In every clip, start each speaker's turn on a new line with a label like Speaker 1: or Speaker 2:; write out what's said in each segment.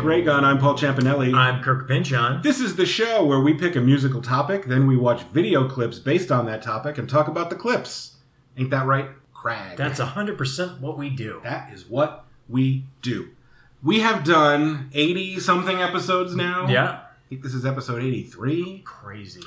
Speaker 1: Paul Champanelli.
Speaker 2: I'm Kirk Pinchon.
Speaker 1: This is the show where we pick a musical topic, then we watch video clips based on that topic and talk about the clips. Ain't that right, Crag?
Speaker 2: That's 100% what we do.
Speaker 1: that is what we do. We have done 80 something episodes now.
Speaker 2: Yeah.
Speaker 1: I think this is episode 83.
Speaker 2: Crazy.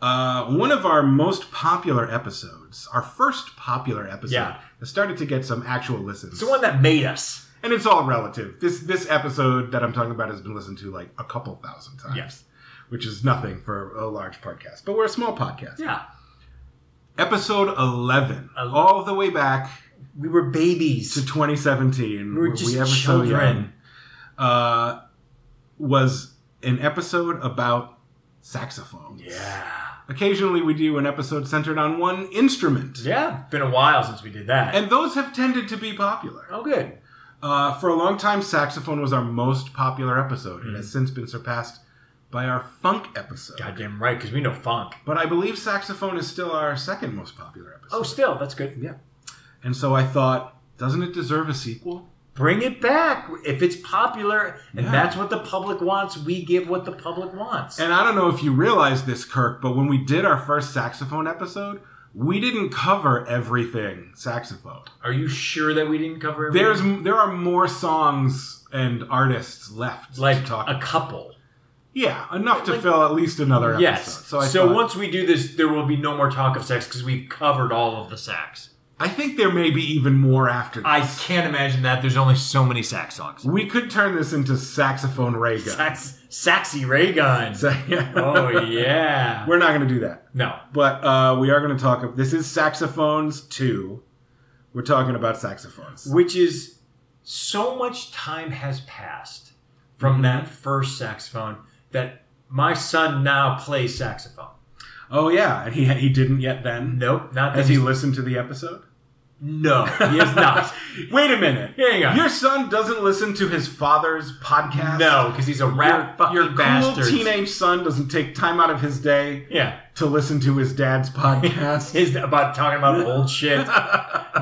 Speaker 1: Uh, one of our most popular episodes, our first popular episode,
Speaker 2: Yeah.
Speaker 1: that started to get some actual listens.
Speaker 2: It's the one that made us.
Speaker 1: and it's all relative. This this episode that I'm talking about has been listened to like a couple thousand times.
Speaker 2: Yes.
Speaker 1: Which is nothing for a large podcast, but we're a small podcast.
Speaker 2: Yeah.
Speaker 1: Episode 11,
Speaker 2: Ele-
Speaker 1: all the way back
Speaker 2: We were babies.
Speaker 1: to 2017.
Speaker 2: We were
Speaker 1: were
Speaker 2: just
Speaker 1: ever so young,
Speaker 2: children.
Speaker 1: uh, was an episode about saxophones.
Speaker 2: Yeah.
Speaker 1: Occasionally, we do an episode centered on one instrument.
Speaker 2: Yeah. Been a while since we did that.
Speaker 1: And those have tended to be popular.
Speaker 2: oh, good.
Speaker 1: Uh, for a long time, saxophone was our most popular episode. It
Speaker 2: Mm.
Speaker 1: has since been surpassed by our funk episode.
Speaker 2: Goddamn right, because we know funk.
Speaker 1: But I believe saxophone is still our second most popular episode.
Speaker 2: Oh, still, that's good.
Speaker 1: and so I thought, doesn't it deserve a sequel?
Speaker 2: Bring it back if it's popular, and
Speaker 1: Yeah.
Speaker 2: that's what the public wants. We give what the public wants.
Speaker 1: And I don't know if you realize this, Kirk, but when we did our first saxophone episode, we didn't cover everything saxophone.
Speaker 2: Are you sure that we didn't cover everything?
Speaker 1: There's there are more songs and artists left
Speaker 2: like
Speaker 1: to talk.
Speaker 2: a couple.
Speaker 1: yeah, enough to
Speaker 2: like-
Speaker 1: fill at least another episode.
Speaker 2: Yes.
Speaker 1: So
Speaker 2: So,
Speaker 1: I thought,
Speaker 2: once we do this, there will be no more talk of sex because we've covered all of the sex.
Speaker 1: I think there may be even more after this.
Speaker 2: I can't imagine that. There's only so many sax songs.
Speaker 1: We could turn this into saxophone ray gun.
Speaker 2: Sax, saxy ray gun.
Speaker 1: So, yeah.
Speaker 2: oh yeah.
Speaker 1: We're not going to do that.
Speaker 2: no.
Speaker 1: But uh, we are going to talk. This is Saxophones 2. We're talking about saxophones.
Speaker 2: Which is so much time has passed from
Speaker 1: Mm-hmm.
Speaker 2: that first saxophone that my son now plays saxophone.
Speaker 1: Oh, yeah. And he, he didn't yet then.
Speaker 2: Nope, not that
Speaker 1: Has he
Speaker 2: he's-
Speaker 1: listened to the episode?
Speaker 2: No, he has not.
Speaker 1: Wait a minute.
Speaker 2: Hang on.
Speaker 1: Your son doesn't listen to his father's podcast?
Speaker 2: no, because he's a rat fucking
Speaker 1: Your cool
Speaker 2: bastard.
Speaker 1: teenage son doesn't take time out of his day
Speaker 2: Yeah.
Speaker 1: to listen to his dad's podcast.
Speaker 2: His about talking about old shit.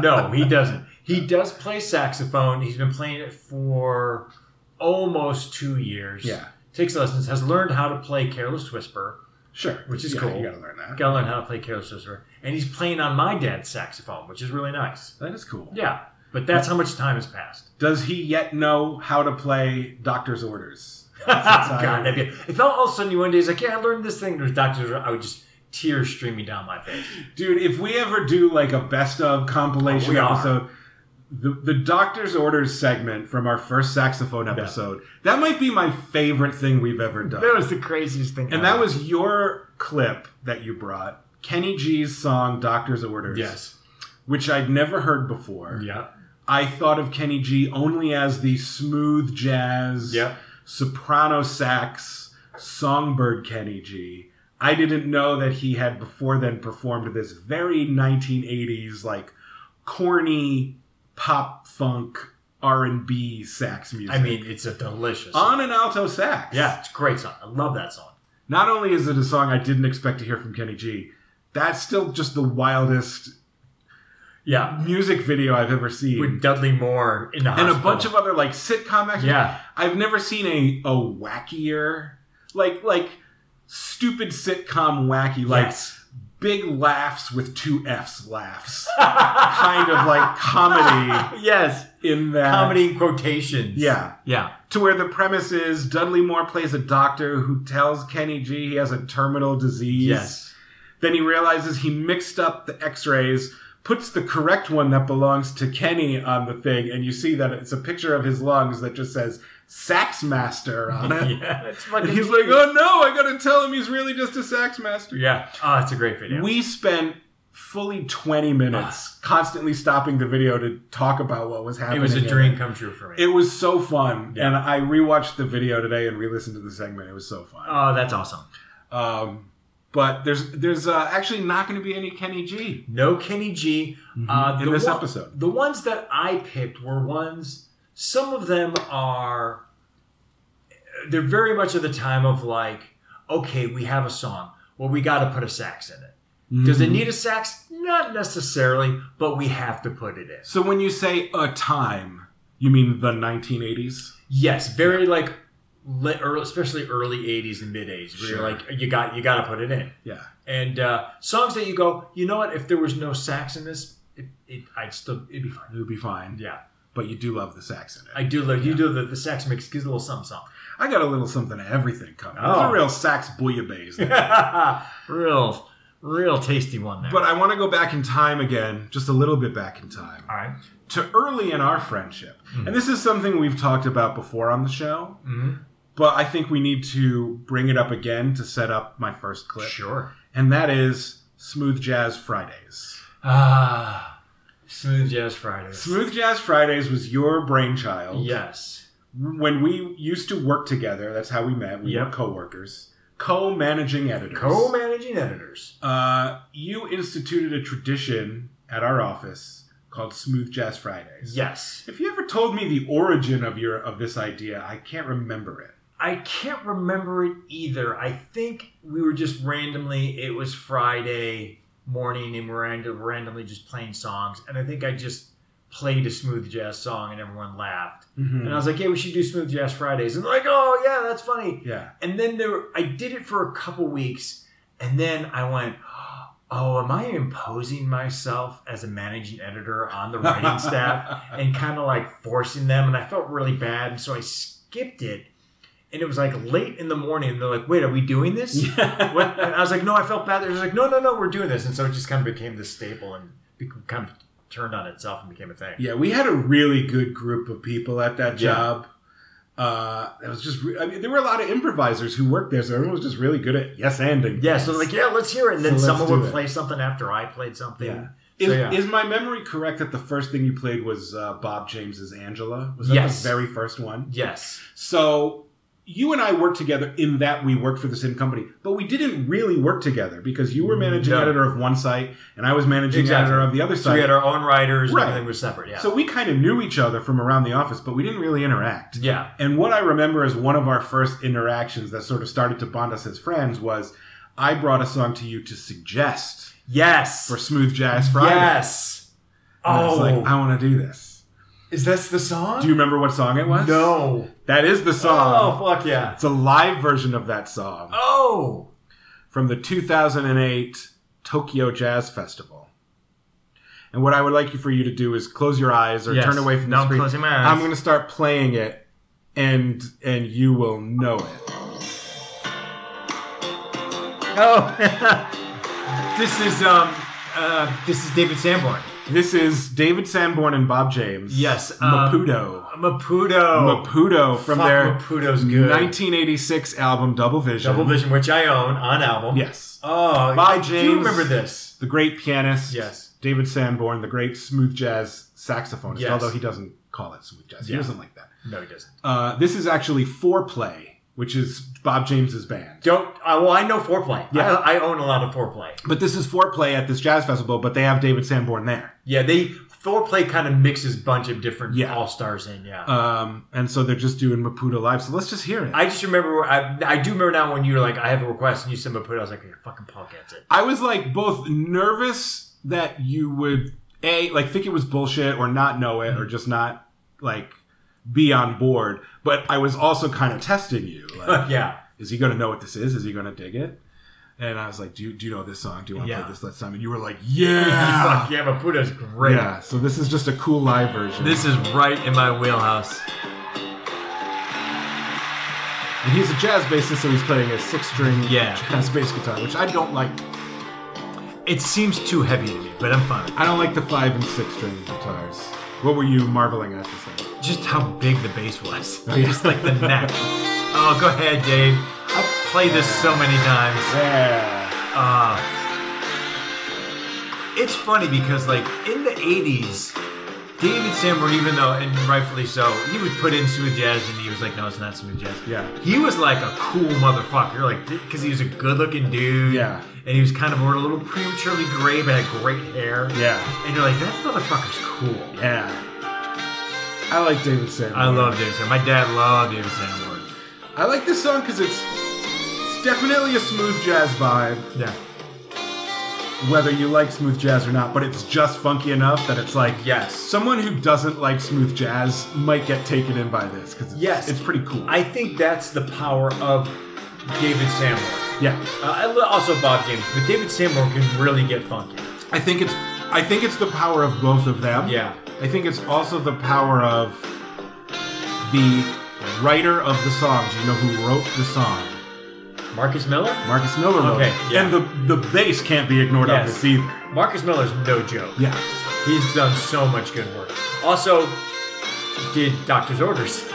Speaker 2: No, he doesn't. He does play saxophone. He's been playing it for almost two years.
Speaker 1: Yeah.
Speaker 2: Takes lessons, has learned how to play Careless Whisper.
Speaker 1: Sure.
Speaker 2: Which is
Speaker 1: Yeah,
Speaker 2: cool.
Speaker 1: You got to learn that.
Speaker 2: Gotta learn how to play Careless Whisper. And he's playing on my dad's saxophone, which is really nice.
Speaker 1: That is cool.
Speaker 2: Yeah. But that's how much time has passed.
Speaker 1: Does he yet know how to play Doctor's Orders?
Speaker 2: God, that'd be- if all of a sudden you one day is like, yeah, I learned this thing, there's doctors, I would just tears streaming down my face.
Speaker 1: Dude, if we ever do like a best of compilation
Speaker 2: Oh, We are.
Speaker 1: episode, the, the Doctor's Orders segment from our first saxophone episode, that might be my favorite thing we've ever done.
Speaker 2: That was the craziest thing.
Speaker 1: and
Speaker 2: ever.
Speaker 1: that was your clip that you brought Kenny G's song Doctor's Orders,
Speaker 2: yes,
Speaker 1: which I'd never heard before.
Speaker 2: yeah,
Speaker 1: I thought of Kenny G only as the smooth jazz.
Speaker 2: yeah.
Speaker 1: soprano sax songbird Kenny G. I didn't know that he had before then performed this very 1980s like corny pop funk R&B sax music.
Speaker 2: I mean, it's a delicious.
Speaker 1: on an alto sax.
Speaker 2: Yeah, it's a great song. I love that song.
Speaker 1: Not only is it a song I didn't expect to hear from Kenny G, that's still just the wildest
Speaker 2: Yeah,
Speaker 1: music video I've ever seen.
Speaker 2: with Dudley Moore in the
Speaker 1: and a bunch of other like sitcom actors.
Speaker 2: yeah,
Speaker 1: I've never seen a a wackier like like stupid sitcom wacky like
Speaker 2: yes.
Speaker 1: big laughs with two F's laughs kind of like comedy
Speaker 2: yes,
Speaker 1: in that
Speaker 2: comedy in quotations.
Speaker 1: yeah
Speaker 2: yeah,
Speaker 1: to where the premise is Dudley Moore plays a doctor who tells Kenny G he has a terminal disease
Speaker 2: yes.
Speaker 1: then he realizes he mixed up the x-rays puts the correct one that belongs to Kenny on the thing and you see that it's a picture of his lungs that just says Sax Master on it
Speaker 2: yeah, it's fucking.
Speaker 1: And he's like, oh no, I gotta tell him he's really just a sax master.
Speaker 2: yeah. Oh, it's a great video.
Speaker 1: We spent fully 20 minutes constantly stopping the video to talk about what was happening.
Speaker 2: it was a
Speaker 1: in
Speaker 2: dream come true for me.
Speaker 1: It was so fun.
Speaker 2: Yeah.
Speaker 1: And I rewatched the video today and re listened to the segment. It was so fun.
Speaker 2: oh, that's awesome.
Speaker 1: Um, but there's there's uh, actually not going to be any Kenny G
Speaker 2: No Kenny G. Uh,
Speaker 1: Mm-hmm. in
Speaker 2: the
Speaker 1: this
Speaker 2: one-
Speaker 1: episode.
Speaker 2: The ones that I picked were ones. Some of them are. They're very much at the time of like, okay, we have a song. Well, we got to put a sax in it. Does it
Speaker 1: Mhm.
Speaker 2: need a sax? Not necessarily, but we have to put it in.
Speaker 1: So when you say a time, you mean the 1980s?
Speaker 2: Yes, very like le- early, especially early '80s and mid '80s, where
Speaker 1: Sure.
Speaker 2: you're like, you got you got to put it in.
Speaker 1: Yeah.
Speaker 2: And uh, songs that you go, you know what? If there was no sax in this, it, it I'd still it'd be fine.
Speaker 1: It would be fine.
Speaker 2: Yeah,
Speaker 1: But you do love the sax in
Speaker 2: I
Speaker 1: it.
Speaker 2: do love you do the, the sax mix gives a little something something.
Speaker 1: I, got a little something of everything coming. It's
Speaker 2: Oh.
Speaker 1: a real sax bouillabaisse. there.
Speaker 2: real, real tasty one there.
Speaker 1: but I want to go back in time again, just a little bit back in time,
Speaker 2: all right.
Speaker 1: to early in our friendship.
Speaker 2: Mhm.
Speaker 1: And this is something we've talked about before on the show,
Speaker 2: Mhm.
Speaker 1: but I think we need to bring it up again to set up my first clip.
Speaker 2: Sure.
Speaker 1: And that is Smooth Jazz Fridays.
Speaker 2: Ah, smooth jazz Fridays.
Speaker 1: Smooth Jazz Fridays was your brainchild.
Speaker 2: Yes.
Speaker 1: When we used to work together, that's how we met. We were
Speaker 2: Yep.
Speaker 1: co-workers, co-managing editors.
Speaker 2: Co-managing editors.
Speaker 1: Uh, you instituted a tradition at our office called Smooth Jazz Fridays.
Speaker 2: Yes.
Speaker 1: If you ever told me the origin of your of this idea, I can't remember it.
Speaker 2: I can't remember it either. I think we were just randomly, it was Friday morning and we we're random, randomly just playing songs. And I think I just played a smooth jazz song and everyone laughed. And I was like, yeah, we should do smooth jazz Fridays. And they're like, oh, yeah, that's funny.
Speaker 1: Yeah.
Speaker 2: And then there, I did it for a couple weeks. And then I went, oh, am I imposing myself as a managing editor on the writing staff? and kind of like forcing them. And I felt really bad. And so I skipped it. And it was like late in the morning. And they're like, wait, are we doing this?
Speaker 1: Yeah.
Speaker 2: What? And I was like, no, I felt bad. They're just like, no, no, no, we're doing this. And so it just kind of became this staple and be- kind of turned on itself and became a thing.
Speaker 1: Yeah, we had a really good group of people at that
Speaker 2: Yeah.
Speaker 1: job. Uh, it was just, re- I mean, there were a lot of improvisers who worked there, so everyone was just really good at yes anding.
Speaker 2: Yeah. So they're like, yeah, let's hear it. And then
Speaker 1: So let's
Speaker 2: someone
Speaker 1: do
Speaker 2: would
Speaker 1: it.
Speaker 2: play something after I played something.
Speaker 1: Yeah.
Speaker 2: So,
Speaker 1: is,
Speaker 2: yeah.
Speaker 1: is my memory correct that the first thing you played was uh, Bob James's Angela? Was that
Speaker 2: Yes.
Speaker 1: the very first one?
Speaker 2: Yes.
Speaker 1: So you and I worked together in that we worked for the same company, but we didn't really work together because you were managing
Speaker 2: No.
Speaker 1: editor of one site and I was managing
Speaker 2: Exactly.
Speaker 1: editor of the other
Speaker 2: So we
Speaker 1: site.
Speaker 2: had our own writers.
Speaker 1: Right.
Speaker 2: And everything was separate. Yeah.
Speaker 1: So we kind of knew each other from around the office, but we didn't really interact.
Speaker 2: yeah.
Speaker 1: And what I remember as one of our first interactions that sort of started to bond us as friends was I brought a song to you to suggest
Speaker 2: Yes.
Speaker 1: for Smooth Jazz Friday.
Speaker 2: Yes.
Speaker 1: And I
Speaker 2: Oh,
Speaker 1: was like, I want to do this.
Speaker 2: is this the song?
Speaker 1: Do you remember what song it was?
Speaker 2: no.
Speaker 1: That is the song.
Speaker 2: Oh, fuck yeah.
Speaker 1: It's a live version of that song
Speaker 2: Oh,
Speaker 1: from the 2008 Tokyo Jazz Festival. And what I would like you for you to do is close your eyes or
Speaker 2: Yes.
Speaker 1: turn away from the
Speaker 2: Now I'm
Speaker 1: screen.
Speaker 2: closing my eyes.
Speaker 1: I'm going to start playing it, and and you will know it.
Speaker 2: oh, this is um, uh, this is David Sanborn.
Speaker 1: This is David Sanborn and Bob James.
Speaker 2: Yes, um,
Speaker 1: Maputo.
Speaker 2: Maputo.
Speaker 1: Maputo from
Speaker 2: Fuck,
Speaker 1: their
Speaker 2: Maputo's good.
Speaker 1: 1986 album Double Vision.
Speaker 2: Double Vision, which I own on album.
Speaker 1: Yes.
Speaker 2: Oh,
Speaker 1: By
Speaker 2: I
Speaker 1: James.
Speaker 2: do remember this.
Speaker 1: The great pianist.
Speaker 2: Yes.
Speaker 1: David Sanborn, the great smooth jazz saxophonist,
Speaker 2: Yes.
Speaker 1: although he doesn't call it smooth jazz. He
Speaker 2: Yeah.
Speaker 1: doesn't like that.
Speaker 2: No, he doesn't.
Speaker 1: Uh, this is actually Foreplay, which is Bob James's band.
Speaker 2: Don't. Uh, well, I know foreplay.
Speaker 1: Yeah.
Speaker 2: I, I own a lot of foreplay.
Speaker 1: But this is Foreplay at this jazz festival, but they have David Sanborn there.
Speaker 2: Yeah, they foreplay kind of mixes bunch of different
Speaker 1: Yeah.
Speaker 2: all stars in. Yeah.
Speaker 1: Um, and so they're just doing Maputo live. So let's just hear it.
Speaker 2: I just remember. I, I do remember now when you were like, "I have a request," and you said Maputo. I was like, yeah, "Fucking Paul gets it."
Speaker 1: I was like both nervous that you would a like think it was bullshit or not know it or just not like be on board, but I was also kind of testing you. Like,
Speaker 2: yeah.
Speaker 1: is he going to know what this is? Is he going to dig it? And I was like, do you, do you know this song? Do you want to
Speaker 2: Yeah.
Speaker 1: play this last time? And you were like,
Speaker 2: Fuck
Speaker 1: yeah,
Speaker 2: yeah, Maputo's great.
Speaker 1: yeah. So this is just a cool live version.
Speaker 2: This is right in my wheelhouse.
Speaker 1: and he's a jazz bassist, so he's playing a six string
Speaker 2: Yeah.
Speaker 1: jazz bass guitar, which I don't like.
Speaker 2: It seems too heavy to me, but I'm fine.
Speaker 1: I don't like the five and six string guitars. What were you marveling at just then?
Speaker 2: Just how big the bass was.
Speaker 1: Oh, yeah.
Speaker 2: Just like the neck. Oh, go ahead, Dave. I've played this so many times.
Speaker 1: Yeah.
Speaker 2: Uh, it's funny because, like, in the 80s, David Sanborn, even though, and rightfully so, he would put in smooth jazz and he was like, no, it's not smooth jazz.
Speaker 1: Yeah.
Speaker 2: He was like a cool motherfucker, like, because he was a good looking dude.
Speaker 1: Yeah.
Speaker 2: And he was kind of wore a little prematurely gray, but had great hair.
Speaker 1: Yeah.
Speaker 2: And you're like, that motherfucker's cool.
Speaker 1: Yeah. I like David Sanborn.
Speaker 2: I love David Sanborn. My dad loved David Sanborn.
Speaker 1: I like this song because it's, it's definitely a smooth jazz vibe.
Speaker 2: Yeah.
Speaker 1: whether you like smooth jazz or not, but it's just funky enough that it's like
Speaker 2: Yes.
Speaker 1: someone who doesn't like smooth jazz might get taken in by this because it's,
Speaker 2: Yes.
Speaker 1: it's pretty cool.
Speaker 2: I think that's the power of David Sanborn.
Speaker 1: yeah,
Speaker 2: Uh, I lo- also Bob James, but David Sanborn can really get funky.
Speaker 1: I think it's I think it's the power of both of them.
Speaker 2: Yeah.
Speaker 1: I think it's also the power of the writer of the song. Do you know who wrote the song?
Speaker 2: Marcus Miller?
Speaker 1: Marcus Miller wrote
Speaker 2: Okay,
Speaker 1: it.
Speaker 2: yeah.
Speaker 1: And the the bass can't be ignored on
Speaker 2: Yes.
Speaker 1: this either.
Speaker 2: Marcus Miller's no joke.
Speaker 1: Yeah.
Speaker 2: He's done so much good work. Also, did Doctor's Orders.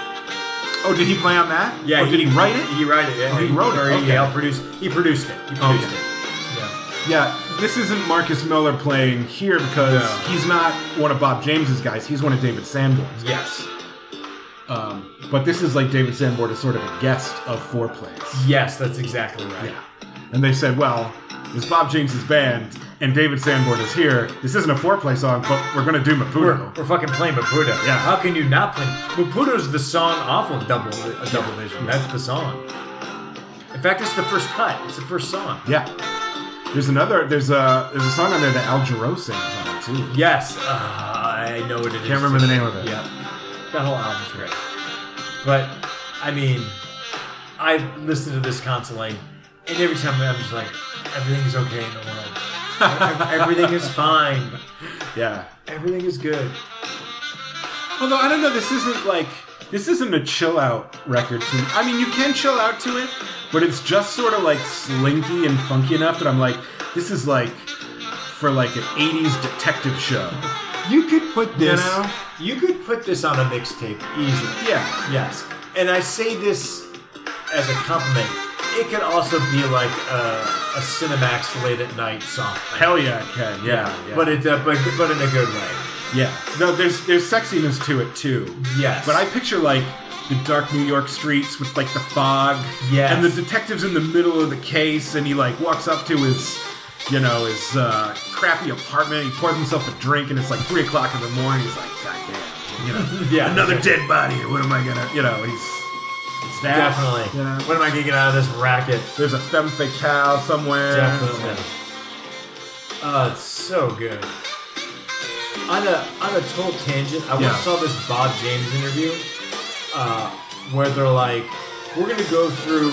Speaker 1: Oh, did he play on that?
Speaker 2: Yeah.
Speaker 1: Oh, did he write it?
Speaker 2: He wrote it. Yeah.
Speaker 1: Oh, he wrote it,
Speaker 2: or he
Speaker 1: okay.
Speaker 2: helped produce- he produced it. He produced
Speaker 1: Okay.
Speaker 2: it. Yeah.
Speaker 1: Yeah, this isn't Marcus Miller playing here because
Speaker 2: No.
Speaker 1: he's not one of Bob James's guys. He's one of David Sanborn's.
Speaker 2: Yes.
Speaker 1: Um, but this is like David Sanborn is sort of a guest of four plays.
Speaker 2: Yes, that's exactly right.
Speaker 1: Yeah. And they said, well, it's Bob James's band and David Sanborn is here. This isn't a four-play song, but we're gonna do
Speaker 2: We're,
Speaker 1: Maputo.
Speaker 2: we're fucking playing Maputo.
Speaker 1: Yeah.
Speaker 2: How can you not play? Maputo's the song off of Double uh, Double Vision. That's the song. In fact, it's the first cut. It's the first song.
Speaker 1: Yeah. There's another. There's a there's a song on there that Al Jarreau sings on too.
Speaker 2: Yes, uh, I know what it is.
Speaker 1: Can't remember the name of it.
Speaker 2: Yeah, that whole album's great. But I mean, I listened to this constantly, and every time I'm just like, everything's okay in the world. Ev- Everything is fine.
Speaker 1: Yeah.
Speaker 2: Everything is good.
Speaker 1: Although I don't know, this isn't like this isn't a chill out record to me. I mean, you can chill out to it, but it's just sort of like slinky and funky enough that I'm like, this is like for like an '80s detective show.
Speaker 2: You could put
Speaker 1: You
Speaker 2: this.
Speaker 1: know?
Speaker 2: You could put this on a mixtape easily.
Speaker 1: Yeah,
Speaker 2: Yes, and I say this as a compliment. It could also be like a, a Cinemax late at night song.
Speaker 1: hell yeah, it can. Yeah, yeah.
Speaker 2: But it, uh, but but in a good way.
Speaker 1: yeah, no, there's there's sexiness to it too.
Speaker 2: Yes.
Speaker 1: But I picture like the dark New York streets with like the fog.
Speaker 2: Yes.
Speaker 1: And the detective's in the middle of the case and he like walks up to his you know, his uh, crappy apartment, he pours himself a drink and it's like three o'clock in the morning, he's like, God damn, you know.
Speaker 2: Yeah.
Speaker 1: Another dead body, what am I gonna you know, he's it's that
Speaker 2: Definitely.
Speaker 1: you know.
Speaker 2: What am I gonna get out of this racket?
Speaker 1: There's a femme fatale somewhere.
Speaker 2: Definitely. Oh, it's so good. On a on a total tangent, I
Speaker 1: Yeah.
Speaker 2: once saw this Bob James interview, uh, where they're like, "We're gonna go through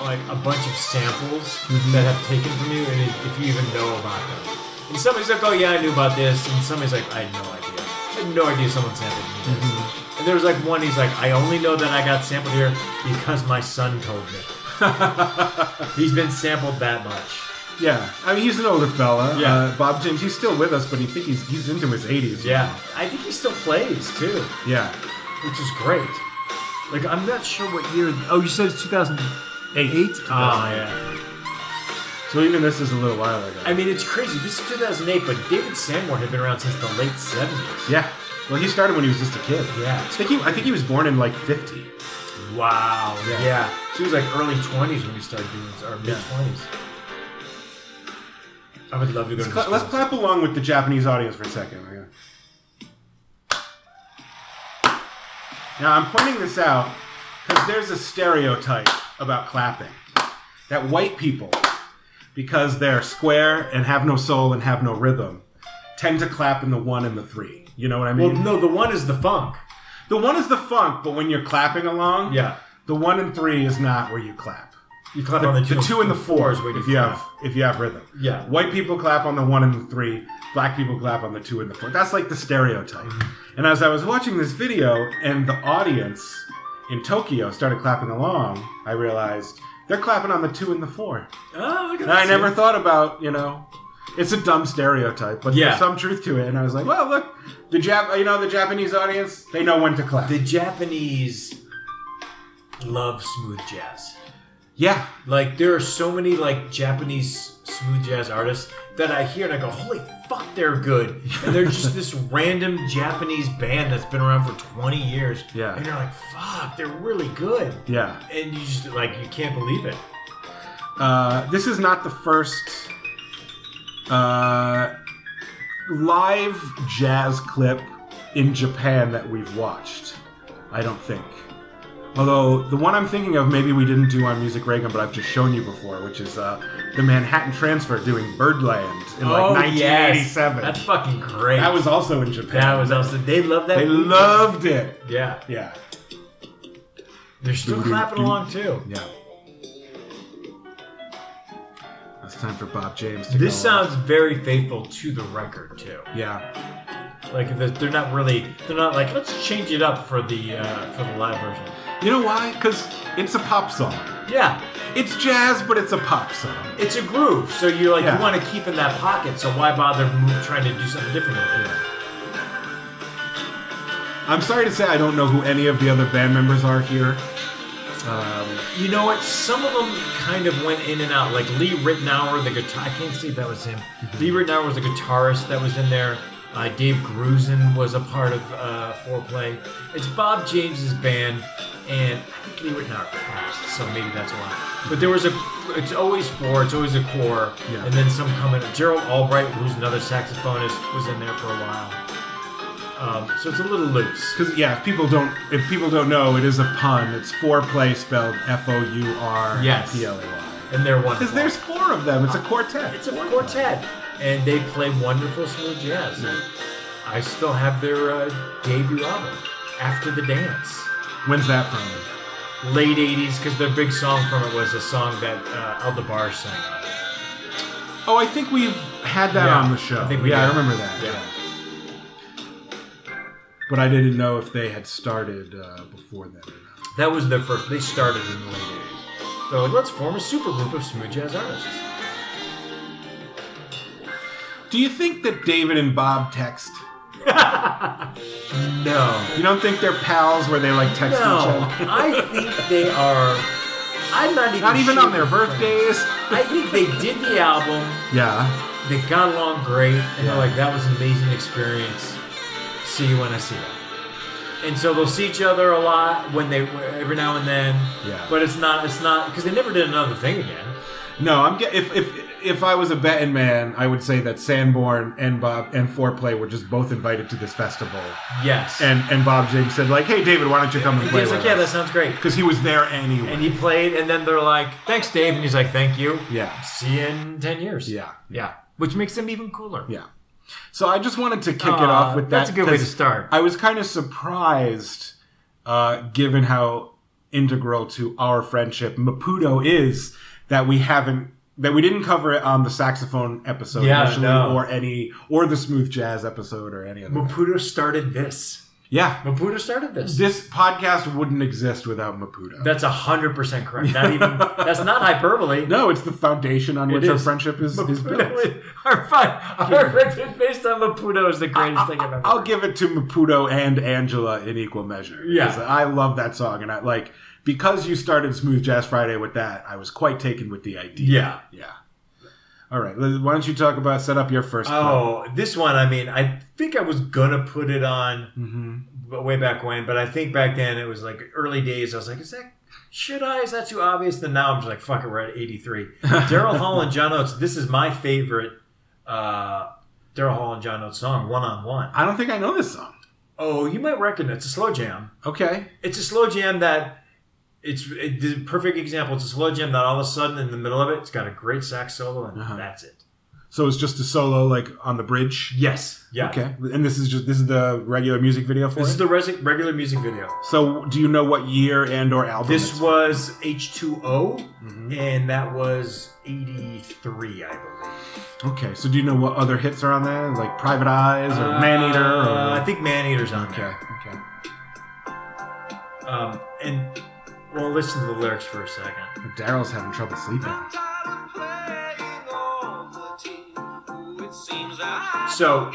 Speaker 2: like a bunch of samples
Speaker 1: Mhm.
Speaker 2: that have taken from you, and if- if you even know about them." And somebody's like, "Oh yeah, I knew about this," and somebody's like, "I had no idea. I had no idea someone sampled me this." And there was like one, he's like, "I only know that I got sampled here because my son told me." He's been sampled that much.
Speaker 1: Yeah, I mean he's an older fella.
Speaker 2: Yeah.
Speaker 1: Uh, Bob James, he's still with us, but he think he's he's into his 80s.
Speaker 2: Yeah, I think he still plays too,
Speaker 1: yeah,
Speaker 2: which is great. Like I'm not sure what year. Oh, you said it's 2008. Ah, yeah.
Speaker 1: So even this is a little while ago.
Speaker 2: I mean, it's crazy. This is 2008, but David Sanborn had been around since the late 70s.
Speaker 1: yeah. Well, he started when he was just a kid.
Speaker 2: Yeah.
Speaker 1: I think he, I think he was born in like 50.
Speaker 2: Wow.
Speaker 1: Yeah.
Speaker 2: Yeah. She was like early 20s when we started doing this, or mid 20s. I would love to go
Speaker 1: Let's,
Speaker 2: to
Speaker 1: cla-
Speaker 2: this
Speaker 1: let's
Speaker 2: concert.
Speaker 1: clap along with the Japanese audience for a second. We're gonna- Now I'm pointing this out because there's a stereotype about clapping that white people, because they're square and have no soul and have no rhythm, tend to clap in the one and the three. You know what I mean?
Speaker 2: Well, no, the one is the funk.
Speaker 1: the one is the funk, but when you're clapping along,
Speaker 2: Yeah.
Speaker 1: the one and three is not where you clap.
Speaker 2: You clap on the two,
Speaker 1: the two and the four
Speaker 2: is where you
Speaker 1: if you
Speaker 2: clap.
Speaker 1: have if you have rhythm.
Speaker 2: Yeah.
Speaker 1: White people clap on the one and the three. Black people clap on the two and the four. That's like the stereotype.
Speaker 2: Mm-hmm.
Speaker 1: And as I was watching this video and the audience in Tokyo started clapping along, I realized they're clapping on the two and the four.
Speaker 2: Oh, look at
Speaker 1: And I
Speaker 2: that.
Speaker 1: never thought about you know, it's a dumb stereotype, but
Speaker 2: Yeah.
Speaker 1: there's some truth to it. And I was like, well, look, the Jap, you know, the Japanese audience, they know when to clap.
Speaker 2: The Japanese love smooth jazz.
Speaker 1: yeah.
Speaker 2: Like there are so many like Japanese smooth jazz artists that I hear and I go, holy fuck, they're good. And they're just this random Japanese band that's been around for 20 years.
Speaker 1: Yeah.
Speaker 2: And you're like, fuck, they're really good.
Speaker 1: Yeah.
Speaker 2: And you just like you can't believe it.
Speaker 1: Uh, this is not the first uh, live jazz clip in Japan that we've watched. I don't think. Although the one I'm thinking of, maybe we didn't do on Music Reagan, but I've just shown you before, which is uh, the Manhattan Transfer doing Birdland in like
Speaker 2: oh,
Speaker 1: 1987.
Speaker 2: Yes. That's fucking great.
Speaker 1: that was also in Japan.
Speaker 2: that was awesome. They love that.
Speaker 1: They
Speaker 2: movie.
Speaker 1: loved it.
Speaker 2: Yeah,
Speaker 1: Yeah,
Speaker 2: they're still
Speaker 1: Doo-doo-doo.
Speaker 2: clapping along too.
Speaker 1: yeah. It's time for Bob James to go.
Speaker 2: This
Speaker 1: on.
Speaker 2: sounds very faithful to the record too.
Speaker 1: Yeah,
Speaker 2: Like the- they're not really, they're not like let's change it up for the uh, for the live version.
Speaker 1: you know why? Because it's a pop song.
Speaker 2: Yeah,
Speaker 1: It's jazz, but it's a pop song.
Speaker 2: it's a groove, so you like
Speaker 1: Yeah.
Speaker 2: you want to keep in that pocket. So why bother move, trying to do something different with it?
Speaker 1: I'm sorry to say I don't know who any of the other band members are here. Um,
Speaker 2: You know what? Some of them kind of went in and out. Like Lee Ritenour, the guitar. I can't see if that was him. Lee Ritenour was a guitarist that was in there. Uh, Dave Grusin was a part of uh, Foreplay. It's Bob James's band, and I think Lee Ritenour passed, so maybe that's why. But there was a. It's always four. It's always a core,
Speaker 1: Yeah.
Speaker 2: and then some come in. Gerald Albright, who's another saxophonist, was in there for a while. Um, so it's a little loose.
Speaker 1: Because yeah, if people don't if people don't know, it is a pun. It's foreplay spelled F O U R
Speaker 2: Yes.
Speaker 1: P L A Y.
Speaker 2: And they're
Speaker 1: Because
Speaker 2: wonderful.
Speaker 1: there's four of them. It's a quartet.
Speaker 2: It's a quartet, and they play wonderful smooth jazz. I still have their uh, debut album, After the Dance,
Speaker 1: When's that from?
Speaker 2: late '80s, because their big song from it was a song that uh, Eldebar sang. on it.
Speaker 1: Oh, I think we've had that
Speaker 2: Yeah,
Speaker 1: on the show.
Speaker 2: I think we
Speaker 1: yeah, I
Speaker 2: did.
Speaker 1: remember that.
Speaker 2: Yeah.
Speaker 1: But I didn't know if they had started uh, before that. or not.
Speaker 2: That was their first. They started in the late '80s. They're like, let's form a supergroup of smooth jazz artists.
Speaker 1: Do you think that David and Bob text?
Speaker 2: No,
Speaker 1: You don't think they're pals where they like text
Speaker 2: no,
Speaker 1: each other?
Speaker 2: I think they are. I'm not even.
Speaker 1: Not even on their
Speaker 2: sure.
Speaker 1: birthdays.
Speaker 2: I think they did the album.
Speaker 1: Yeah.
Speaker 2: they got along great and
Speaker 1: Yeah.
Speaker 2: they're like that was an amazing experience see you when i see you and so they'll see each other a lot when they every now and then
Speaker 1: Yeah.
Speaker 2: but it's not it's not because they never did another thing again
Speaker 1: No, I'm get, if if if I was a betting man, I would say that Sanborn and Bob and Foreplay were just both invited to this festival,
Speaker 2: yes
Speaker 1: and and Bob James said like, "Hey, David, why don't you come and
Speaker 2: he
Speaker 1: play?"
Speaker 2: was like yeah that sounds great
Speaker 1: because he was there anyway.
Speaker 2: and he played and then they're like thanks dave and he's like thank you
Speaker 1: yeah,
Speaker 2: see you in 10 years
Speaker 1: yeah,
Speaker 2: yeah which makes them even cooler
Speaker 1: yeah. So I just wanted to kick it
Speaker 2: Aw,
Speaker 1: off with that.
Speaker 2: that's a good way to
Speaker 1: 'cause
Speaker 2: start
Speaker 1: I was kind of surprised, uh, given how integral to our friendship Maputo is, that we haven't that we didn't cover it on the saxophone episode
Speaker 2: Yeah,
Speaker 1: initially,
Speaker 2: no.
Speaker 1: or any or the smooth jazz episode, or any of that.
Speaker 2: maputo started this
Speaker 1: Yeah.
Speaker 2: maputo started this
Speaker 1: This podcast wouldn't exist without Maputo.
Speaker 2: that's 100% correct not even that's not hyperbole
Speaker 1: no, it's the foundation on
Speaker 2: It
Speaker 1: which our
Speaker 2: is.
Speaker 1: friendship is, is built.
Speaker 2: Maputo, our fun, our record based on Maputo is the greatest thing I've ever.
Speaker 1: I'll give it to Maputo and Angela in equal measure.
Speaker 2: Yeah.
Speaker 1: because I love that song, and I like because you started Smooth Jazz Friday with that. I was quite taken with the idea.
Speaker 2: Yeah.
Speaker 1: yeah. All right, Liz, why don't you talk about set up your first?
Speaker 2: Oh, this one. I mean, I think I was gonna put it on
Speaker 1: hmm
Speaker 2: b- way back when, but I think back then it was like early days. I was like, is that should I? Is that too obvious? Then now I'm just like, fuck it. We're at 83. Daryl Hall and John Oates. This is my favorite. uh Daryl Hall and John Oates song, one on one.
Speaker 1: I don't think I know this song.
Speaker 2: Oh, you might recognize it's a slow jam.
Speaker 1: Okay,
Speaker 2: it's a slow jam that it's it, the perfect example. It's a slow jam that all of a sudden in the middle of it, it's got a great sax solo and
Speaker 1: Uh-huh.
Speaker 2: that's it.
Speaker 1: so it's just a solo like on the bridge.
Speaker 2: Yes, yeah.
Speaker 1: Okay, and this is just this is the regular music video for
Speaker 2: This
Speaker 1: it.
Speaker 2: is the resi- regular music video.
Speaker 1: so, do you know what year and or album?
Speaker 2: This
Speaker 1: it's
Speaker 2: was H2O,
Speaker 1: Mhm.
Speaker 2: and that was 83, I believe.
Speaker 1: Okay, so do you know what other hits are on there? Like Private Eyes or Man Eater?
Speaker 2: Uh, I
Speaker 1: Or...
Speaker 2: think Man Eater's on
Speaker 1: Okay,
Speaker 2: there.
Speaker 1: okay.
Speaker 2: Um, and, well, listen to the lyrics for a second.
Speaker 1: But Daryl's having trouble sleeping.
Speaker 2: So,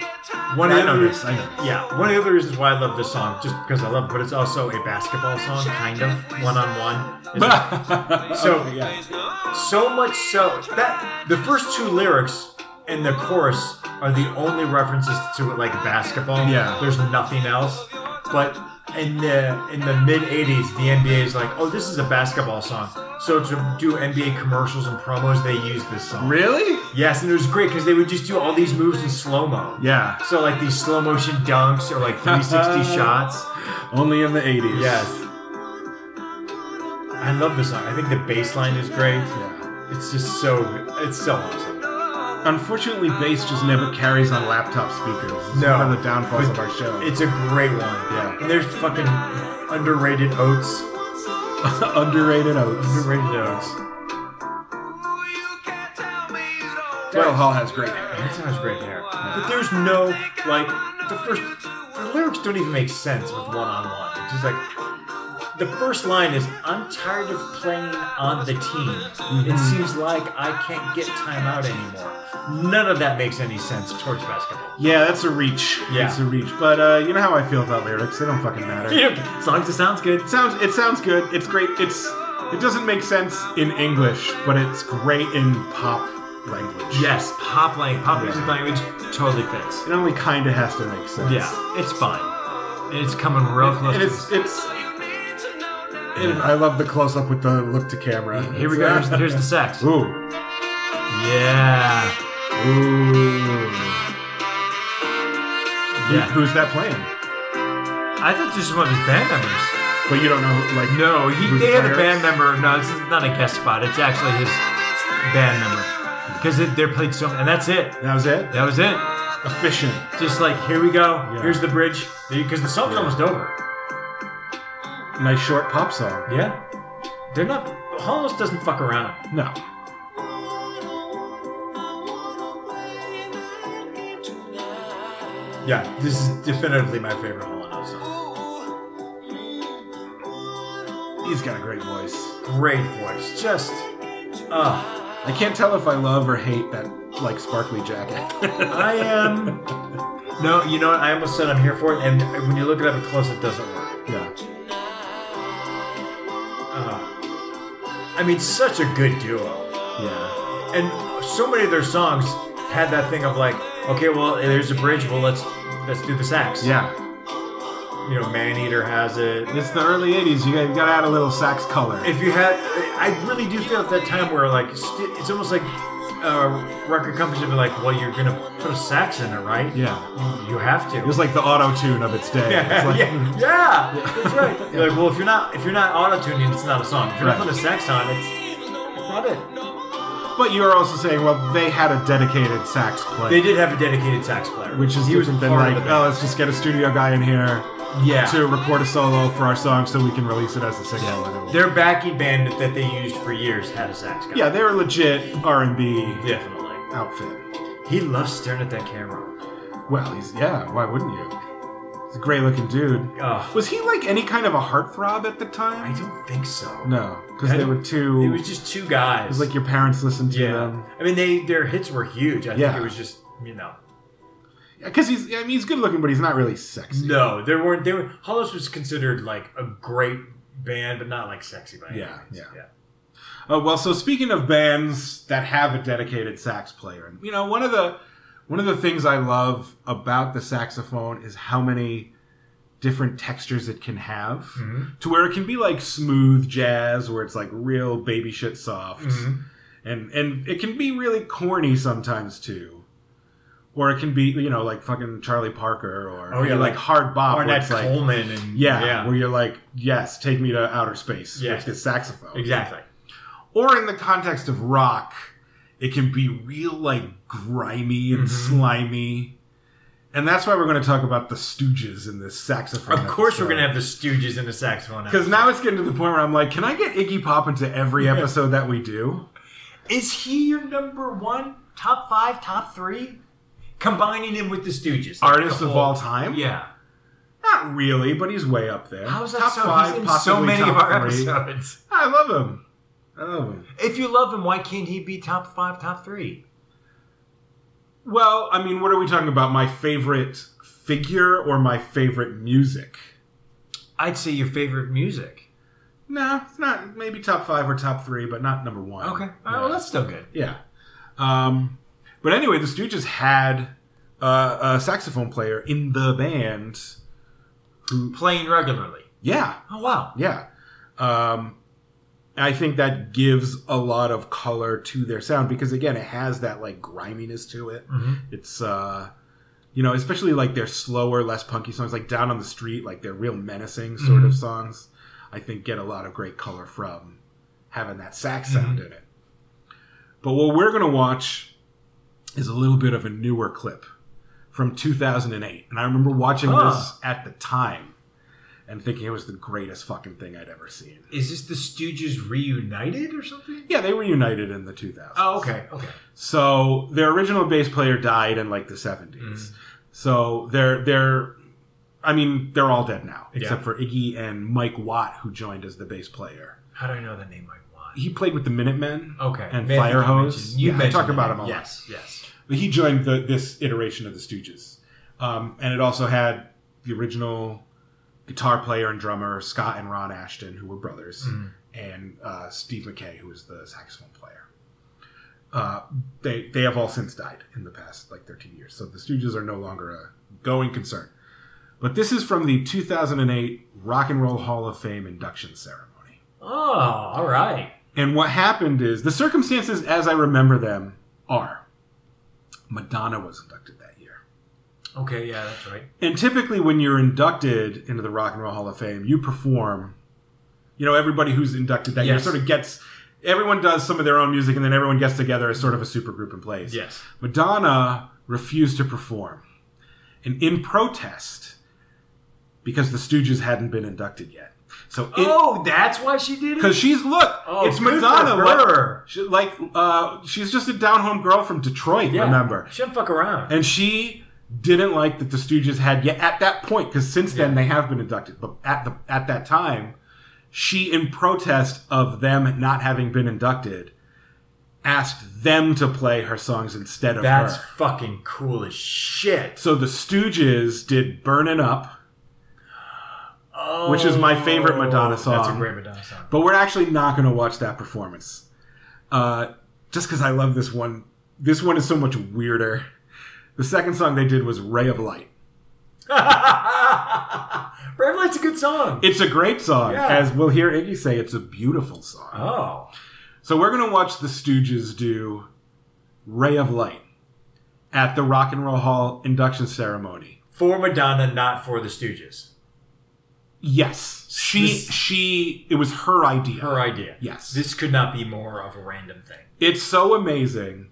Speaker 2: one
Speaker 1: I
Speaker 2: of the
Speaker 1: know
Speaker 2: reasons-
Speaker 1: this, I know this.
Speaker 2: Yeah, one of the other reasons why I love this song, just because I love it, but it's also a basketball song, kind of, one on one. So-
Speaker 1: Okay, yeah.
Speaker 2: So much so that the first two lyrics and the chorus are the only references to it, like basketball.
Speaker 1: Yeah.
Speaker 2: There's nothing else. But in the in the mid 80s, the NBA is like, oh, this is a basketball song. So to do NBA commercials and promos, they use this song.
Speaker 1: Really?
Speaker 2: Yes, and it was great because they would just do all these moves in slow mo.
Speaker 1: Yeah.
Speaker 2: So like these slow motion dunks or like 360 shots.
Speaker 1: Only in the 80s.
Speaker 2: Yes. I love the song. I think the bass line is great.
Speaker 1: Yeah.
Speaker 2: It's just so it's so awesome.
Speaker 1: Unfortunately, bass just never carries on laptop speakers. It's
Speaker 2: No.
Speaker 1: one of the downfalls
Speaker 2: But
Speaker 1: of our show.
Speaker 2: It's a great one.
Speaker 1: Yeah.
Speaker 2: And there's fucking underrated oats.
Speaker 1: underrated oats.
Speaker 2: Underrated oats.
Speaker 1: Daryl Hall has great hair.
Speaker 2: That sounds great hair. But there's no like the first the lyrics don't even make sense with one on one. It's just like the first line is I'm tired of playing on the team. It seems like I can't get time out anymore. None of that makes any sense towards basketball.
Speaker 1: Yeah, that's a reach.
Speaker 2: Yeah.
Speaker 1: It's a reach. But uh, you know how I feel about lyrics. They don't fucking matter. It
Speaker 2: As long as it sounds good.
Speaker 1: sounds it sounds good. It's great. It's it doesn't make sense in English, but it's great in pop language.
Speaker 2: Yes, pop language, pop music language totally fits.
Speaker 1: It only kind of has to make sense.
Speaker 2: Yeah, it's fine. And it's coming real close.
Speaker 1: And
Speaker 2: to-
Speaker 1: it's it's and I love the close up with the look to camera.
Speaker 2: Here we go. Here's, here's the sex.
Speaker 1: Ooh.
Speaker 2: Yeah.
Speaker 1: Ooh.
Speaker 2: Yeah.
Speaker 1: Who- Who's that playing?
Speaker 2: I thought this was one of his band members.
Speaker 1: But you don't know, who- like,
Speaker 2: No, he,
Speaker 1: Who's
Speaker 2: they had a
Speaker 1: players?
Speaker 2: band member. No, this is not a guest spot. It's actually his band member. Because they're played so and that's it.
Speaker 1: that was it.
Speaker 2: That was it.
Speaker 1: Efficient.
Speaker 2: Just like, here we go.
Speaker 1: Yeah.
Speaker 2: Here's the bridge. Because the song's almost over.
Speaker 1: Nice short pop song.
Speaker 2: Yeah. They're not. Hollis doesn't fuck around.
Speaker 1: No.
Speaker 2: Yeah, this is definitively my favorite Hollis song.
Speaker 1: He's got a great voice.
Speaker 2: Great voice. Just. Uh,
Speaker 1: I can't tell if I love or hate that, like, sparkly jacket.
Speaker 2: I am. No, you know what? I almost said I'm here for it, and when you look it up up close, it doesn't work.
Speaker 1: yeah.
Speaker 2: Uh, I mean, such a good duo.
Speaker 1: Yeah.
Speaker 2: And so many of their songs had that thing of like, okay, well, there's a bridge. Well, let's let's do the sax.
Speaker 1: Yeah.
Speaker 2: You know, Man Eater has it.
Speaker 1: It's the early 80s. You got, you got to add a little sax color.
Speaker 2: If you had, I really do feel at that time where like st- it's almost like uh, record companies would be like, well, you're gonna put a sax in it, right?
Speaker 1: yeah.
Speaker 2: You, you have to.
Speaker 1: It was like the auto tune of its day. It's
Speaker 2: yeah,
Speaker 1: like,
Speaker 2: yeah, yeah, that's right. hmm. You're like, well, if you're not if you're not auto tuning, it's not a song. If you're
Speaker 1: Right.
Speaker 2: not putting a sax on, it's it's not it.
Speaker 1: But you were also saying, well, they had a dedicated sax player.
Speaker 2: They did have a dedicated sax player,
Speaker 1: Which is
Speaker 2: he was
Speaker 1: different than
Speaker 2: part
Speaker 1: like,
Speaker 2: of the
Speaker 1: oh, let's just get a studio guy in here
Speaker 2: band. yeah.
Speaker 1: to record a solo for our song so we can release it as a single. and it'll-
Speaker 2: Their backing band that they used for years had a sax guy.
Speaker 1: yeah, they were legit R&B
Speaker 2: definitely.
Speaker 1: outfit.
Speaker 2: He loves staring at that camera.
Speaker 1: Well, he's yeah. Why wouldn't you? He's a great looking dude.
Speaker 2: Ugh,
Speaker 1: Was he like any kind of a heartthrob at the
Speaker 2: I
Speaker 1: time?
Speaker 2: don't think so.
Speaker 1: No, because
Speaker 2: I
Speaker 1: they
Speaker 2: don't-
Speaker 1: were two.
Speaker 2: it was just two guys.
Speaker 1: it was like your parents listened to
Speaker 2: yeah.
Speaker 1: them.
Speaker 2: I mean, they their hits were huge. I
Speaker 1: Yeah.
Speaker 2: think it was just you know.
Speaker 1: Because he's I mean he's good looking, but he's not really sexy.
Speaker 2: No, there weren't. They were. Hollis was considered like a great band, but not like sexy by any
Speaker 1: Yeah,
Speaker 2: means.
Speaker 1: yeah. Oh well, so speaking of bands that have a dedicated sax player, and you know one of the one of the things I love about the saxophone is how many different textures it can have,
Speaker 2: Mhm.
Speaker 1: to where it can be like smooth jazz, where it's like real baby shit soft,
Speaker 2: Mhm.
Speaker 1: and and it can be really corny sometimes too. Or it can be, you know, like fucking Charlie Parker, or
Speaker 2: Oh, yeah,
Speaker 1: like
Speaker 2: like
Speaker 1: hard bop, where
Speaker 2: Arnett
Speaker 1: it's like,
Speaker 2: Coleman and
Speaker 1: yeah, where you're like, yes, take me to outer space
Speaker 2: Yes.
Speaker 1: with this saxophone,
Speaker 2: exactly.
Speaker 1: or in the context of rock, it can be real like grimy and
Speaker 2: Mhm.
Speaker 1: slimy. And that's why we're going to talk about the Stooges in this saxophone.
Speaker 2: Of course, we're gonna have the Stooges and the saxophone.
Speaker 1: because now it's getting to the point where I'm like, can I get Iggy Pop into every episode that we do?
Speaker 2: Is he your number one, top five, top three? Combining him with the Stooges, like
Speaker 1: Artist
Speaker 2: the
Speaker 1: of
Speaker 2: whole-
Speaker 1: all time?
Speaker 2: Yeah,
Speaker 1: Not really, but he's way up there.
Speaker 2: how's that
Speaker 1: top
Speaker 2: so?
Speaker 1: Five,
Speaker 2: he's in so
Speaker 1: possibly
Speaker 2: many of
Speaker 1: top
Speaker 2: our
Speaker 1: three.
Speaker 2: episodes.
Speaker 1: I love him. I love him.
Speaker 2: If you love him, why can't he be top five, top three?
Speaker 1: Well, I mean, what are we talking about? My favorite figure or my favorite music?
Speaker 2: I'd say your favorite music.
Speaker 1: No, it's not. Maybe top five or top three, but not number one.
Speaker 2: Okay,
Speaker 1: Yeah.
Speaker 2: All right, well that's still good.
Speaker 1: yeah. Um, but anyway, the Stooges had uh, a saxophone player in the band. Who?
Speaker 2: Playing regularly.
Speaker 1: Yeah,
Speaker 2: Oh wow.
Speaker 1: yeah. Um, I think that gives a lot of color to their sound because again, it has that like griminess to it.
Speaker 2: Mhm.
Speaker 1: It's uh, you know,
Speaker 2: Mm-hmm.
Speaker 1: especially like their slower, less punky songs, like "Down on the Street," like their real menacing sort of songs. I think get a lot of great color from having that sax sound
Speaker 2: Mm-hmm.
Speaker 1: in it. But what we're going to watch is a little bit of a newer clip from 2008. And I remember watching
Speaker 2: Huh.
Speaker 1: this at the time and thinking it was the greatest fucking thing I'd ever seen.
Speaker 2: Is this the Stooges reunited or something?
Speaker 1: Yeah, they reunited in the 2000s.
Speaker 2: Oh, okay, okay.
Speaker 1: So their original bass player died in like the 70s.
Speaker 2: Mhm.
Speaker 1: So they're they're I mean, they're all dead now,
Speaker 2: Yeah.
Speaker 1: except for Iggy and Mike Watt, who joined as the bass player.
Speaker 2: How do I know the name I want?
Speaker 1: He played with the Minutemen.
Speaker 2: Okay.
Speaker 1: And
Speaker 2: Matthew,
Speaker 1: Fire
Speaker 2: you
Speaker 1: Hose?
Speaker 2: mentioned- You
Speaker 1: Yeah, I
Speaker 2: mentioned
Speaker 1: talk
Speaker 2: the
Speaker 1: about him
Speaker 2: name.
Speaker 1: a lot.
Speaker 2: Yes, yes.
Speaker 1: But he joined the, this iteration of the Stooges, um, and it also had the original guitar player and drummer Scott and Ron Ashton, who were brothers,
Speaker 2: Mhm.
Speaker 1: and uh, Steve McKay, who was the saxophone player. Uh, they they have all since died in the past like 13 years, so the Stooges are no longer a going concern. But this is from the 2008 Rock and Roll Hall of Fame induction ceremony.
Speaker 2: Oh, all right.
Speaker 1: And what happened is the circumstances as I remember them are Madonna was inducted that year.
Speaker 2: Okay, yeah, that's right.
Speaker 1: And typically when you're inducted into the Rock and Roll Hall of Fame, you perform you know, everybody who's inducted that year
Speaker 2: Yes.
Speaker 1: sort of gets everyone does some of their own music and then everyone gets together as sort of a super group and plays.
Speaker 2: Yes.
Speaker 1: Madonna refused to perform. And in protest, because the Stooges hadn't been inducted yet. So in,
Speaker 2: oh, that's why she did it?
Speaker 1: Because she's look,
Speaker 2: Oh,
Speaker 1: it's
Speaker 2: good for
Speaker 1: Madonna.
Speaker 2: her.
Speaker 1: Like, she, like uh, she's just a down home girl from Detroit.
Speaker 2: Yeah.
Speaker 1: Remember,
Speaker 2: She didn't fuck around.
Speaker 1: and she didn't like that the Stooges had yet at that point. Because since then
Speaker 2: Yeah.
Speaker 1: they have been inducted, but at the at that time, she in protest of them not having been inducted, asked them to play her songs instead of
Speaker 2: That's
Speaker 1: her.
Speaker 2: fucking cool as shit.
Speaker 1: So the Stooges did "Burnin' Up,"
Speaker 2: Oh,
Speaker 1: Which is my favorite Madonna
Speaker 2: That's a
Speaker 1: song.
Speaker 2: great Madonna song.
Speaker 1: But we're actually not going to watch that performance, uh, just because I love this one. This one is so much weirder. The second song they did was "Ray of Light."
Speaker 2: Red Light's a good song.
Speaker 1: It's a great song,
Speaker 2: Yeah.
Speaker 1: as we'll hear Iggy say. It's a beautiful song.
Speaker 2: oh.
Speaker 1: So we're going to watch the Stooges do "Ray of Light" at the Rock and Roll Hall induction ceremony.
Speaker 2: For Madonna, not for the Stooges.
Speaker 1: Yes, she
Speaker 2: This-
Speaker 1: she. It was her idea.
Speaker 2: Her idea.
Speaker 1: Yes,
Speaker 2: This could not be more of a random thing.
Speaker 1: It's so amazing.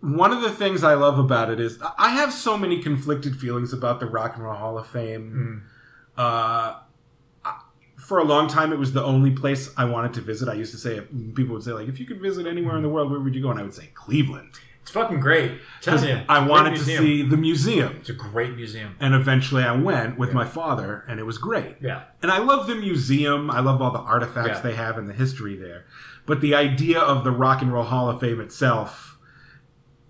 Speaker 1: One of the things I love about it is I have so many conflicted feelings about the Rock and Roll Hall of
Speaker 2: Mm.
Speaker 1: Fame. Uh, I- for a long time, it was the only place I wanted to visit. I used to say, people would say, like, if you could visit anywhere in
Speaker 2: Mm.
Speaker 1: the world, where would you go? And I would say, Cleveland.
Speaker 2: It's fucking great. I'm
Speaker 1: Because
Speaker 2: Telling you, It's a
Speaker 1: I
Speaker 2: great
Speaker 1: wanted to
Speaker 2: museum.
Speaker 1: see the museum.
Speaker 2: It's a great museum.
Speaker 1: And eventually I went with
Speaker 2: Yeah.
Speaker 1: my father, and it was great.
Speaker 2: Yeah.
Speaker 1: And I love the museum. I love all the artifacts
Speaker 2: Yeah.
Speaker 1: they have and the history there. But the idea of the Rock and Roll Hall of Fame itself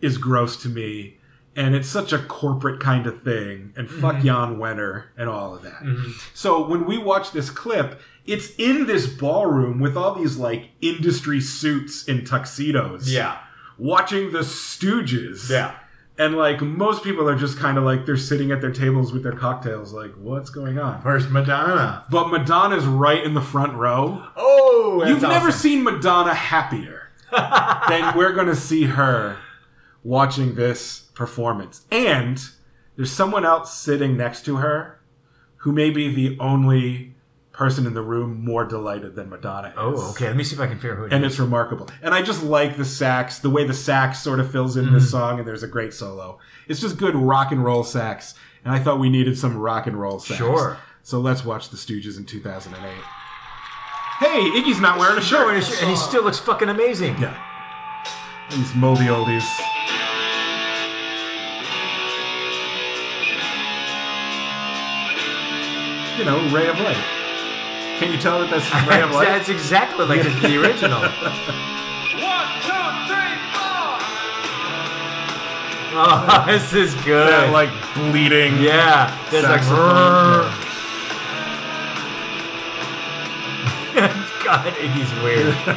Speaker 1: is gross to me. And it's such a corporate kind of thing. And fuck
Speaker 2: Mhm.
Speaker 1: Jan Wenner and all of that.
Speaker 2: Mhm.
Speaker 1: So when we watch this clip, it's in this ballroom with all these like industry suits and tuxedos.
Speaker 2: Yeah.
Speaker 1: Watching the Stooges.
Speaker 2: Yeah.
Speaker 1: And like most people are just kind of like they're sitting at their tables with their cocktails, like, what's going on?
Speaker 2: Where's Madonna?
Speaker 1: But Madonna's right in the front row.
Speaker 2: Oh, that's
Speaker 1: You've never
Speaker 2: awesome.
Speaker 1: seen Madonna happier than we're going to see her watching this performance. And there's someone else sitting next to her who may be the only person in the room more delighted than Madonna is.
Speaker 2: Oh, okay. Let me see if I can figure who it
Speaker 1: And
Speaker 2: is.
Speaker 1: it's remarkable. And I just like the sax, the way the sax sort of fills in
Speaker 2: Mm-hmm.
Speaker 1: this song, and there's a great solo. It's just good rock and roll sax. And I thought we needed some rock and roll sax.
Speaker 2: Sure.
Speaker 1: So let's watch The Stooges in 2008. Hey, Iggy's not wearing a shirt.
Speaker 2: and, he still looks fucking amazing.
Speaker 1: Yeah. These moldy oldies. You know, ray of light. Can you tell that that's from ray of light?
Speaker 2: That's exactly like the original.
Speaker 3: One, two, three, four.
Speaker 2: Oh, this is good.
Speaker 1: That like bleeding.
Speaker 2: yeah. There's like.
Speaker 1: Saxophone.
Speaker 2: God, Iggy's weird.
Speaker 3: Supper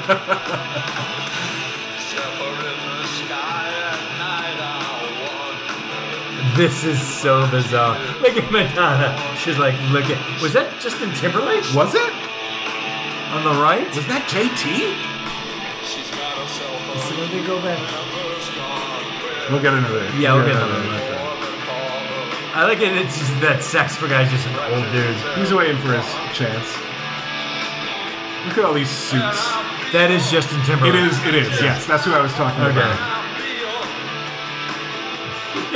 Speaker 3: in the sky at night. I
Speaker 2: This is so bizarre. Look at Madonna. She's like, look at. Was that Justin Timberlake
Speaker 1: Was it?
Speaker 2: on the right?
Speaker 1: Was that JT?
Speaker 3: want. She's got herself a
Speaker 2: So let me go back.
Speaker 3: universe gone.
Speaker 1: We'll get into it.
Speaker 2: Yeah, we'll get into
Speaker 1: it.
Speaker 3: More than all the
Speaker 2: I like it. It's just that saxophone guy's just an old dude.
Speaker 1: He's waiting for his chance. Look at all these suits.
Speaker 2: That is Justin
Speaker 1: It
Speaker 2: Timberlake.
Speaker 1: is. It is. Yes, that's who I was talking about.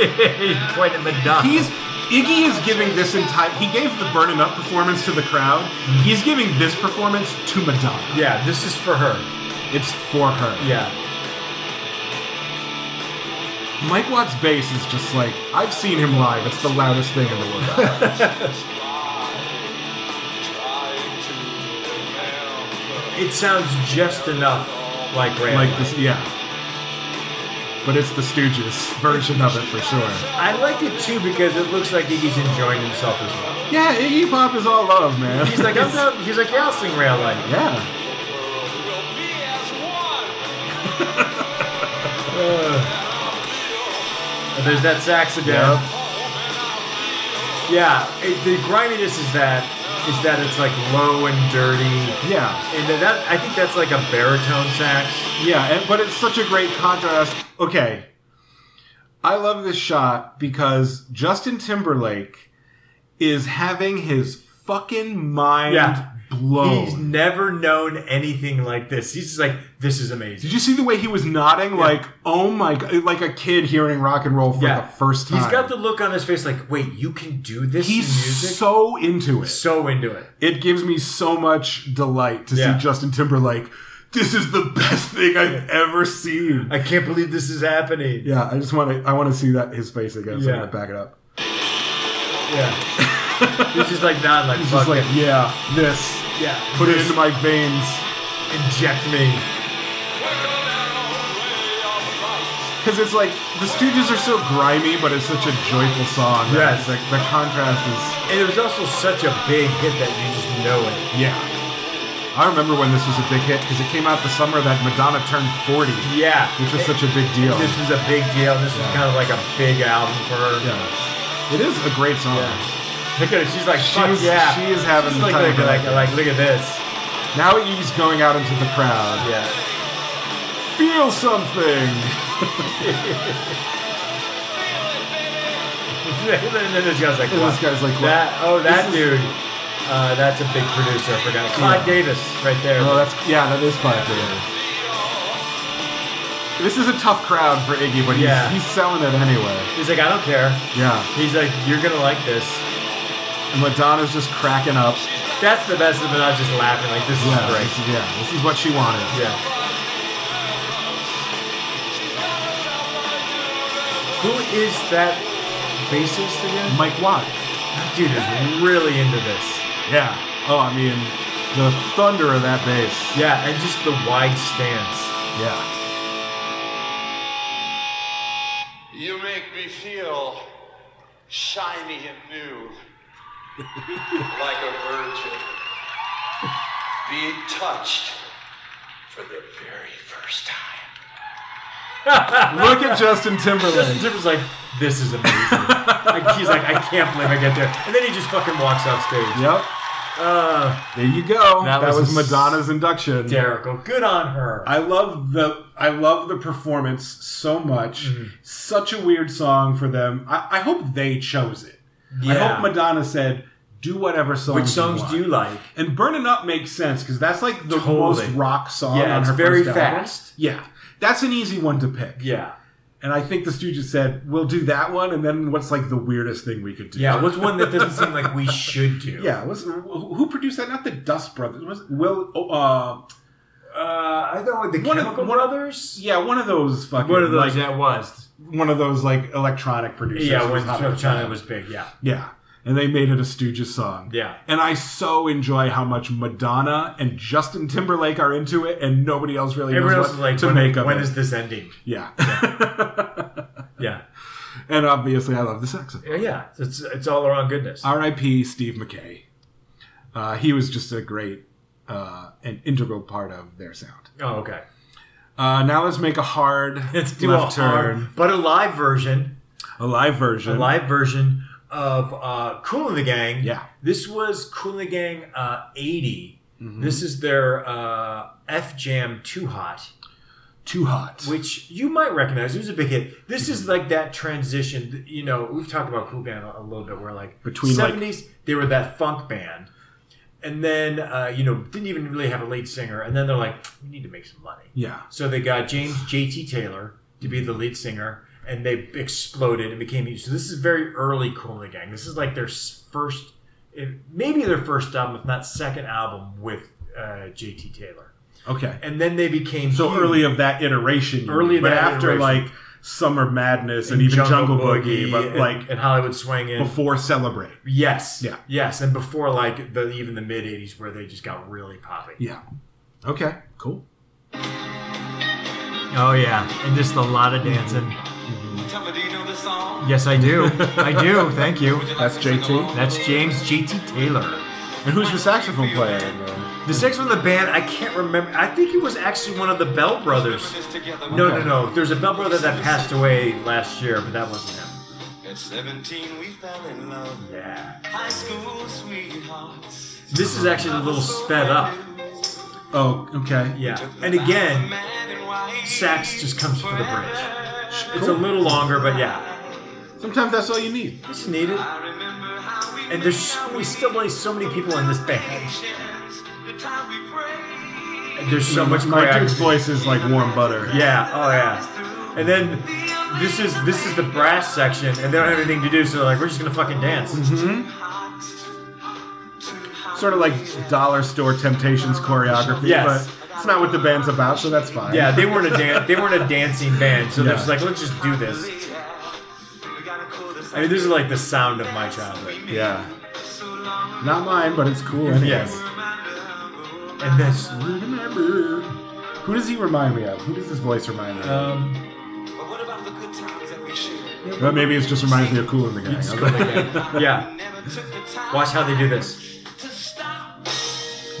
Speaker 2: is. Quite a McDonald's.
Speaker 1: He's Iggy is giving this entire. He gave the burning up performance to the crowd. He's giving this performance to Madonna.
Speaker 2: yeah, this is for her.
Speaker 1: It's for her.
Speaker 2: Yeah.
Speaker 1: Mike Watt's bass is just like I've seen him live. It's the loudest thing in the world.
Speaker 2: It sounds just enough like Ray.
Speaker 1: like this, yeah. But it's the Stooges version of it for sure.
Speaker 2: I like it too because it looks like Iggy's enjoying himself as well.
Speaker 1: Yeah, Iggy Pop is all love, man.
Speaker 2: He's like, I'm not, he's like, yeah, I'll sing Ray like.
Speaker 1: yeah.
Speaker 2: There's that sax again. Yeah, it, the griminess is that is that it's like low and dirty,
Speaker 1: Yeah.
Speaker 2: and then that I think that's like a baritone sax.
Speaker 1: Yeah, and, but it's such a great contrast. Okay. I love this shot because Justin Timberlake is having his fucking mind
Speaker 2: Yeah.
Speaker 1: blown.
Speaker 2: He's never known anything like this. He's just like, this is amazing.
Speaker 1: Did you see the way he was nodding? Like, oh my god, like a kid hearing rock and roll for the first time.
Speaker 2: He's got the look on his face like, wait, you can do this
Speaker 1: He's
Speaker 2: in music?
Speaker 1: so into it.
Speaker 2: so into it.
Speaker 1: It gives me so much delight to
Speaker 2: Yeah.
Speaker 1: see Justin Timberlake. This is the best thing I've ever seen.
Speaker 2: I can't believe this is happening.
Speaker 1: yeah, I just want to. I want to see that his face again. So
Speaker 2: Yeah.
Speaker 1: I'm gonna back it up.
Speaker 2: Yeah. He's just like not like,
Speaker 1: He's
Speaker 2: fuck
Speaker 1: just like,
Speaker 2: it.
Speaker 1: yeah, this.
Speaker 2: yeah.
Speaker 1: Put it into my veins.
Speaker 2: inject me.
Speaker 1: Because it's like, the Stooges are so grimy, but it's such a joyful song.
Speaker 2: Yes.
Speaker 1: It's like, the contrast
Speaker 2: And it was also such a big hit that you just know it.
Speaker 1: is, yeah. I remember when this was a big hit because it came out the summer that Madonna turned 40,
Speaker 2: Yeah.
Speaker 1: which was
Speaker 2: It-
Speaker 1: such a big deal.
Speaker 2: This was a big deal. This was kind of like a big album for her.
Speaker 1: Yeah. It is a great song.
Speaker 2: Yeah. Look at her. She's like, fuck
Speaker 1: She's-
Speaker 2: yeah.
Speaker 1: she is having
Speaker 2: She's
Speaker 1: the
Speaker 2: like,
Speaker 1: time
Speaker 2: like,
Speaker 1: of her
Speaker 2: like,
Speaker 1: life.
Speaker 2: like, look at this.
Speaker 1: Now he's going out into the crowd.
Speaker 2: Yeah.
Speaker 1: Feel something!
Speaker 2: and then this guy's like,
Speaker 1: And
Speaker 2: wow.
Speaker 1: this guy's like, wow.
Speaker 2: that, oh, that
Speaker 1: This
Speaker 2: dude. Uh, that's a big producer. I forgot. Clyde
Speaker 1: Yeah.
Speaker 2: Davis, right there.
Speaker 1: Oh, that's, yeah, that is Clive Davis. This is a tough crowd for Iggy, but he's,
Speaker 2: Yeah.
Speaker 1: he's selling it anyway.
Speaker 2: He's like, I don't care.
Speaker 1: Yeah.
Speaker 2: He's like, you're gonna like this.
Speaker 1: And Madonna's just cracking up.
Speaker 2: That's the best of it. I'm just laughing. Like this is
Speaker 1: Yeah,
Speaker 2: great.
Speaker 1: this is, yeah, this is what she wanted.
Speaker 2: Yeah. Who is that bassist again?
Speaker 1: Mike Watt.
Speaker 2: That dude is really into this.
Speaker 1: Yeah. Oh, I mean, the thunder of that bass.
Speaker 2: Yeah, and just the wide stance.
Speaker 1: Yeah.
Speaker 3: You make me feel shiny and new, like a virgin being touched for the very first time.
Speaker 1: Look at Justin
Speaker 2: Justin
Speaker 1: Timberlake.
Speaker 2: Timberlake's like, this is amazing. like, he's like, I can't believe I get there. And then he just fucking walks off stage.
Speaker 1: yep.
Speaker 2: Uh,
Speaker 1: There you go.
Speaker 2: That
Speaker 1: That,
Speaker 2: was
Speaker 1: was,
Speaker 2: a s-
Speaker 1: Madonna's induction.
Speaker 2: hysterical. oh, Good on her.
Speaker 1: I love the I love the performance so much.
Speaker 2: Mm-hmm.
Speaker 1: Such a weird song for them. I, I hope they chose it. I hope Madonna said, "Do whatever songs."
Speaker 2: Which songs do you
Speaker 1: want."
Speaker 2: like?
Speaker 1: And Burnin' Up makes sense because that's like the
Speaker 2: Totally.
Speaker 1: most rock song
Speaker 2: Yeah,
Speaker 1: on
Speaker 2: it's
Speaker 1: her
Speaker 2: very
Speaker 1: first album.
Speaker 2: fast.
Speaker 1: Yeah. That's an easy one to pick.
Speaker 2: Yeah.
Speaker 1: And I think the Stooges said, we'll do that one and then what's like the weirdest thing we could do?
Speaker 2: Yeah, what's one that doesn't seem like we should do?
Speaker 1: Yeah, was, who who produced that? Not the Dust Brothers. Was it Will oh, uh
Speaker 2: Uh, I don't know, the
Speaker 1: One of-
Speaker 2: Chemical
Speaker 1: one of-
Speaker 2: Brothers?
Speaker 1: yeah, one of those fucking
Speaker 2: One of those
Speaker 1: like
Speaker 2: that was.
Speaker 1: one of those like electronic producers.
Speaker 2: Yeah,
Speaker 1: who
Speaker 2: when
Speaker 1: hot at the
Speaker 2: China
Speaker 1: time.
Speaker 2: was big. Yeah.
Speaker 1: Yeah. And they made it a Stooges song.
Speaker 2: Yeah.
Speaker 1: And I so enjoy how much Madonna and Justin Timberlake are into it and nobody else really
Speaker 2: Everyone
Speaker 1: knows
Speaker 2: else is
Speaker 1: what
Speaker 2: like,
Speaker 1: to
Speaker 2: when,
Speaker 1: make of
Speaker 2: when
Speaker 1: it.
Speaker 2: is this ending?
Speaker 1: yeah.
Speaker 2: Yeah.
Speaker 1: and obviously I love the saxophone.
Speaker 2: Yeah, Yeah. It's, it's all around goodness.
Speaker 1: Uh, R.I.P. Steve McKay. Uh, he was just a great uh, and integral part of their sound.
Speaker 2: Oh, okay.
Speaker 1: Uh, now let's make a hard
Speaker 2: Let's do
Speaker 1: left
Speaker 2: a hard,
Speaker 1: turn,
Speaker 2: but a live version.
Speaker 1: a live
Speaker 2: A
Speaker 1: version.
Speaker 2: live version of uh, Cool in the Gang.
Speaker 1: Yeah.
Speaker 2: This was Cool in the Gang uh, 80.
Speaker 1: Mm-hmm.
Speaker 2: This is their uh, F Jam Too Hot.
Speaker 1: Too hot.
Speaker 2: which you might recognize. It was a big hit. This
Speaker 1: Mm-hmm.
Speaker 2: is like that transition. th- You know, we've talked about cool band a a little bit. Where like
Speaker 1: Between, like-
Speaker 2: seventies, they were that funk band, and then uh, you know didn't even really have a lead singer. And then they're like, we need to make some money.
Speaker 1: Yeah.
Speaker 2: So they got James J.T. Taylor to be the lead singer, and they exploded and became huge. So this is very early Cool and the Gang. This is like their s- first, if- maybe their first album, if not second album with uh, J.T. Taylor.
Speaker 1: Okay.
Speaker 2: And then they became
Speaker 1: So
Speaker 2: huge.
Speaker 1: early of that iteration. you
Speaker 2: Early
Speaker 1: mean,
Speaker 2: of
Speaker 1: but
Speaker 2: that
Speaker 1: after
Speaker 2: iteration.
Speaker 1: like Summer Madness and, even Jungle, Boogie, but
Speaker 2: and-
Speaker 1: like
Speaker 2: and Hollywood Swingin'.
Speaker 1: before Celebrate.
Speaker 2: yes,
Speaker 1: Yeah.
Speaker 2: yes, and before like the even the mid '80s where they just got really poppy.
Speaker 1: Yeah. Okay. Cool.
Speaker 2: Oh yeah, and just a lot of dancing.
Speaker 3: Tell me, do you know this song?
Speaker 2: Yes, I do. I do. Thank you.
Speaker 3: Would you like
Speaker 1: That's
Speaker 3: to sing
Speaker 1: JT.
Speaker 3: along?
Speaker 2: That's James JT Taylor.
Speaker 1: And who's the saxophone player? in there?
Speaker 2: The sixth one, the band, I can't remember. I think he was actually one of the Bell
Speaker 3: Let's
Speaker 2: Brothers.
Speaker 3: do this together.
Speaker 2: No, no, no. There's a Bell brother that passed away last year, but that wasn't him.
Speaker 3: At 17, we fell in love.
Speaker 2: Yeah.
Speaker 3: High school sweethearts.
Speaker 2: This is actually a little sped up.
Speaker 1: Oh, okay.
Speaker 2: Yeah. And again, sax just comes for the bridge. It's a little longer, but yeah.
Speaker 1: Sometimes that's all you need.
Speaker 2: This is needed. And there's so, we still play so many people in this band. And there's so much
Speaker 1: My dude's
Speaker 2: choreography.
Speaker 1: voice is like warm butter.
Speaker 2: Yeah, oh yeah. And then this is this is the brass section, and they don't have anything to do, so they're like, we're just gonna fucking dance.
Speaker 3: Mm-hmm.
Speaker 1: Sort of like dollar store temptations choreography,
Speaker 2: Yes.
Speaker 1: but it's not what the band's about, so that's fine.
Speaker 2: Yeah, they weren't a dan- they weren't a dancing band, so they're
Speaker 1: Yeah.
Speaker 2: just like, let's just do this. I mean, this is like the sound of my childhood.
Speaker 1: Yeah. Not mine, but it's cool. Anyway.
Speaker 2: Yes. And this,
Speaker 1: Remember. Who does he remind me of? Who does his voice remind me of?
Speaker 2: um,
Speaker 3: But what about the good times that we shared?
Speaker 1: Well, maybe it just reminds me of Cool in the Gang.
Speaker 2: Cool in the Gang. Yeah.
Speaker 3: We never took the time
Speaker 2: watch how they do this.
Speaker 3: to stop
Speaker 2: Yeah,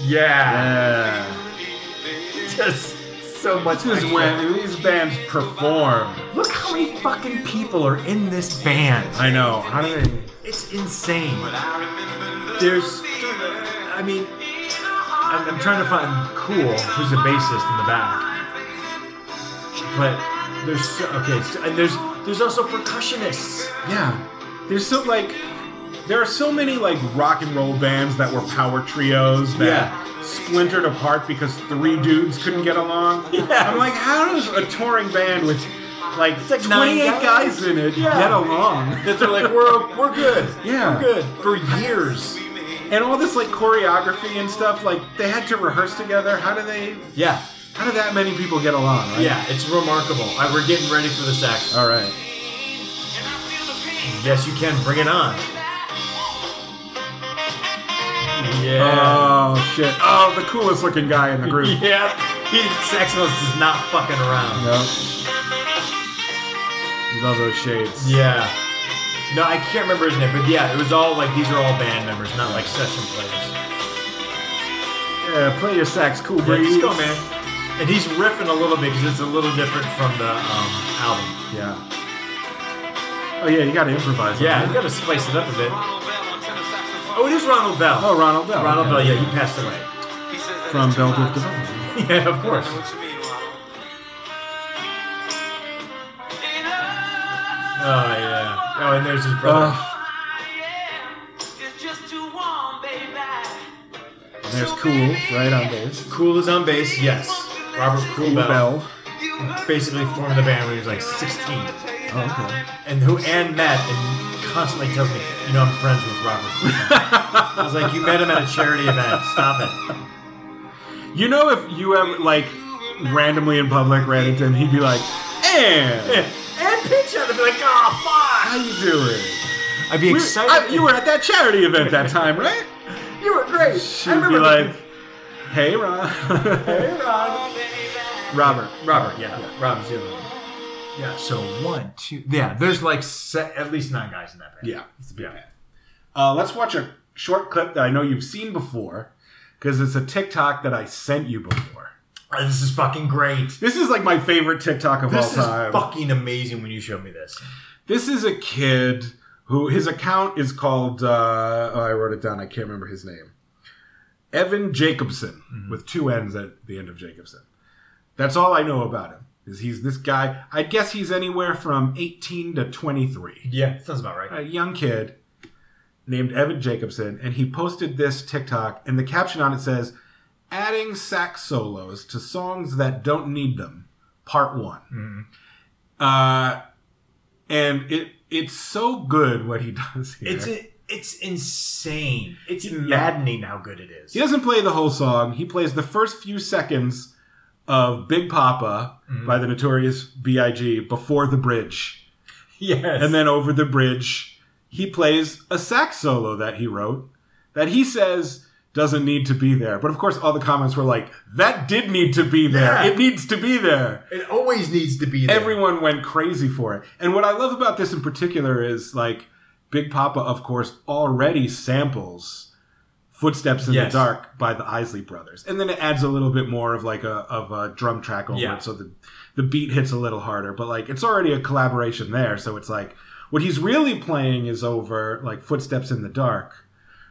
Speaker 1: yeah.
Speaker 3: believing.
Speaker 2: just so much.
Speaker 1: This is
Speaker 2: extra.
Speaker 1: when these bands perform.
Speaker 2: Look how many fucking people are in this band.
Speaker 1: I know. How do they?
Speaker 2: It's insane.
Speaker 3: I remember the
Speaker 2: There's, I mean, I'm, I'm trying to find Cool, who's the bassist in the back. But there's so, okay, so, and there's there's also percussionists.
Speaker 1: Yeah. There's so like there are so many like rock and roll bands that were power trios that
Speaker 2: Yeah.
Speaker 1: splintered apart because three dudes couldn't get along.
Speaker 2: Yeah.
Speaker 1: I'm like, how does a touring band with like,
Speaker 2: like nine
Speaker 1: 28
Speaker 2: guys.
Speaker 1: guys in it
Speaker 2: Yeah.
Speaker 1: get along?
Speaker 2: That they're like, we're we're good,
Speaker 1: Yeah.
Speaker 2: we're good for years.
Speaker 1: And all this like choreography and stuff, like they had to rehearse together. How do they?
Speaker 2: Yeah,
Speaker 1: How do that many people get along? Right?
Speaker 2: yeah, it's remarkable. All right, we're getting ready for the sax.
Speaker 1: All right.
Speaker 2: Yes, you can bring it on. Yeah.
Speaker 1: Oh shit. Oh, the coolest looking guy in the group.
Speaker 2: Uh, yeah. He saxophonist is not fucking around.
Speaker 1: Yep. Love those shades.
Speaker 2: Yeah. No, I can't remember his name, but yeah, it was all like these are all band members, not like session players.
Speaker 1: Yeah, play your sax, cool
Speaker 2: Yeah,
Speaker 1: breeze.
Speaker 2: just go, man. And he's riffing a little bit because it's a little different from the um, album.
Speaker 1: Yeah. Oh yeah, you gotta improvise. on
Speaker 2: Yeah,
Speaker 1: that.
Speaker 2: you gotta spice it up a bit. Oh, it is Ronald Bell.
Speaker 1: Oh, Ronald Bell.
Speaker 2: Ronald
Speaker 1: okay.
Speaker 2: Bell. Yeah, he passed away.
Speaker 1: From Belleville Development.
Speaker 2: yeah, of course. Oh
Speaker 1: Uh,
Speaker 2: yeah. Oh, and there's his brother.
Speaker 1: Ugh, there's cool, right on bass.
Speaker 2: cool is on bass. Yes, Robert Cool,
Speaker 1: Cool
Speaker 2: Bell.
Speaker 1: Bell.
Speaker 2: Basically formed the band when he was like 16.
Speaker 1: Oh, okay.
Speaker 2: and who Anne met and constantly tells me, you know, I'm friends with Robert. Kuhlman." I was like, you met him at a charity event. Stop it.
Speaker 1: You know, if you ever like randomly in public ran into him, he'd be like, "And
Speaker 2: And picture I'd be like, oh
Speaker 1: how you doing?
Speaker 2: fuck. I'd be
Speaker 1: We-
Speaker 2: excited.
Speaker 1: I- you were at that charity event that time, right?"
Speaker 2: you were great.
Speaker 1: She'd be like, "Hey, Ron,
Speaker 2: hey, Rob.
Speaker 1: Robert."
Speaker 2: Robert, yeah, Rob's the other one. Yeah. So one, two, yeah. There's like se- at least nine guys in that band.
Speaker 1: Yeah, it's a big band. Uh, let's watch a short clip that I know you've seen before because it's a TikTok that I sent you before.
Speaker 2: Oh, this is fucking great.
Speaker 1: This is like my favorite TikTok of
Speaker 2: This
Speaker 1: all
Speaker 2: is
Speaker 1: time.
Speaker 2: fucking amazing when you showed me this.
Speaker 1: this is a kid who his account is called. Uh, oh, I wrote it down. I can't remember his name. Evan Jacobson with two N's at the end of Jacobson. That's all I know about him. Is he's this guy? I guess he's anywhere from eighteen to twenty three.
Speaker 2: Yeah, sounds about right.
Speaker 1: a young kid, named Evan Jacobson, and he posted this TikTok, and the caption on it says, Adding sax solos to songs that don't need them, part one. Uh, and it it's so good what he does here.
Speaker 2: It's it's insane. It's
Speaker 1: Yeah.
Speaker 2: maddening how good it is.
Speaker 1: He doesn't play the whole song. He plays the first few seconds of Big Papa
Speaker 2: Mhm.
Speaker 1: by the Notorious B.I.G. before the bridge.
Speaker 2: Yes.
Speaker 1: And then over the bridge, he plays a sax solo that he wrote that he says doesn't need to be there. But of course, all the comments were like, that did need to be there.
Speaker 2: Yeah.
Speaker 1: It needs to be there.
Speaker 2: it always needs to be there.
Speaker 1: Everyone went crazy for it. And what I love about this in particular is like Big Papa, of course, already samples Footsteps in
Speaker 2: Yes.
Speaker 1: the Dark by the Isley Brothers. And then it adds a little bit more of like a of a drum track over
Speaker 2: Yeah.
Speaker 1: it so the the beat hits a little harder. But like it's already a collaboration there, so it's like what he's really playing is over like Footsteps in the Dark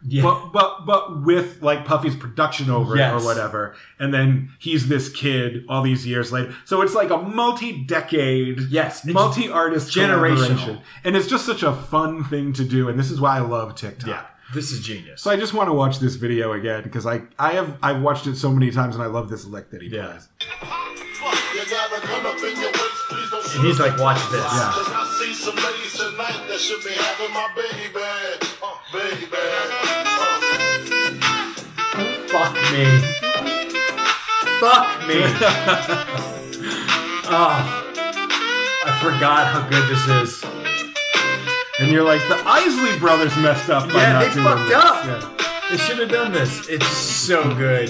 Speaker 2: yeah.
Speaker 1: but but but with like Puffy's production over it
Speaker 2: Yes.
Speaker 1: or whatever, and then he's this kid all these years later. So it's like a multi-decade,
Speaker 2: yes. it's-
Speaker 1: multi-artist
Speaker 2: generational.
Speaker 1: collaboration, and it's just such a fun thing to do. And this is why I love TikTok.
Speaker 2: yeah. This is genius.
Speaker 1: So I just want to watch this video again because I I have I've watched it so many times and I love this lick that he
Speaker 2: Yeah.
Speaker 1: plays.
Speaker 4: You gotta come up in your waist, please don't
Speaker 2: and he's like, watch this.
Speaker 1: Yeah.
Speaker 4: Cause I see some ladies tonight that should be having my baby. Uh, baby. Uh,
Speaker 2: Fuck me. Fuck me. oh, I forgot how good this is.
Speaker 1: And you're like the Isley brothers messed up. by
Speaker 2: Yeah,
Speaker 1: not
Speaker 2: they
Speaker 1: doing
Speaker 2: fucked
Speaker 1: this."
Speaker 2: up.
Speaker 1: Yeah.
Speaker 2: They should have done this. It's so good.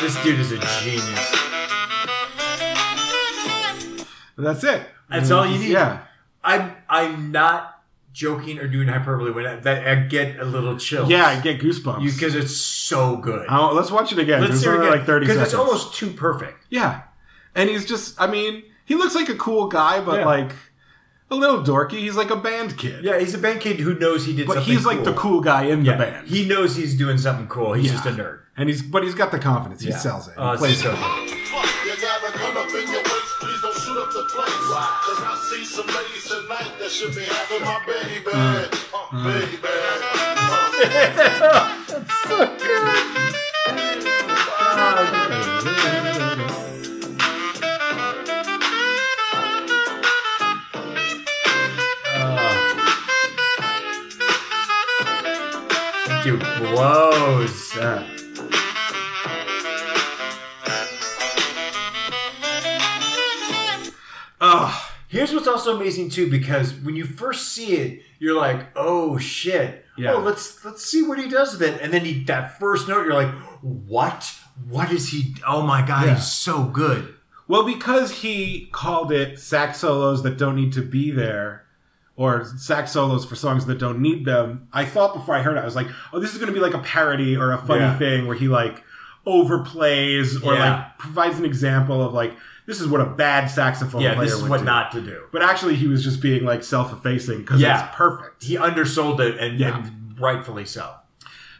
Speaker 2: This dude is a genius.
Speaker 1: That's it.
Speaker 2: That's all you need.
Speaker 1: Yeah.
Speaker 2: I'm I'm not joking or doing hyperbole when I, that I get a little chills.
Speaker 1: Yeah, I get goosebumps.
Speaker 2: because it's so good.
Speaker 1: I don't- let's watch it again.
Speaker 2: Let's
Speaker 1: There's
Speaker 2: hear it
Speaker 1: only
Speaker 2: again,
Speaker 1: like 30 seconds.
Speaker 2: it's almost too perfect.
Speaker 1: Yeah. And he's just, I mean, he looks like a cool guy, but
Speaker 2: Yeah.
Speaker 1: like a little dorky. He's like a band kid.
Speaker 2: Yeah, he's a band kid who knows he did
Speaker 1: But
Speaker 2: something.
Speaker 1: he's like the cool guy in
Speaker 2: Yeah,
Speaker 1: the band.
Speaker 2: He knows he's doing something cool. He's
Speaker 1: Yeah.
Speaker 2: just a nerd.
Speaker 1: and he's, but he's got the confidence.
Speaker 2: Yeah.
Speaker 1: He sells it. He
Speaker 2: Oh, it's
Speaker 1: plays
Speaker 2: so
Speaker 1: it.
Speaker 2: good.
Speaker 4: You gotta come up in your waist, please don't shoot up the place. Cause I see some ladies tonight that should be having my baby.
Speaker 1: Mm.
Speaker 4: Uh, baby. Uh,
Speaker 1: so good.
Speaker 2: Uh, Dude blows.
Speaker 1: Yeah. Ugh.
Speaker 2: Here's what's also amazing too, because when you first see it, you're like, "Oh shit!
Speaker 1: Yeah.
Speaker 2: Oh, let's let's see what he does with it." And then he, that first note, you're like, "What? What is he? Oh my god,
Speaker 1: Yeah.
Speaker 2: he's so good!"
Speaker 1: Well, because he called it sax solos that don't need to be there, or sax solos for songs that don't need them, I thought before I heard it, I was like, oh, this is going to be like a parody or a funny
Speaker 2: Yeah.
Speaker 1: thing where he like overplays or
Speaker 2: Yeah.
Speaker 1: like provides an example of like, this is what a bad saxophone
Speaker 2: yeah,
Speaker 1: player
Speaker 2: this is
Speaker 1: would
Speaker 2: what
Speaker 1: do.
Speaker 2: not to do.
Speaker 1: But actually, he was just being like self effacing because
Speaker 2: Yeah.
Speaker 1: it's perfect.
Speaker 2: He undersold it, and,
Speaker 1: Yeah.
Speaker 2: and rightfully so.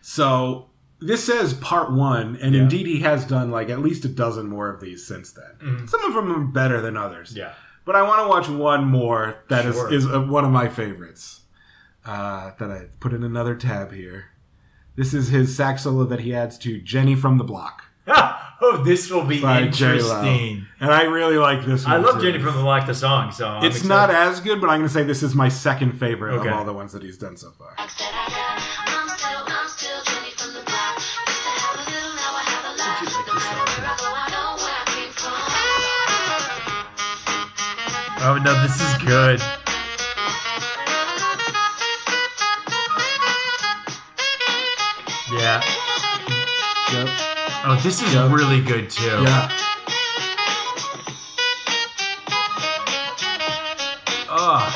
Speaker 1: So this says part one, and
Speaker 2: Yeah.
Speaker 1: indeed, he has done like at least a dozen more of these since then.
Speaker 2: Mhm.
Speaker 1: Some of them are better than others.
Speaker 2: Yeah.
Speaker 1: But I want to watch one more that is
Speaker 2: Sure.
Speaker 1: is, uh one of my favorites. Uh, that I put in another tab here. This is his sax solo that he adds to "Jenny from the Block,"
Speaker 2: oh, this will be
Speaker 1: By J Lo.
Speaker 2: interesting.
Speaker 1: and I really like this. one
Speaker 2: I love
Speaker 1: too.
Speaker 2: Jenny from the Lock the song, so I'm
Speaker 1: It's
Speaker 2: excited.
Speaker 1: not as good, but I'm going to say this is my second favorite
Speaker 2: Okay.
Speaker 1: of all the ones that he's done so far.
Speaker 5: I'm still, I'm still Jenny from the block. Used to have a little, now I have a lot.
Speaker 2: Don't you like
Speaker 5: No
Speaker 2: this
Speaker 5: matter where I go, I know where I came from.
Speaker 2: Oh no, this is good. Yeah.
Speaker 1: Yep.
Speaker 2: Oh, this is
Speaker 1: Yeah.
Speaker 2: really good too.
Speaker 1: Yeah.
Speaker 2: Oh.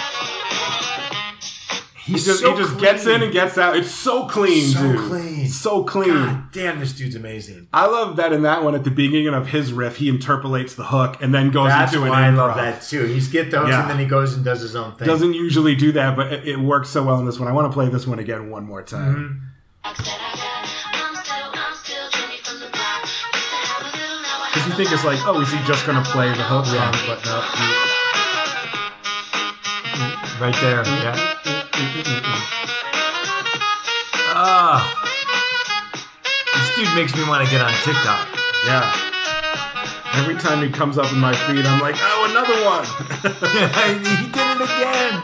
Speaker 1: He just, he just gets in and gets out. It's so clean,
Speaker 2: So
Speaker 1: dude.
Speaker 2: clean.
Speaker 1: So clean.
Speaker 2: God damn, this dude's amazing.
Speaker 1: I love that in that one at the beginning of his riff, he interpolates the hook and then goes
Speaker 2: That's
Speaker 1: into an
Speaker 2: why I
Speaker 1: improv.
Speaker 2: love that too. He's get the hooks
Speaker 1: Yeah.
Speaker 2: and then he goes and does his own thing.
Speaker 1: Doesn't usually do that, but it, it works so well in this one. I want to play this one again one more time.
Speaker 2: Mhm.
Speaker 5: I'm still, I'm still Jenny from the block. Used to have a little, now I
Speaker 1: Because
Speaker 5: have
Speaker 1: you think it's like, oh, is he just going to play the hook song? But no.
Speaker 2: Right there. Yeah.
Speaker 1: he-
Speaker 2: Ah, this dude makes me want to get on TikTok.
Speaker 1: Yeah. Every time he comes up in my feed, I'm like, oh, another one.
Speaker 2: he did it again.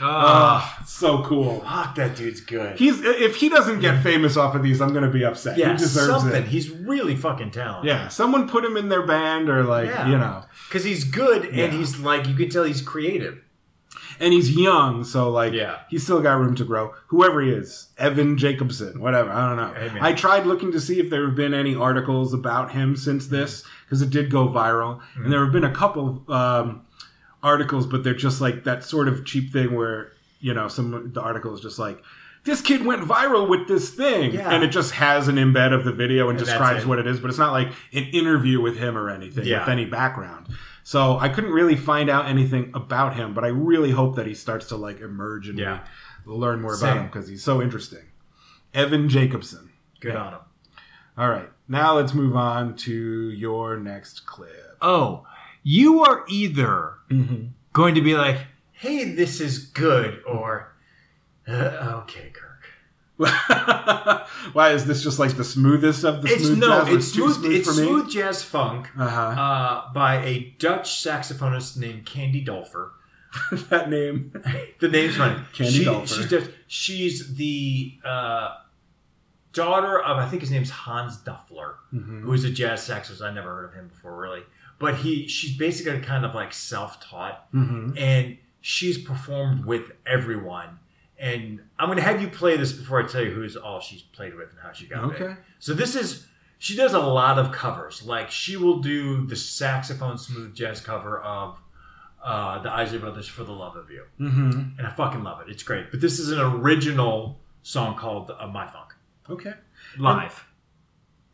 Speaker 2: Ah,
Speaker 1: Ah, so cool.
Speaker 2: Oh, fuck, that dude's good.
Speaker 1: He's if he doesn't get famous off of these, I'm gonna be upset.
Speaker 2: yeah,
Speaker 1: he deserves
Speaker 2: something.
Speaker 1: it.
Speaker 2: He's really fucking talented.
Speaker 1: Yeah, someone put him in their band or like
Speaker 2: Yeah.
Speaker 1: you know,
Speaker 2: Because he's good
Speaker 1: Yeah.
Speaker 2: and he's like, you could tell he's creative.
Speaker 1: and he's young, so like
Speaker 2: Yeah.
Speaker 1: he's still got room to grow. Whoever he is, Evan Jacobson, whatever, I don't know.
Speaker 2: Hey, man.
Speaker 1: I tried looking to see if there have been any articles about him since
Speaker 2: Mm.
Speaker 1: this because it did go viral, and there have been a couple um, articles, but they're just like that sort of cheap thing where you know some the article is just like. This kid went viral with this thing,
Speaker 2: Yeah.
Speaker 1: and it just has an embed of the video and,
Speaker 2: And that's
Speaker 1: describes
Speaker 2: it.
Speaker 1: what it is, but it's not like an interview with him or anything
Speaker 2: Yeah.
Speaker 1: with any background. So I couldn't really find out anything about him, but I really hope that he starts to like emerge and
Speaker 2: Yeah.
Speaker 1: we learn more
Speaker 2: Same.
Speaker 1: about him because he's so interesting. Evan Jacobson.
Speaker 2: Good
Speaker 1: Yeah.
Speaker 2: on him.
Speaker 1: All right, now let's move on to your next clip.
Speaker 2: Oh, you are either going to be like, hey, this is good, or "Uh, okay, Kirk.
Speaker 1: Why is this just like the smoothest of the
Speaker 2: It's
Speaker 1: smooth
Speaker 2: no,
Speaker 1: jazz? or
Speaker 2: it's smooth, it's smooth jazz funk
Speaker 1: Uh-huh.
Speaker 2: uh, by a Dutch saxophonist named Candy Dolfer.
Speaker 1: that name.
Speaker 2: The name's funny.
Speaker 1: Candy
Speaker 2: she,
Speaker 1: Dulfer.
Speaker 2: She's, Dutch. she's the uh, daughter of, I think his name's Hans Duffler,
Speaker 1: Mm-hmm.
Speaker 2: who is a jazz saxophonist. I never heard of him before, really. But he, she's basically kind of like self-taught.
Speaker 1: Mhm.
Speaker 2: and she's performed with everyone. And I'm going to have you play this before I tell you who's all she's played with and how she got big.
Speaker 1: Okay.
Speaker 2: So this is she does a lot of covers. Like she will do the saxophone smooth jazz cover of uh, the Isley Brothers for the Love of You,
Speaker 1: Mhm.
Speaker 2: and I fucking love it. It's great. But this is an original song called uh, My Funk
Speaker 1: Okay.
Speaker 2: live.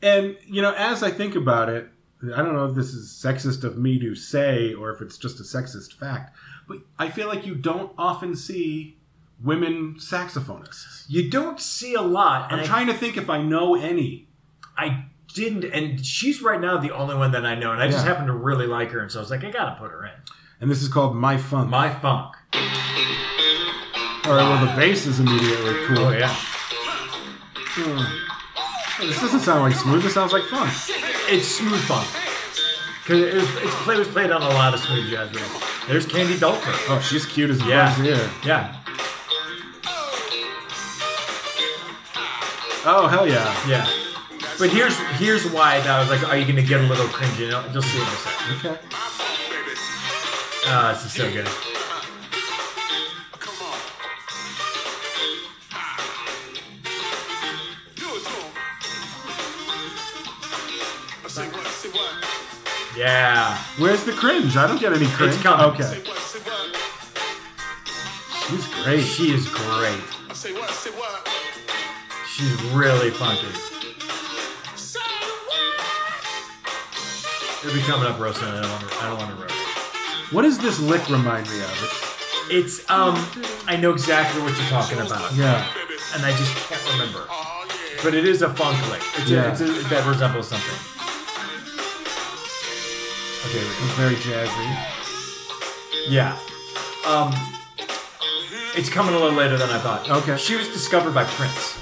Speaker 1: And you know, as I think about it, I don't know if this is sexist of me to say or if it's just a sexist fact, but I feel like you don't often see women saxophonists.
Speaker 2: You don't see a lot. and
Speaker 1: I'm
Speaker 2: I-
Speaker 1: trying to think if I know any.
Speaker 2: I didn't, and she's right now the only one that I know, and I just
Speaker 1: Yeah.
Speaker 2: happen to really like her, and so I was like, I gotta put her in.
Speaker 1: And this is called My Funk.
Speaker 2: My Funk.
Speaker 1: All right, well, the bass is immediately cool.
Speaker 2: Oh yeah,
Speaker 1: Hmm. This doesn't sound like smooth. It sounds like funk.
Speaker 2: it's smooth funk. Cause it was, it's play was played on a lot of smooth jazz records. There's Candy Dulfer.
Speaker 1: Oh, she's cute as a
Speaker 2: Yeah.
Speaker 1: buzz's ear.
Speaker 2: Yeah,
Speaker 1: Oh, hell yeah.
Speaker 2: yeah. But here's here's why that I was like, are you gonna get a little cringy? No, You'll see in a second.
Speaker 1: Okay.
Speaker 2: Ah, this is so good.
Speaker 4: Say what, say what,
Speaker 2: Yeah,
Speaker 1: Where's the cringe? I don't get any cringe.
Speaker 2: coming.
Speaker 4: say
Speaker 1: Okay.
Speaker 4: what, say what,
Speaker 1: She's great.
Speaker 2: she is great.
Speaker 4: say what, say what.
Speaker 2: She's really funky. It'll be coming up real soon. I don't want to. I don't want to ruin it.
Speaker 1: What does this lick remind me of? It's,
Speaker 2: It's um, I know exactly what you're talking about,
Speaker 1: yeah.
Speaker 2: and I just can't remember.
Speaker 4: Oh, yeah.
Speaker 2: But it is a funk lick. It's
Speaker 1: Yeah.
Speaker 2: a, it's a, that resembles something. Okay, here we
Speaker 1: It's very jazzy.
Speaker 2: go. yeah. Um, it's coming a little later than I thought.
Speaker 1: Okay.
Speaker 2: She was discovered by Prince.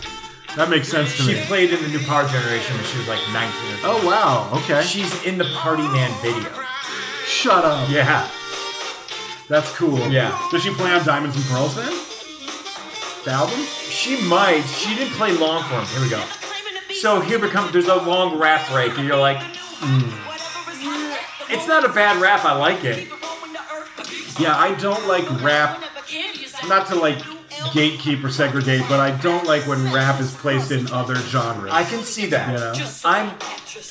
Speaker 1: That makes sense to
Speaker 2: She
Speaker 1: me.
Speaker 2: played in the New Power Generation when she was like 19. Or
Speaker 1: Oh wow. Okay.
Speaker 2: She's in the Party Man video.
Speaker 1: Shut up.
Speaker 2: Yeah.
Speaker 1: That's cool.
Speaker 2: Yeah.
Speaker 1: Does she play on Diamonds and Pearls then? The album?
Speaker 2: She might. She didn't play long for him. Here we go. So here we come. There's a long rap break, and you're like, Mm. it's not a bad rap. I like it.
Speaker 1: Yeah, I don't like rap. Not to like gatekeep or segregate, but I don't like when rap is placed in other genres.
Speaker 2: I can see that.
Speaker 1: Yeah.
Speaker 2: I'm.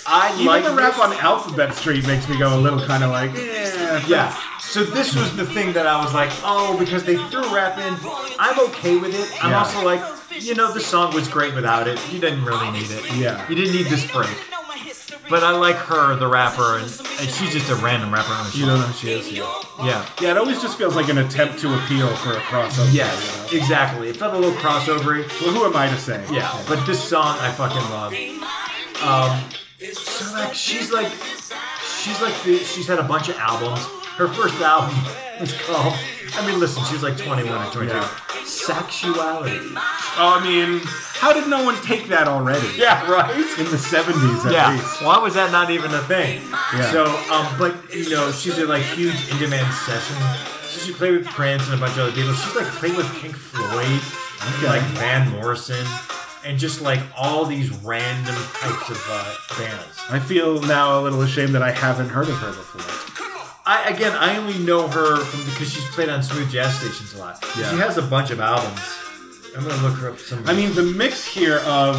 Speaker 2: I
Speaker 1: Even
Speaker 2: like
Speaker 1: the rap
Speaker 2: this.
Speaker 1: on Alphabet Street makes me go a little kind of like, eh.
Speaker 2: Yeah. So this was the thing that I was like, oh, because they threw rap in. I'm okay with it. I'm
Speaker 1: Yeah.
Speaker 2: also like, you know, the song was great without it. You didn't really need it.
Speaker 1: Yeah.
Speaker 2: You didn't need this break. But I like her, the rapper, and, and she's just a random rapper. On the
Speaker 1: You
Speaker 2: show.
Speaker 1: don't know who she is. Yeah.
Speaker 2: Yeah.
Speaker 1: Yeah, it always just feels like an attempt to appeal for a crossover.
Speaker 2: Yes,
Speaker 1: you know?
Speaker 2: exactly. It felt a little crossovery.
Speaker 1: Well, who am I to say?
Speaker 2: Yeah, but this song I fucking love. Um, so like she's like she's like the, she's had a bunch of albums. Her first album is called. I mean, listen, she's like 21 or 22.
Speaker 1: Yeah.
Speaker 2: sexuality.
Speaker 1: Oh, I mean, how did no one take that already?
Speaker 2: Yeah, right.
Speaker 1: In the 70s, at
Speaker 2: Yeah.
Speaker 1: least.
Speaker 2: Why was that not even a thing?
Speaker 1: Yeah.
Speaker 2: So, um, but you know, she's in like huge in-demand session. So she played with Prince and a bunch of other people. She's like played with Pink Floyd, and, like Van Morrison, and just like all these random types of uh, bands.
Speaker 1: I feel now a little ashamed that I haven't heard of her before.
Speaker 2: I again, I only know her from because she's played on smooth jazz stations a lot.
Speaker 1: Yeah.
Speaker 2: She has a bunch of albums. I'm gonna look her up some.
Speaker 1: I mean, the mix here of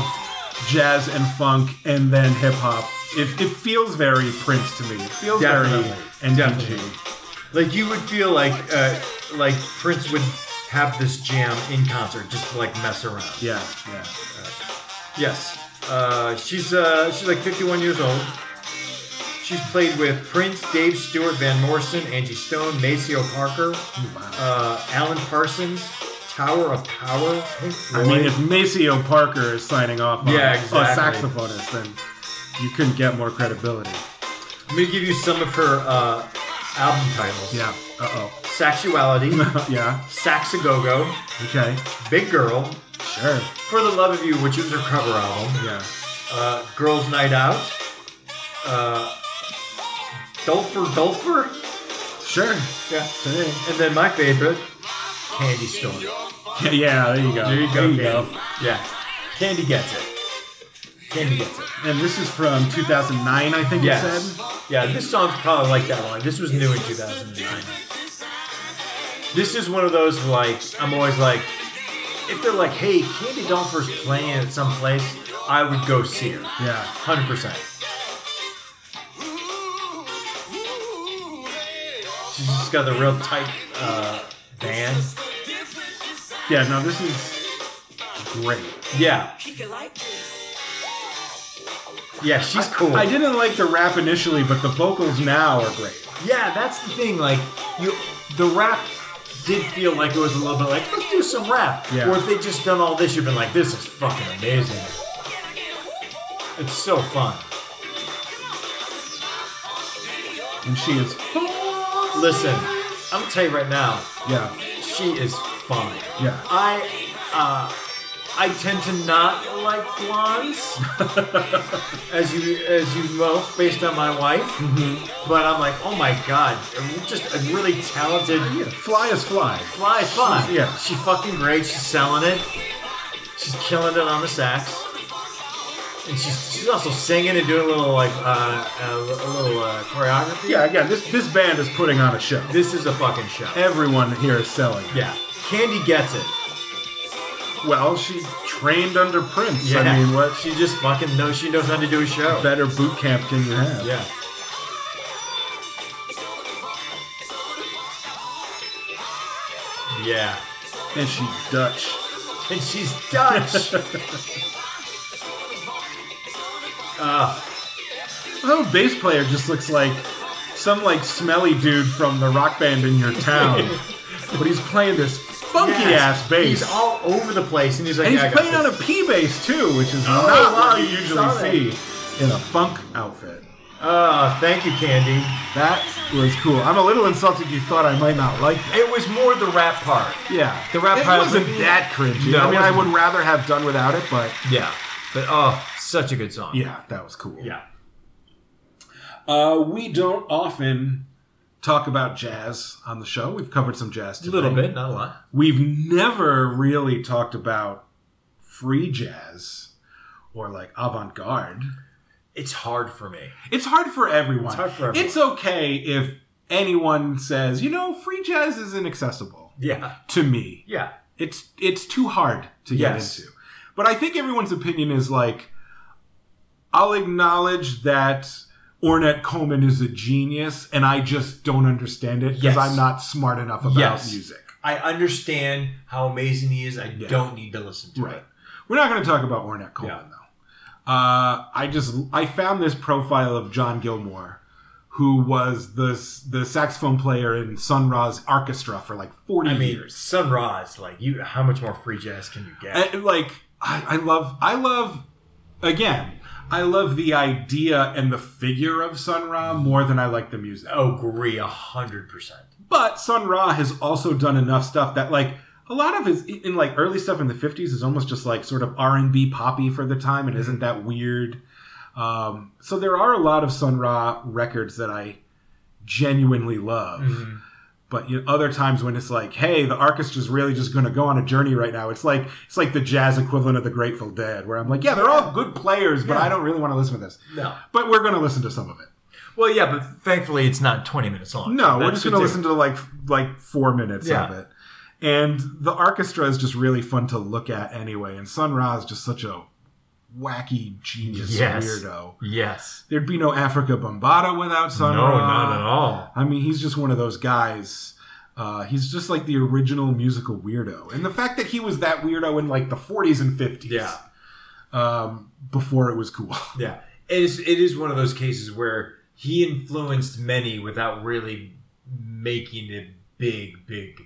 Speaker 1: jazz and funk and then hip hop, it, it feels very Prince to me. It feels
Speaker 2: Definitely.
Speaker 1: very
Speaker 2: Definitely.
Speaker 1: NDG.
Speaker 2: like you would feel like uh, like Prince would have this jam in concert just to like mess around.
Speaker 1: Yeah, yeah.
Speaker 2: Yes. Uh, she's uh, she's like 51 years old. She's played with Prince, Dave Stewart, Van Morrison, Angie Stone, Maceo Parker, uh, Alan Parsons, Tower of Power. Pink
Speaker 1: I mean,
Speaker 2: Floyd.
Speaker 1: if Maceo Parker is signing off on
Speaker 2: Yeah,
Speaker 1: a
Speaker 2: exactly.
Speaker 1: saxophonist, then you couldn't get more credibility.
Speaker 2: I'm gonna give you some of her uh, album titles.
Speaker 1: Yeah. Uh
Speaker 2: Sexuality,
Speaker 1: oh. yeah.
Speaker 2: Saxagogo,
Speaker 1: Okay.
Speaker 2: Big Girl,
Speaker 1: Sure.
Speaker 2: For the Love of You, which was her cover album,
Speaker 1: Yeah.
Speaker 2: uh, Girls Night Out, uh, Dulfer Dulfer,
Speaker 1: Sure.
Speaker 2: yeah,
Speaker 1: Today.
Speaker 2: and then my favorite, Candy Storm.
Speaker 1: Yeah, yeah, there you go.
Speaker 2: There you go,
Speaker 1: There you
Speaker 2: Candy.
Speaker 1: go.
Speaker 2: Yeah, Candy gets it. Candy gets it.
Speaker 1: And this is from 2009, I think you
Speaker 2: Yes.
Speaker 1: said.
Speaker 2: Yeah, this song's probably like that one. This was new in 2009. This is one of those like I'm always like, if they're like, "Hey, Candy Dolphers playing at some place," I would go see her.
Speaker 1: Yeah.
Speaker 2: Hundred percent. She's just got the real tight uh, band.
Speaker 1: Yeah, no, this is great.
Speaker 2: Yeah, yeah, she's cool.
Speaker 1: I didn't like the rap initially, but the vocals now are great.
Speaker 2: Yeah, that's the thing. Like you, the rap did feel like it was a little bit like let's do some rap.
Speaker 1: Yeah.
Speaker 2: Or if they just done all this, you've been like, this is fucking amazing. It's so fun.
Speaker 1: And she is,
Speaker 2: Listen, I'm gonna tell you right now,
Speaker 1: yeah,
Speaker 2: she is fun.
Speaker 1: Yeah.
Speaker 2: I, uh, I tend to not like blondes, as you as you know, based on my wife.
Speaker 1: Mm-hmm.
Speaker 2: But I'm like, oh my god, just a really talented.
Speaker 1: fly is fly.
Speaker 2: Fly is fly.
Speaker 1: She's- yeah.
Speaker 2: She's fucking great. She's selling it. She's killing it on the sax. And she's, she's also singing and doing a little like uh, a, a little uh, choreography.
Speaker 1: Yeah, again, this this band is putting on a show.
Speaker 2: This is a fucking show.
Speaker 1: Everyone here is selling. it.
Speaker 2: Yeah. Candy gets it.
Speaker 1: Well, she trained under Prince.
Speaker 2: Yeah.
Speaker 1: I mean, what
Speaker 2: She just fucking knows she knows how to do a show.
Speaker 1: better boot camp can you have?
Speaker 2: Yeah. Yeah.
Speaker 1: And she's Dutch.
Speaker 2: And she's Dutch.
Speaker 1: Oh, bass player just looks like some like smelly dude from the rock band in your town, but he's playing this funky
Speaker 2: Yes.
Speaker 1: ass bass.
Speaker 2: He's all over the place, and he's like,
Speaker 1: and he's
Speaker 2: "Yeah, I got
Speaker 1: playing on
Speaker 2: this."
Speaker 1: a P bass too, which is
Speaker 2: Oh,
Speaker 1: not
Speaker 2: wow,
Speaker 1: what you
Speaker 2: you
Speaker 1: usually
Speaker 2: saw that.
Speaker 1: see in a funk outfit.
Speaker 2: Ah, thank you, Candy.
Speaker 1: That was cool. I'm a little insulted you thought I might not like that.
Speaker 2: It was more the rap part.
Speaker 1: Yeah.
Speaker 2: The rap
Speaker 1: it
Speaker 2: part
Speaker 1: wasn't
Speaker 2: was-
Speaker 1: that cringy.
Speaker 2: No,
Speaker 1: I
Speaker 2: it
Speaker 1: mean, I
Speaker 2: wasn't.
Speaker 1: would rather have done without it, but
Speaker 2: Yeah. But oh, such a good song.
Speaker 1: yeah, that was cool.
Speaker 2: Yeah.
Speaker 1: Uh, we don't often talk about jazz on the show. We've covered some jazz
Speaker 2: A
Speaker 1: today.
Speaker 2: little bit, not a lot.
Speaker 1: We've never really talked about free jazz or like avant garde.
Speaker 2: It's hard for me.
Speaker 1: It's hard for everyone.
Speaker 2: It's hard for everyone.
Speaker 1: It's okay if anyone says, you know, free jazz is inaccessible
Speaker 2: Yeah.
Speaker 1: to me.
Speaker 2: Yeah.
Speaker 1: It's it's too hard to get
Speaker 2: Yes.
Speaker 1: into. But I think everyone's opinion is like, I'll acknowledge that Ornette Coleman is a genius, and I just don't understand it because
Speaker 2: Yes.
Speaker 1: I'm not smart enough about
Speaker 2: Yes.
Speaker 1: music.
Speaker 2: I understand how amazing he is. I
Speaker 1: Yeah.
Speaker 2: don't need to listen to
Speaker 1: Right.
Speaker 2: it.
Speaker 1: We're not going to talk about Ornette Coleman
Speaker 2: Yeah.
Speaker 1: though. Uh, I just I found this profile of John Gilmore, who was the the saxophone player in Sun Ra's orchestra for like forty
Speaker 2: I mean,
Speaker 1: years.
Speaker 2: Sun Ra's like you. How much more free jazz can you get?
Speaker 1: And, like I, I love I love again I love the idea and the figure of Sun Ra more than I like the music.
Speaker 2: agree a Oh, hundred percent.
Speaker 1: But Sun Ra has also done enough stuff that like a lot of his in like early stuff in the 50s is almost just like sort of r&b poppy for the time and isn't that weird um, so there are a lot of sun ra records that i genuinely love but you know, other times when it's like hey the orchestra's really just going to go on a journey right now it's like it's like the jazz equivalent of the grateful dead where i'm like yeah they're all good players but i don't really want to listen to this
Speaker 2: No.
Speaker 1: but we're going to listen to some of it
Speaker 2: Well, yeah, but thankfully it's not 20 minutes long.
Speaker 1: no, we're
Speaker 2: That's
Speaker 1: just
Speaker 2: good
Speaker 1: going to
Speaker 2: too.
Speaker 1: listen to like like four minutes of
Speaker 2: Yeah.
Speaker 1: it, and the orchestra is just really fun to look at anyway. And Sun Ra is just such a wacky genius
Speaker 2: Yes.
Speaker 1: weirdo.
Speaker 2: Yes.
Speaker 1: There'd be no Africa Bombata without Sun
Speaker 2: no,
Speaker 1: Ra.
Speaker 2: not at all.
Speaker 1: I mean, he's just one of those guys. Uh, he's just like the original musical weirdo, and the fact that he was that weirdo in like the 40s and 50s,
Speaker 2: Yeah.
Speaker 1: um, before it was cool.
Speaker 2: Yeah. It is, it is one of those cases where he influenced many without really making a big, big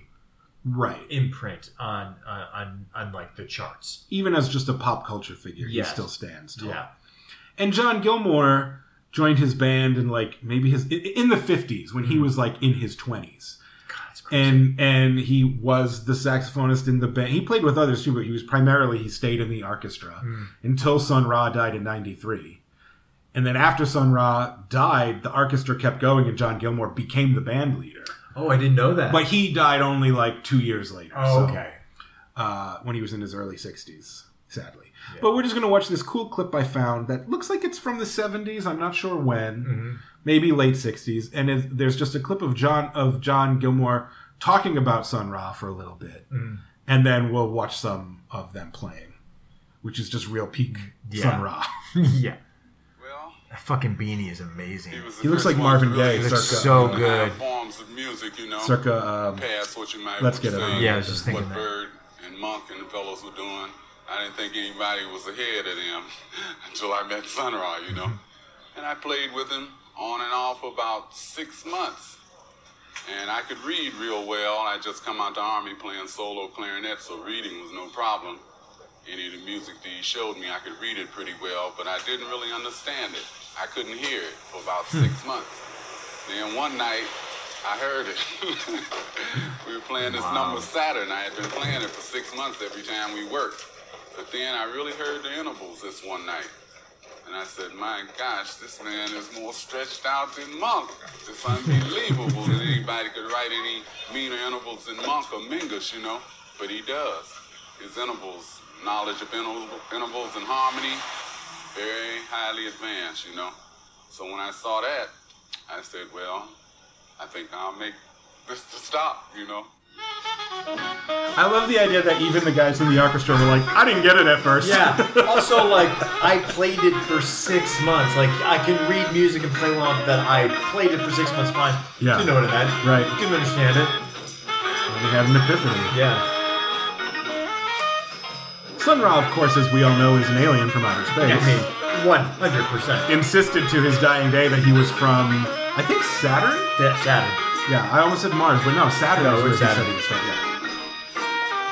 Speaker 1: right.
Speaker 2: imprint on, on, on, on like the charts. Oh,
Speaker 1: Even as just a pop culture figure,
Speaker 2: Yes.
Speaker 1: he still stands tall.
Speaker 2: Yeah.
Speaker 1: and John Gilmore joined his band in like maybe his i- in the 50s when
Speaker 2: Hmm.
Speaker 1: he was like in his 20s
Speaker 2: God, it's crazy.
Speaker 1: and and he was the saxophonist in the band he played with others too but he was primarily he stayed in the orchestra
Speaker 2: Hmm.
Speaker 1: until sun ra died in 93 and then after sun ra died the orchestra kept going and john Gilmore became the band leader
Speaker 2: oh, I didn't know that.
Speaker 1: but he died only like two years later
Speaker 2: oh,
Speaker 1: so,
Speaker 2: okay.
Speaker 1: uh, when he was in his early 60s, sadly. But we're just going to watch this cool clip I found that looks like it's from the 70s. I'm not sure when,
Speaker 2: Mm-hmm.
Speaker 1: maybe late 60s. And it, there's just a clip of John of John Gilmore talking about Sun Ra for a little bit,
Speaker 2: Mm-hmm.
Speaker 1: and then we'll watch some of them playing, which is just real peak
Speaker 2: Yeah.
Speaker 1: Sun Ra.
Speaker 2: yeah.
Speaker 4: Well,
Speaker 2: That fucking beanie is amazing.
Speaker 4: was the
Speaker 1: He looks
Speaker 4: first
Speaker 1: like
Speaker 4: one to
Speaker 1: Marvin Gaye,
Speaker 4: really
Speaker 2: He looks
Speaker 1: circa,
Speaker 2: so
Speaker 4: have
Speaker 2: good.
Speaker 4: Forms of music, you know.
Speaker 1: circa um,
Speaker 4: past what you might
Speaker 1: Let's
Speaker 4: have
Speaker 1: get it.
Speaker 4: seen,
Speaker 1: Yeah, I
Speaker 2: was just
Speaker 4: what
Speaker 2: thinking that.
Speaker 4: Bird and Monk and the fellows were doing. I didn't think anybody was ahead of them until I met Sun Ra, you know.
Speaker 2: Mm-hmm.
Speaker 4: And I played with him on and off for about six months. And I could read real well. I just come out the army playing solo clarinet, so reading was no problem. Any of the music that he showed me, I could read it pretty well, but I didn't really understand it. I couldn't hear it for about
Speaker 2: Hmm.
Speaker 4: six months. Then one night, I heard it. we were playing this number Saturn. I had been playing it for six months every time we worked. But then I really heard the intervals this one night. And I said, my gosh, this man is more stretched out than Monk. It's unbelievable that anybody could write any meaner intervals than Monk or Mingus, you know. But he does. His intervals, knowledge of inter- intervals and harmony, very highly advanced, you know. So when I saw that, I said, well, I think I'll make this to stop, you know.
Speaker 1: I love the idea that even the guys in the orchestra were like, I didn't get it at first.
Speaker 2: Yeah. Also, like I played it for six months. Like I can read music and play along, but I played it for six months fine.
Speaker 1: Yeah.
Speaker 2: You know what I meant.
Speaker 1: Right.
Speaker 2: You can understand it.
Speaker 1: and they had an epiphany.
Speaker 2: Yeah.
Speaker 1: Sun Ra, of course, as we all know, is an alien from outer space.
Speaker 2: I mean, one hundred percent.
Speaker 1: insisted to his dying day that he was from, I think Saturn.
Speaker 2: That's Saturn.
Speaker 1: Yeah, I almost said Mars, but no, Saturn.
Speaker 2: No,
Speaker 1: is where
Speaker 2: it's
Speaker 1: he said
Speaker 2: Saturn.
Speaker 1: he was from. Yeah.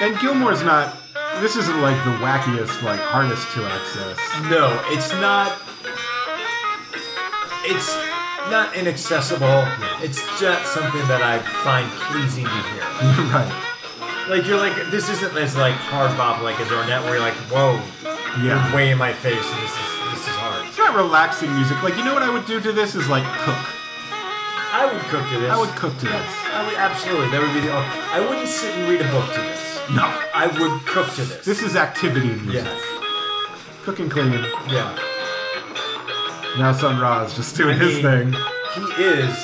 Speaker 1: And Gilmore's not. This isn't like the wackiest, like hardest to access.
Speaker 2: No, it's not. It's not inaccessible. It's just something that I find pleasing to hear.
Speaker 1: right.
Speaker 2: Like you're like this isn't this like hard bop like a Dornet where you're like whoa
Speaker 1: Yeah.
Speaker 2: you're way in my face and this is this is hard.
Speaker 1: It's not relaxing music. Like you know what I would do to this is like cook.
Speaker 2: I would cook to this.
Speaker 1: I would cook to this.
Speaker 2: I would absolutely. That would be the. oh, I wouldn't sit and read a book to this.
Speaker 1: No.
Speaker 2: I would cook to this.
Speaker 1: This is activity music.
Speaker 2: Yeah.
Speaker 1: Cooking, cleaning.
Speaker 2: Yeah.
Speaker 1: Now Sun Ra is just doing
Speaker 2: I
Speaker 1: his
Speaker 2: mean,
Speaker 1: thing.
Speaker 2: He is.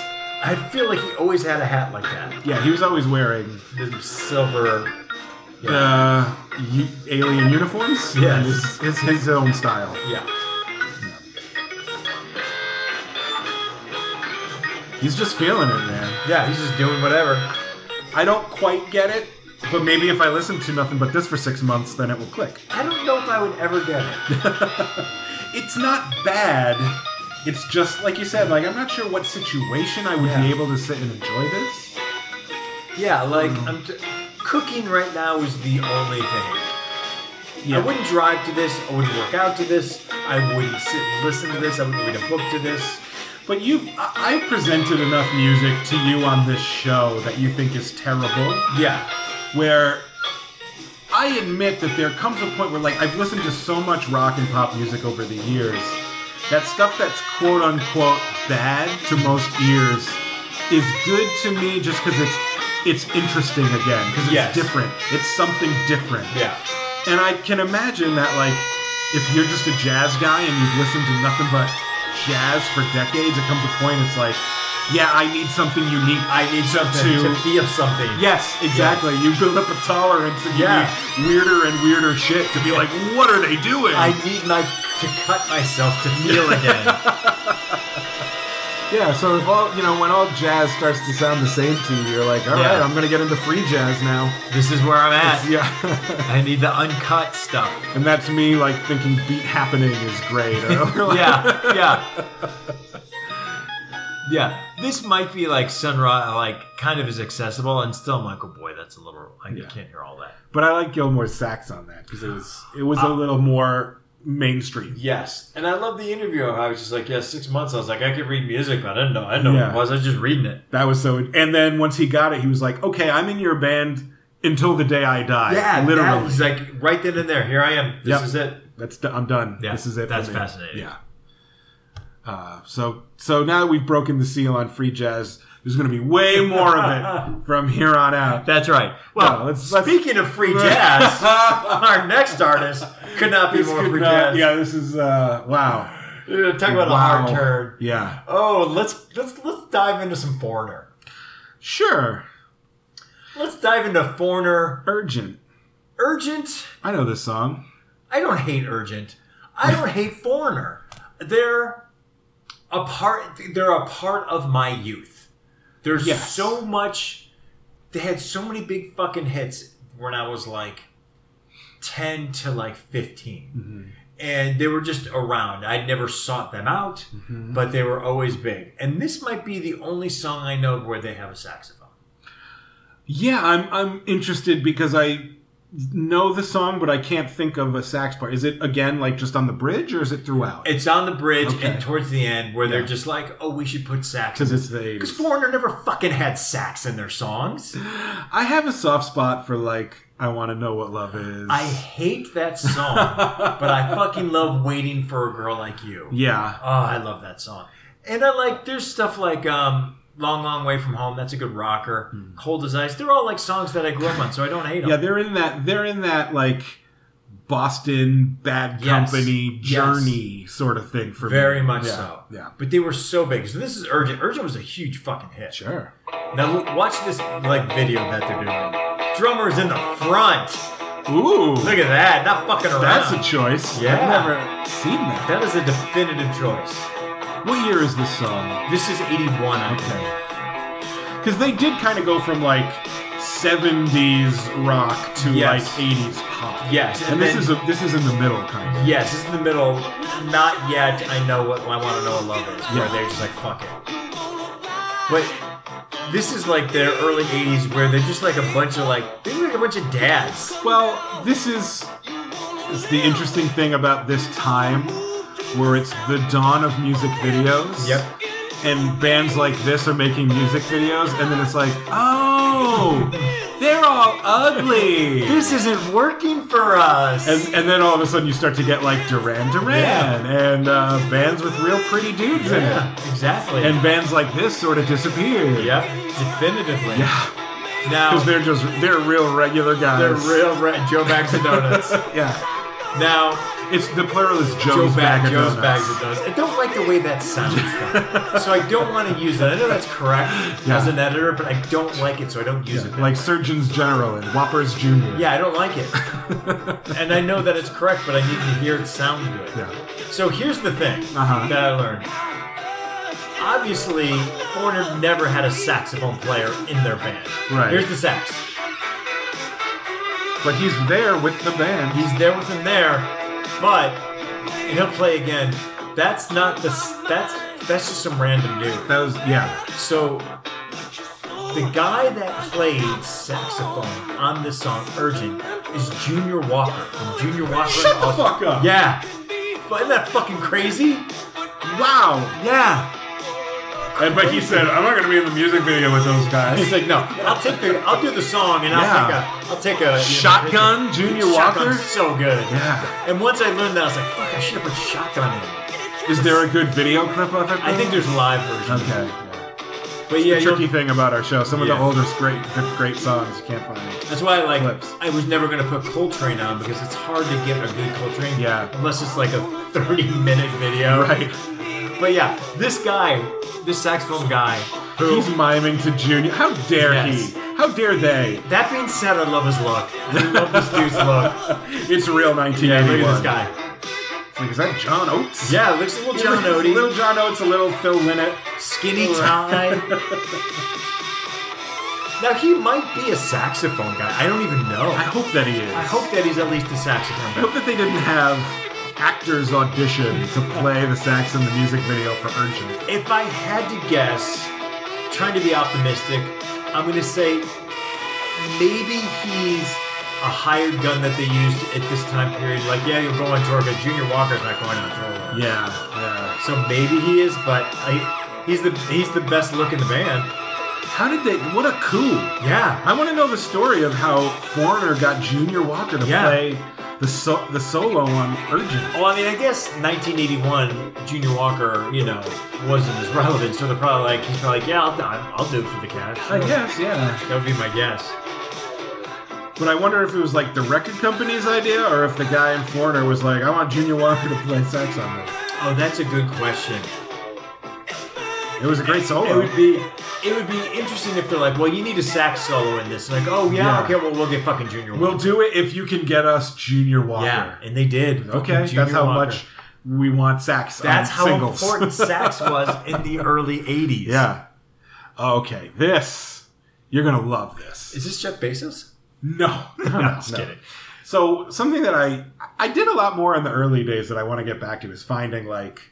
Speaker 2: I feel like he always had a hat like that.
Speaker 1: Yeah, he was always wearing
Speaker 2: The silver. Yeah.
Speaker 1: uh, u- alien uniforms.
Speaker 2: Yes.
Speaker 1: And his, his, his own style.
Speaker 2: yeah.
Speaker 1: He's just feeling it, man.
Speaker 2: Yeah. He's just doing whatever.
Speaker 1: I don't quite get it, but maybe if I listen to nothing but this for six months, then it will click.
Speaker 2: I don't know if I would ever get it.
Speaker 1: it's not bad. It's just like you said. Like I'm not sure what situation I would
Speaker 2: Yeah.
Speaker 1: be able to sit and enjoy this.
Speaker 2: Yeah. Like I'm. T- cooking right now is the only thing. I wouldn't drive to this. I wouldn't work out to this. I wouldn't sit and listen to this. I wouldn't read a book to this.
Speaker 1: But you've I- I've presented enough music to you on this show that you think is terrible,
Speaker 2: Yeah.
Speaker 1: where I admit that there comes a point where like I've listened to so much rock and pop music over the years that stuff that's quote unquote bad to most ears is good to me just because it's it's interesting again because it's
Speaker 2: Yes.
Speaker 1: different. It's something different.
Speaker 2: Yeah.
Speaker 1: And I can imagine that, like, if you're just a jazz guy and you've listened to nothing but jazz for decades, it comes a point it's like, yeah, I need something unique.
Speaker 2: I need something
Speaker 1: To-
Speaker 2: to, feel something.
Speaker 1: yes, exactly. You build up a tolerance and
Speaker 2: Yeah.
Speaker 1: you need weirder and weirder shit to be like, what are they doing?
Speaker 2: I need my to cut myself to feel again.
Speaker 1: yeah, so if all, you know, when all jazz starts to sound the same to you, you're like, all
Speaker 2: Yeah.
Speaker 1: right, I'm going to get into free jazz now.
Speaker 2: this is where I'm at.
Speaker 1: Yeah.
Speaker 2: I need the uncut stuff.
Speaker 1: and that's me, like, thinking beat happening is great. Or, like,
Speaker 2: yeah, yeah. Yeah, this might be like Sunrise, like kind of is accessible, and still Michael Boy. That's a little I
Speaker 1: Yeah.
Speaker 2: can't hear all that.
Speaker 1: But I like Gilmore's sax on that because it was it was a little more mainstream.
Speaker 2: Yes, and I love the interview. I was just like, yeah, six months. I was like, I could read music, but I didn't know. I didn't know what
Speaker 1: Yeah.
Speaker 2: it was. I was just reading it.
Speaker 1: That was so. And then once he got it, he was like, "Okay, I'm in your band until the day I die." literally.
Speaker 2: that- He's like right then and there. Here I am. This
Speaker 1: Yep.
Speaker 2: is it.
Speaker 1: that's do- I'm done.
Speaker 2: Yeah,
Speaker 1: this is it. for
Speaker 2: that's
Speaker 1: me.
Speaker 2: fascinating.
Speaker 1: Yeah. Uh, so so now that we've broken the seal on free jazz, there's going to be way more of it from here on out.
Speaker 2: That's right. Well,
Speaker 1: No, let's- let's-
Speaker 2: speaking of free jazz, our next artist could not be
Speaker 1: This
Speaker 2: more
Speaker 1: could
Speaker 2: free
Speaker 1: not-
Speaker 2: jazz.
Speaker 1: yeah, this is uh, wow.
Speaker 2: Uh, Talk about a
Speaker 1: wow.
Speaker 2: hard turn.
Speaker 1: Yeah,
Speaker 2: Oh, let's let's let's dive into some foreigner.
Speaker 1: sure.
Speaker 2: Let's dive into foreigner.
Speaker 1: Urgent.
Speaker 2: Urgent.
Speaker 1: I know this song.
Speaker 2: I don't hate urgent. I don't hate foreigner. They're a part. They're a part of my youth. There's
Speaker 1: Yes.
Speaker 2: so much. They had so many big fucking hits when I was like ten to like 15 and they were just around. I'd never sought them out, but they were always big. And this might be the only song I know where they have a saxophone.
Speaker 1: Yeah, I'm I'm interested because I know the song, but I can't think of a sax part. Is it again like just on the bridge, or is it throughout?
Speaker 2: It's on the bridge
Speaker 1: Okay.
Speaker 2: and towards the end where they're
Speaker 1: Yeah.
Speaker 2: just like, oh, we should put sax.
Speaker 1: Because it's the
Speaker 2: Because
Speaker 1: 80s.
Speaker 2: Foreigner never fucking had sax in their songs.
Speaker 1: I have a soft spot for like I want to know what love is.
Speaker 2: I hate that song, but I fucking love Waiting for a Girl Like You.
Speaker 1: yeah
Speaker 2: Oh, I love that song. And I like, there's stuff like um, Long, Long Way from Home. That's a good rocker. Cold as Ice. They're all like songs that I grew up on, so I don't hate
Speaker 1: Hmm.
Speaker 2: them.
Speaker 1: yeah they're in that they're in that like Boston bad
Speaker 2: Yes.
Speaker 1: company
Speaker 2: Yes.
Speaker 1: journey sort of thing for
Speaker 2: Very
Speaker 1: me.
Speaker 2: much
Speaker 1: Yeah.
Speaker 2: so.
Speaker 1: Yeah,
Speaker 2: But they were so big. So this is Urgent. Urgent was a huge fucking hit.
Speaker 1: sure.
Speaker 2: Now look, watch this like video that they're doing. Drummer's in the front.
Speaker 1: Ooh,
Speaker 2: Look at that. Not fucking around.
Speaker 1: that's a choice.
Speaker 2: Yeah.
Speaker 1: I've never seen that.
Speaker 2: That is a definitive choice.
Speaker 1: What year is this song?
Speaker 2: This is 81, I think.
Speaker 1: Okay. Because they did kind of go from like 70s rock to
Speaker 2: Yes.
Speaker 1: like 80s pop.
Speaker 2: Yes,
Speaker 1: And,
Speaker 2: and
Speaker 1: this
Speaker 2: then-
Speaker 1: is a this is in the middle kind of.
Speaker 2: Yes, it's in the middle. Not yet. I know what I want to know. What love is. Where
Speaker 1: Yeah.
Speaker 2: they're just like fuck it. But this is like their early 80s, where they're just like a bunch of like they were like a bunch of dads.
Speaker 1: Well, this is is the interesting thing about this time where it's the dawn of music videos.
Speaker 2: Yep.
Speaker 1: And bands like this are making music videos and then it's like, "Oh, they're all ugly."
Speaker 2: This isn't working for us.
Speaker 1: And, and then all of a sudden you start to get like Duran Duran and uh, bands with real pretty dudes in it.
Speaker 2: yeah, exactly.
Speaker 1: and bands like this sort of disappear.
Speaker 2: yep, definitively.
Speaker 1: Yeah,
Speaker 2: Now
Speaker 1: because they're just they're real regular guys.
Speaker 2: they're real red Joe bags of donuts.
Speaker 1: Yeah,
Speaker 2: now
Speaker 1: it's the plural is Joe's,
Speaker 2: Joe
Speaker 1: bag, of
Speaker 2: Joe's
Speaker 1: donuts.
Speaker 2: bags of donuts. I don't like the way that sounds, though. so I don't want to use that. I know that's correct
Speaker 1: Yeah.
Speaker 2: as an editor, but I don't like it, so I don't use it.
Speaker 1: Yeah, like Surgeons General and Whoppers Junior.
Speaker 2: yeah, I don't like it, and I know that it's correct, but I need to hear it sound good.
Speaker 1: Yeah.
Speaker 2: So here's the thing
Speaker 1: Uh-huh.
Speaker 2: that I learned. Obviously, Foreigner never had a saxophone player in their band.
Speaker 1: Right.
Speaker 2: Here's the sax.
Speaker 1: but he's there with the band.
Speaker 2: He's there with him there, but and he'll play again. That's not the. s- That's that's just some random dude.
Speaker 1: that was yeah.
Speaker 2: So, the guy that played saxophone on this song, Urgent, is Junior Walker. From Junior Walker.
Speaker 1: Shut the fuck up.
Speaker 2: Yeah. But isn't that fucking crazy?
Speaker 1: Wow.
Speaker 2: Yeah.
Speaker 1: And, but he said, I'm not going to be in the music video with those
Speaker 2: He's
Speaker 1: guys.
Speaker 2: like, no, I'll take the, I'll do the song, and I'll
Speaker 1: Yeah.
Speaker 2: take a, I'll take a you know,
Speaker 1: Shotgun, Junior Walker?
Speaker 2: Shotgun's so good.
Speaker 1: Yeah.
Speaker 2: And once I learned that, I was like, fuck, I should have put shotgun in.
Speaker 1: Is there a good video clip of it?
Speaker 2: I think there's live versions.
Speaker 1: Okay.
Speaker 2: But yeah,
Speaker 1: The tricky
Speaker 2: you'll-
Speaker 1: thing about our show, some of
Speaker 2: Yeah.
Speaker 1: the oldest great great songs you can't find.
Speaker 2: That's why I like.
Speaker 1: Clips.
Speaker 2: I was never gonna put Coltrane on because it's hard to get a good Coltrane.
Speaker 1: Yeah.
Speaker 2: Unless it's like a 30 minute video.
Speaker 1: Right.
Speaker 2: But yeah, this guy, this saxophone guy, who.
Speaker 1: He's miming to Junior. How dare
Speaker 2: Yes.
Speaker 1: he? How dare they?
Speaker 2: that being said, I love his look. I love this dude's look.
Speaker 1: It's real 1981.
Speaker 2: Look at this guy.
Speaker 1: It's like, is that John Oates?
Speaker 2: Yeah, looks a little John Odie.
Speaker 1: Little John Oates, a little Phil Lynott.
Speaker 2: skinny tie. now he might be a saxophone guy. I don't even know.
Speaker 1: I hope that he is.
Speaker 2: I hope that he's at least a saxophone
Speaker 1: I
Speaker 2: guy.
Speaker 1: hope that they didn't have actors audition to play the sax in the music video for Urgent.
Speaker 2: If I had to guess, trying to be optimistic, I'm gonna say maybe he's a hired gun that they used at this time period. Like, yeah, you'll go on tour, but Junior Walker's not going on tour.
Speaker 1: Yeah, yeah.
Speaker 2: So maybe he is, but I, he's the he's the best look in the band.
Speaker 1: How did they? What a coup!
Speaker 2: Yeah.
Speaker 1: I want to know the story of how Foreigner got Junior Walker to
Speaker 2: Yeah.
Speaker 1: play the so- the solo on Urgent.
Speaker 2: Well, I mean, I guess 1981, Junior Walker, you know, wasn't as relevant, so they're probably like, he's probably like, yeah, I'll, I'll do it for the cash.
Speaker 1: I guess, Uh, yeah.
Speaker 2: That would be my guess.
Speaker 1: But I wonder if it was like the record company's idea or if the guy in Foreigner was like, I want Junior Walker to play sax on this.
Speaker 2: Oh, that's a good question.
Speaker 1: It was a great
Speaker 2: It
Speaker 1: solo.
Speaker 2: would be, it would be interesting if they're like, well, you need a sax solo in this. Like, oh yeah,
Speaker 1: Yeah.
Speaker 2: okay, well we'll get fucking Junior
Speaker 1: We'll
Speaker 2: Walker.
Speaker 1: do it if you can get us Junior Walker.
Speaker 2: Yeah, and they did. Fucking
Speaker 1: Okay,
Speaker 2: Junior
Speaker 1: that's how
Speaker 2: Walker.
Speaker 1: much we want sax
Speaker 2: That's
Speaker 1: on
Speaker 2: how
Speaker 1: singles.
Speaker 2: important sax was in the early 80s.
Speaker 1: Yeah. Okay, this you're gonna love this.
Speaker 2: Is this Jeff Bezos?
Speaker 1: No, no,
Speaker 2: No,
Speaker 1: no,
Speaker 2: I'm just
Speaker 1: no.
Speaker 2: kidding.
Speaker 1: So something that I I did a lot more in the early days that I want to get back to is finding like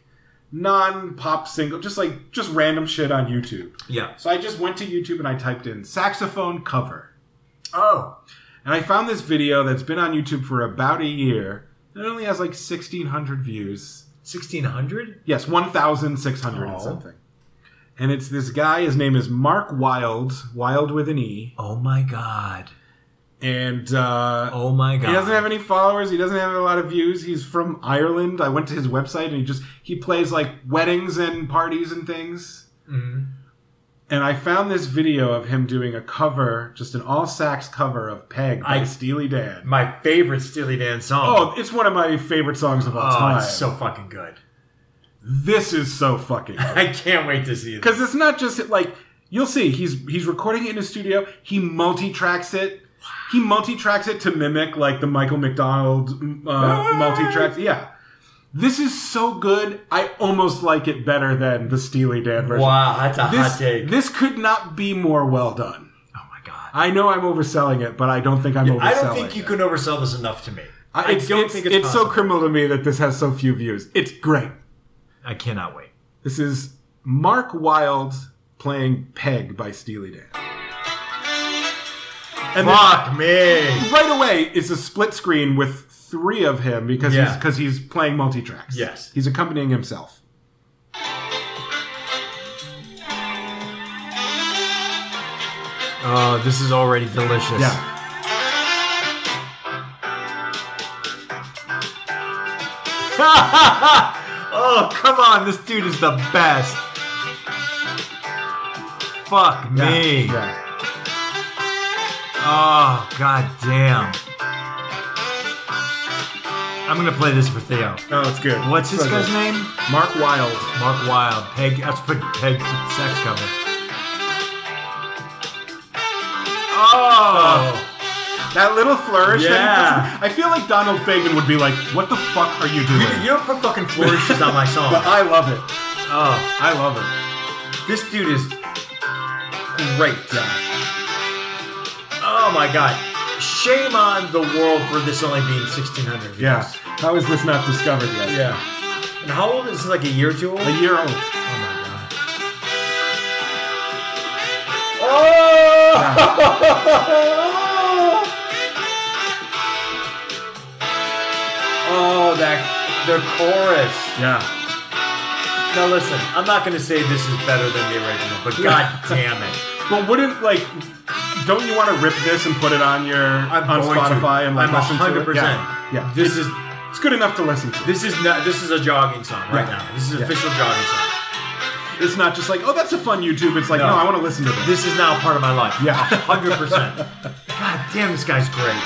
Speaker 1: non pop single, just like just random shit on YouTube.
Speaker 2: Yeah.
Speaker 1: So I just went to YouTube and I typed in saxophone cover,
Speaker 2: Oh.
Speaker 1: and I found this video that's been on YouTube for about a year. It only has like sixteen hundred views.
Speaker 2: 1600?
Speaker 1: Yes, 1,600
Speaker 2: Oh.
Speaker 1: and something. And it's this guy, his name is Mark Wild, Wild with an E.
Speaker 2: Oh my god.
Speaker 1: And uh,
Speaker 2: Oh my god.
Speaker 1: he doesn't have any followers, he doesn't have a lot of views. He's from Ireland. I went to his website and he just, he plays like weddings and parties and things.
Speaker 2: Mhm.
Speaker 1: And I found this video of him doing a cover, just an all sax cover of Peg by
Speaker 2: I-
Speaker 1: Steely Dan.
Speaker 2: My favorite Steely Dan
Speaker 1: Oh,
Speaker 2: song.
Speaker 1: it's one of my favorite songs of all
Speaker 2: Oh,
Speaker 1: time.
Speaker 2: it's so fucking good.
Speaker 1: this is so fucking good.
Speaker 2: I can't wait to see it.
Speaker 1: because it's not just like you'll see he's he's recording it in his studio he multi-tracks it he multi-tracks it to mimic like the michael mcdonald uh, multi-tracks yeah this is so good i almost like it better than the steely dan version
Speaker 2: Wow, that's a
Speaker 1: this,
Speaker 2: hot take.
Speaker 1: this could not be more well done
Speaker 2: oh my god.
Speaker 1: i know i'm overselling it but i don't think i'm overselling
Speaker 2: I don't think you
Speaker 1: it.
Speaker 2: can oversell this enough to me.
Speaker 1: I-
Speaker 2: I
Speaker 1: it's,
Speaker 2: don't
Speaker 1: it's,
Speaker 2: think
Speaker 1: it's,
Speaker 2: it's,
Speaker 1: so
Speaker 2: possible.
Speaker 1: criminal to me that this has so few views it's great
Speaker 2: I cannot wait.
Speaker 1: this is mark wild playing peg by steely dan and then-
Speaker 2: Fuck me.
Speaker 1: right away it's a split screen with three of him because he's
Speaker 2: Yeah.
Speaker 1: because he's playing multi tracks.
Speaker 2: Yes.
Speaker 1: he's accompanying himself.
Speaker 2: Oh, this is already delicious.
Speaker 1: Yeah,
Speaker 2: oh, come on. This dude is the best. Fuck
Speaker 1: yeah,
Speaker 2: me.
Speaker 1: yeah.
Speaker 2: Oh, god damn. I'm going to play this for Theo.
Speaker 1: Oh, it's good.
Speaker 2: What's
Speaker 1: So
Speaker 2: this guy's
Speaker 1: good.
Speaker 2: name?
Speaker 1: Mark Wild.
Speaker 2: Mark Wilde. Peg. That's put Peg sex cover. Oh,
Speaker 1: That little flourish. that he
Speaker 2: Yeah.
Speaker 1: puts in- I feel like Donald Fagen would be like, "What the fuck are you doing?"
Speaker 2: you don't put fucking flourishes on my song.
Speaker 1: But I love it.
Speaker 2: oh,
Speaker 1: I love it.
Speaker 2: this dude is.
Speaker 1: Great. Yeah.
Speaker 2: Oh my god. Shame on the world for this only being 1600 views.
Speaker 1: yeah. How is this not discovered yet?
Speaker 2: Yeah. And how old is this? Like a year or two old?
Speaker 1: A year old.
Speaker 2: Oh my god. Oh! oh, that the chorus.
Speaker 1: Yeah.
Speaker 2: Now listen, I'm not going to say this is better than the original, but god damn it.
Speaker 1: But wouldn't like, don't you want to rip this and put it on your
Speaker 2: I'm
Speaker 1: on
Speaker 2: going to.
Speaker 1: Spotify and like
Speaker 2: I'm
Speaker 1: listen to it?
Speaker 2: 100%.
Speaker 1: Yeah, yeah.
Speaker 2: This is
Speaker 1: it's good enough to listen to.
Speaker 2: this is not this is a jogging song right
Speaker 1: Yeah.
Speaker 2: now. This is an
Speaker 1: Yeah.
Speaker 2: official jogging song.
Speaker 1: It's not just like, oh, that's a fun YouTube. It's like,
Speaker 2: No.
Speaker 1: no, I want to listen to this.
Speaker 2: This is now part of my life.
Speaker 1: Yeah.
Speaker 2: 100%. God damn, this guy's great.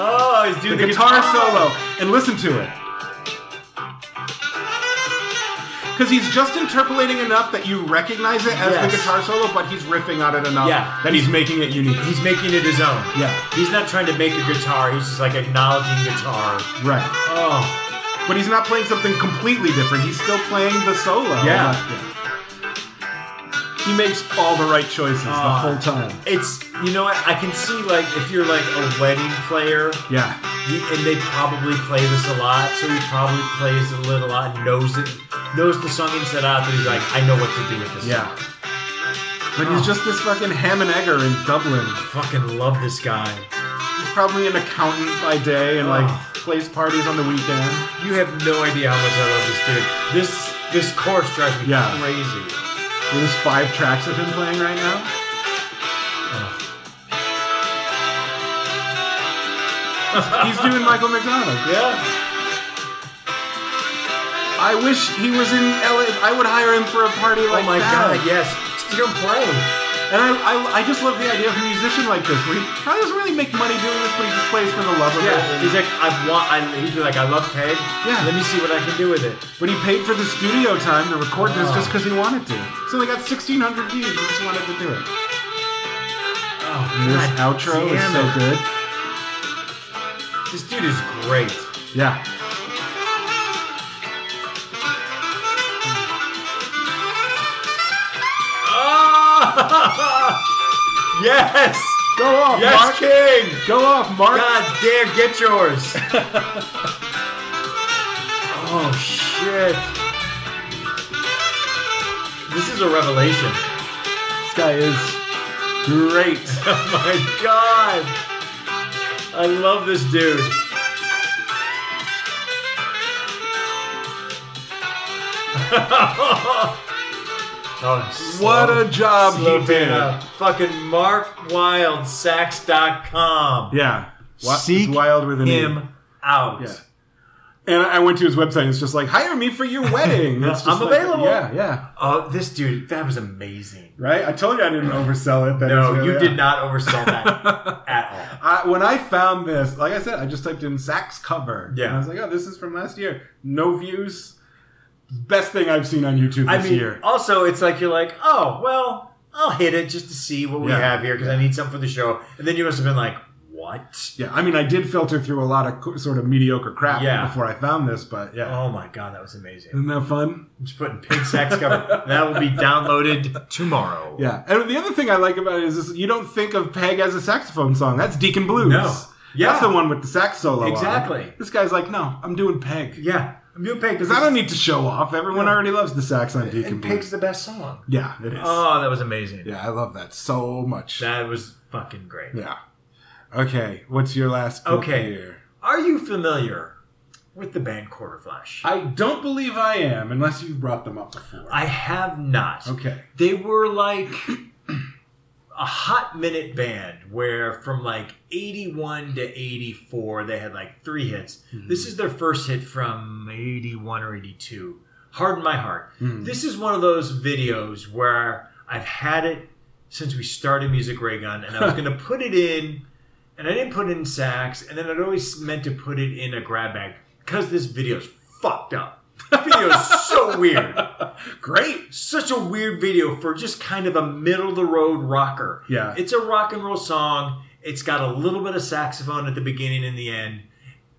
Speaker 2: Oh, he's
Speaker 1: the
Speaker 2: doing
Speaker 1: guitar solo, and listen to it. Because he's just interpolating enough that you recognize it as
Speaker 2: Yes.
Speaker 1: the guitar solo, but he's riffing on it enough
Speaker 2: Yeah.
Speaker 1: that he's making it unique.
Speaker 2: He's making it his own.
Speaker 1: Yeah.
Speaker 2: He's not trying to make a guitar, he's just like acknowledging guitar.
Speaker 1: Right.
Speaker 2: Oh.
Speaker 1: But he's not playing something completely different. He's still playing the solo.
Speaker 2: Yeah.
Speaker 1: He makes all the right choices the
Speaker 2: Ah.
Speaker 1: whole time.
Speaker 2: It's, you know what? I can see, like, if you're like a wedding player,
Speaker 1: Yeah.
Speaker 2: you, and they probably play this a lot, so he probably plays it a little lot and knows it, knows the song inside out, but he's like, I know what to do with this.
Speaker 1: Yeah. But he's just this fucking ham and egger in Dublin.
Speaker 2: Fucking love this guy.
Speaker 1: He's probably an accountant by day and like
Speaker 2: Ah.
Speaker 1: plays parties on the weekend.
Speaker 2: You have no idea how much I love this dude. This this course drives me
Speaker 1: Yeah.
Speaker 2: crazy.
Speaker 1: There's five tracks of him playing right now.
Speaker 2: Ah.
Speaker 1: He's doing Michael McDonald.
Speaker 2: Yeah.
Speaker 1: I wish he was in LA. I would hire him for a party
Speaker 2: Oh
Speaker 1: like
Speaker 2: my
Speaker 1: that.
Speaker 2: god, yes. Still play.
Speaker 1: And I, I, I just love the idea of a musician like this, where he probably doesn't really make money doing this, but he just plays for the love of
Speaker 2: Yeah.
Speaker 1: it.
Speaker 2: He's like, I want I he'd be like, I love Peg.
Speaker 1: Yeah.
Speaker 2: Let me see what I can do with it.
Speaker 1: But he paid for the studio time to record this
Speaker 2: Ah.
Speaker 1: just because he wanted to. So they got 1,600 views. He just wanted to do it.
Speaker 2: Oh,
Speaker 1: And this
Speaker 2: God
Speaker 1: outro is
Speaker 2: damn
Speaker 1: so
Speaker 2: it.
Speaker 1: good.
Speaker 2: This dude is great.
Speaker 1: Yeah.
Speaker 2: Oh! yes!
Speaker 1: Go off,
Speaker 2: Yes,
Speaker 1: Mark.
Speaker 2: King!
Speaker 1: Go off, Mark.
Speaker 2: God damn, get yours. oh shit. This is a revelation.
Speaker 1: This guy is great.
Speaker 2: Oh my god. I love this dude. Oh, slow-
Speaker 1: what a job
Speaker 2: slow
Speaker 1: he did.
Speaker 2: down. Fucking Mark Wild, Sax.com.
Speaker 1: Yeah. Wa- it's
Speaker 2: Seek
Speaker 1: wild with an E.
Speaker 2: Him out.
Speaker 1: Yeah. And I went to his website and it's just like, hire me for your wedding. It's just
Speaker 2: I'm
Speaker 1: like,
Speaker 2: available.
Speaker 1: Yeah, yeah.
Speaker 2: Oh, this dude, that was amazing.
Speaker 1: Right? I told you I didn't oversell it. That
Speaker 2: No,
Speaker 1: it's really-
Speaker 2: you did not oversell that at all.
Speaker 1: I, when I found this, like I said, I just typed in Sax cover.
Speaker 2: Yeah.
Speaker 1: And I was like, oh, this is from last year. No views. Best thing I've seen on YouTube this
Speaker 2: I mean,
Speaker 1: year.
Speaker 2: also, it's like you're like, oh, well, I'll hit it just to see what we
Speaker 1: Yeah.
Speaker 2: have here because I need some for the show. And then you must have been like, what?
Speaker 1: Yeah, I mean, I did filter through a lot of co- sort of mediocre crap
Speaker 2: Yeah.
Speaker 1: before I found this, but yeah.
Speaker 2: Oh my god, that was amazing.
Speaker 1: Isn't that fun?
Speaker 2: I'm just putting pig sax cover. that will be downloaded tomorrow.
Speaker 1: Yeah, and the other thing I like about it is this, you don't think of Peg as a saxophone song. That's Deacon Blues.
Speaker 2: No. Yeah.
Speaker 1: That's the one with the sax solo. on it.
Speaker 2: Exactly.
Speaker 1: This guy's like, no, I'm doing Peg.
Speaker 2: Yeah. I'm doing pig
Speaker 1: Because I don't need to show off. Everyone
Speaker 2: No.
Speaker 1: already loves the sax on Deacon
Speaker 2: And
Speaker 1: Blues.
Speaker 2: pig's the best song.
Speaker 1: yeah, it is.
Speaker 2: Oh, that was amazing.
Speaker 1: yeah, I love that so much.
Speaker 2: That was fucking great.
Speaker 1: yeah. Okay, what's your last pick
Speaker 2: Okay.
Speaker 1: here?
Speaker 2: Are you familiar with the band Quarterflash?
Speaker 1: I don't believe I am, unless you've brought them up before.
Speaker 2: I have not.
Speaker 1: okay.
Speaker 2: they were like a hot minute band where from like 81 to 84 they had like three hits this is their first hit from 81 or 82 harden my heart
Speaker 1: Mhm.
Speaker 2: this is one of those videos where i've had it since we started music ray gun and i was going to put it in and i didn't put it in sax and then i'd always meant to put it in a grab bag because this video's fucked up the video is so weird
Speaker 1: Great.
Speaker 2: such a weird video for just kind of a middle of the road rocker.
Speaker 1: Yeah.
Speaker 2: It's a rock and roll song. It's got a little bit of saxophone at the beginning and the end.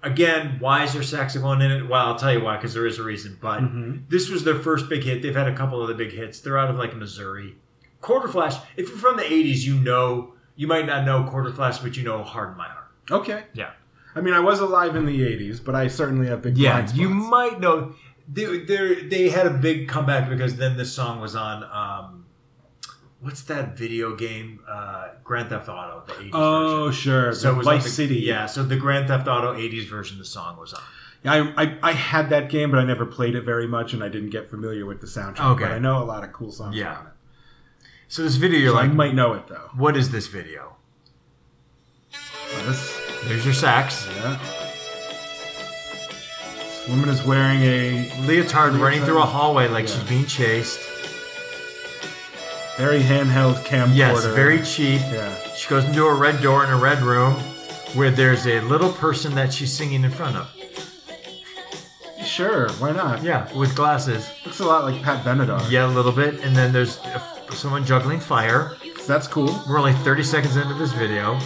Speaker 2: Again, why is there saxophone in it? Well, I'll tell you why, because there is a reason. But
Speaker 1: Mhm.
Speaker 2: this was their first big hit. They've had a couple other big hits. They're out of like Missouri. Quarter Flash, if you're from the 80s, you know, you might not know Quarter Flash, but you know Harden My Heart.
Speaker 1: Okay.
Speaker 2: Yeah.
Speaker 1: I mean, I was alive in the 80s, but I certainly have big
Speaker 2: Yeah,
Speaker 1: blind
Speaker 2: you
Speaker 1: spots.
Speaker 2: might know. They, they they had a big comeback because then this song was on um, what's that video game? Uh, Grand Theft Auto, the 80s version.
Speaker 1: Oh, sure.
Speaker 2: So it
Speaker 1: the
Speaker 2: was
Speaker 1: Vice
Speaker 2: on the-
Speaker 1: City.
Speaker 2: Yeah, so the Grand Theft Auto 80s version of the song was on.
Speaker 1: I, I I had that game, but I never played it very much, and I didn't get familiar with the soundtrack.
Speaker 2: Okay.
Speaker 1: But I know a lot of cool songs
Speaker 2: Yeah.
Speaker 1: on it.
Speaker 2: So this video, you're
Speaker 1: So
Speaker 2: like,
Speaker 1: I might know it though.
Speaker 2: what is this video?
Speaker 1: This,
Speaker 2: There's your sax.
Speaker 1: yeah. This woman is wearing a
Speaker 2: Leotard running
Speaker 1: Leotard.
Speaker 2: through a hallway like
Speaker 1: Yeah.
Speaker 2: she's being chased.
Speaker 1: very handheld camcorder.
Speaker 2: Yes, very cheap.
Speaker 1: Yeah.
Speaker 2: She goes into a red door in a red room where there's a little person that she's singing in front of.
Speaker 1: Sure. Why not?
Speaker 2: Yeah, with glasses.
Speaker 1: Looks a lot like Pat Benatar.
Speaker 2: Yeah, a little bit. And then there's a, someone juggling fire.
Speaker 1: That's cool.
Speaker 2: We're only 30 seconds into this video.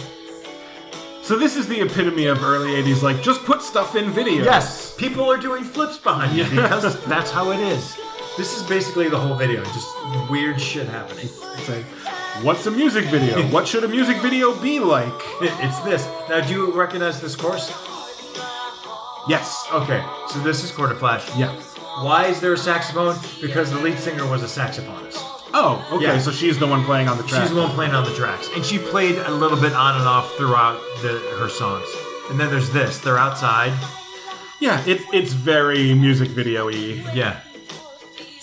Speaker 1: So this is the epitome of early '80s. Like, just put stuff in video.
Speaker 2: Yes, people are doing flips behind you because that's how it is. This is basically the whole video, just weird shit happening.
Speaker 1: It's like, what's a music video? what should a music video be like?
Speaker 2: It's this. Now, do you recognize this course?
Speaker 1: Yes.
Speaker 2: Okay, so this is Quarter Flash.
Speaker 1: Yeah.
Speaker 2: Why is there a saxophone? Because the lead singer was a saxophonist.
Speaker 1: Oh, okay.
Speaker 2: Yeah.
Speaker 1: So she's the one playing on the track.
Speaker 2: She's the one playing on the tracks, and she played a little bit on and off throughout the, her songs. And then there's this. They're outside.
Speaker 1: Yeah, it's it's very music video-y.
Speaker 2: Yeah.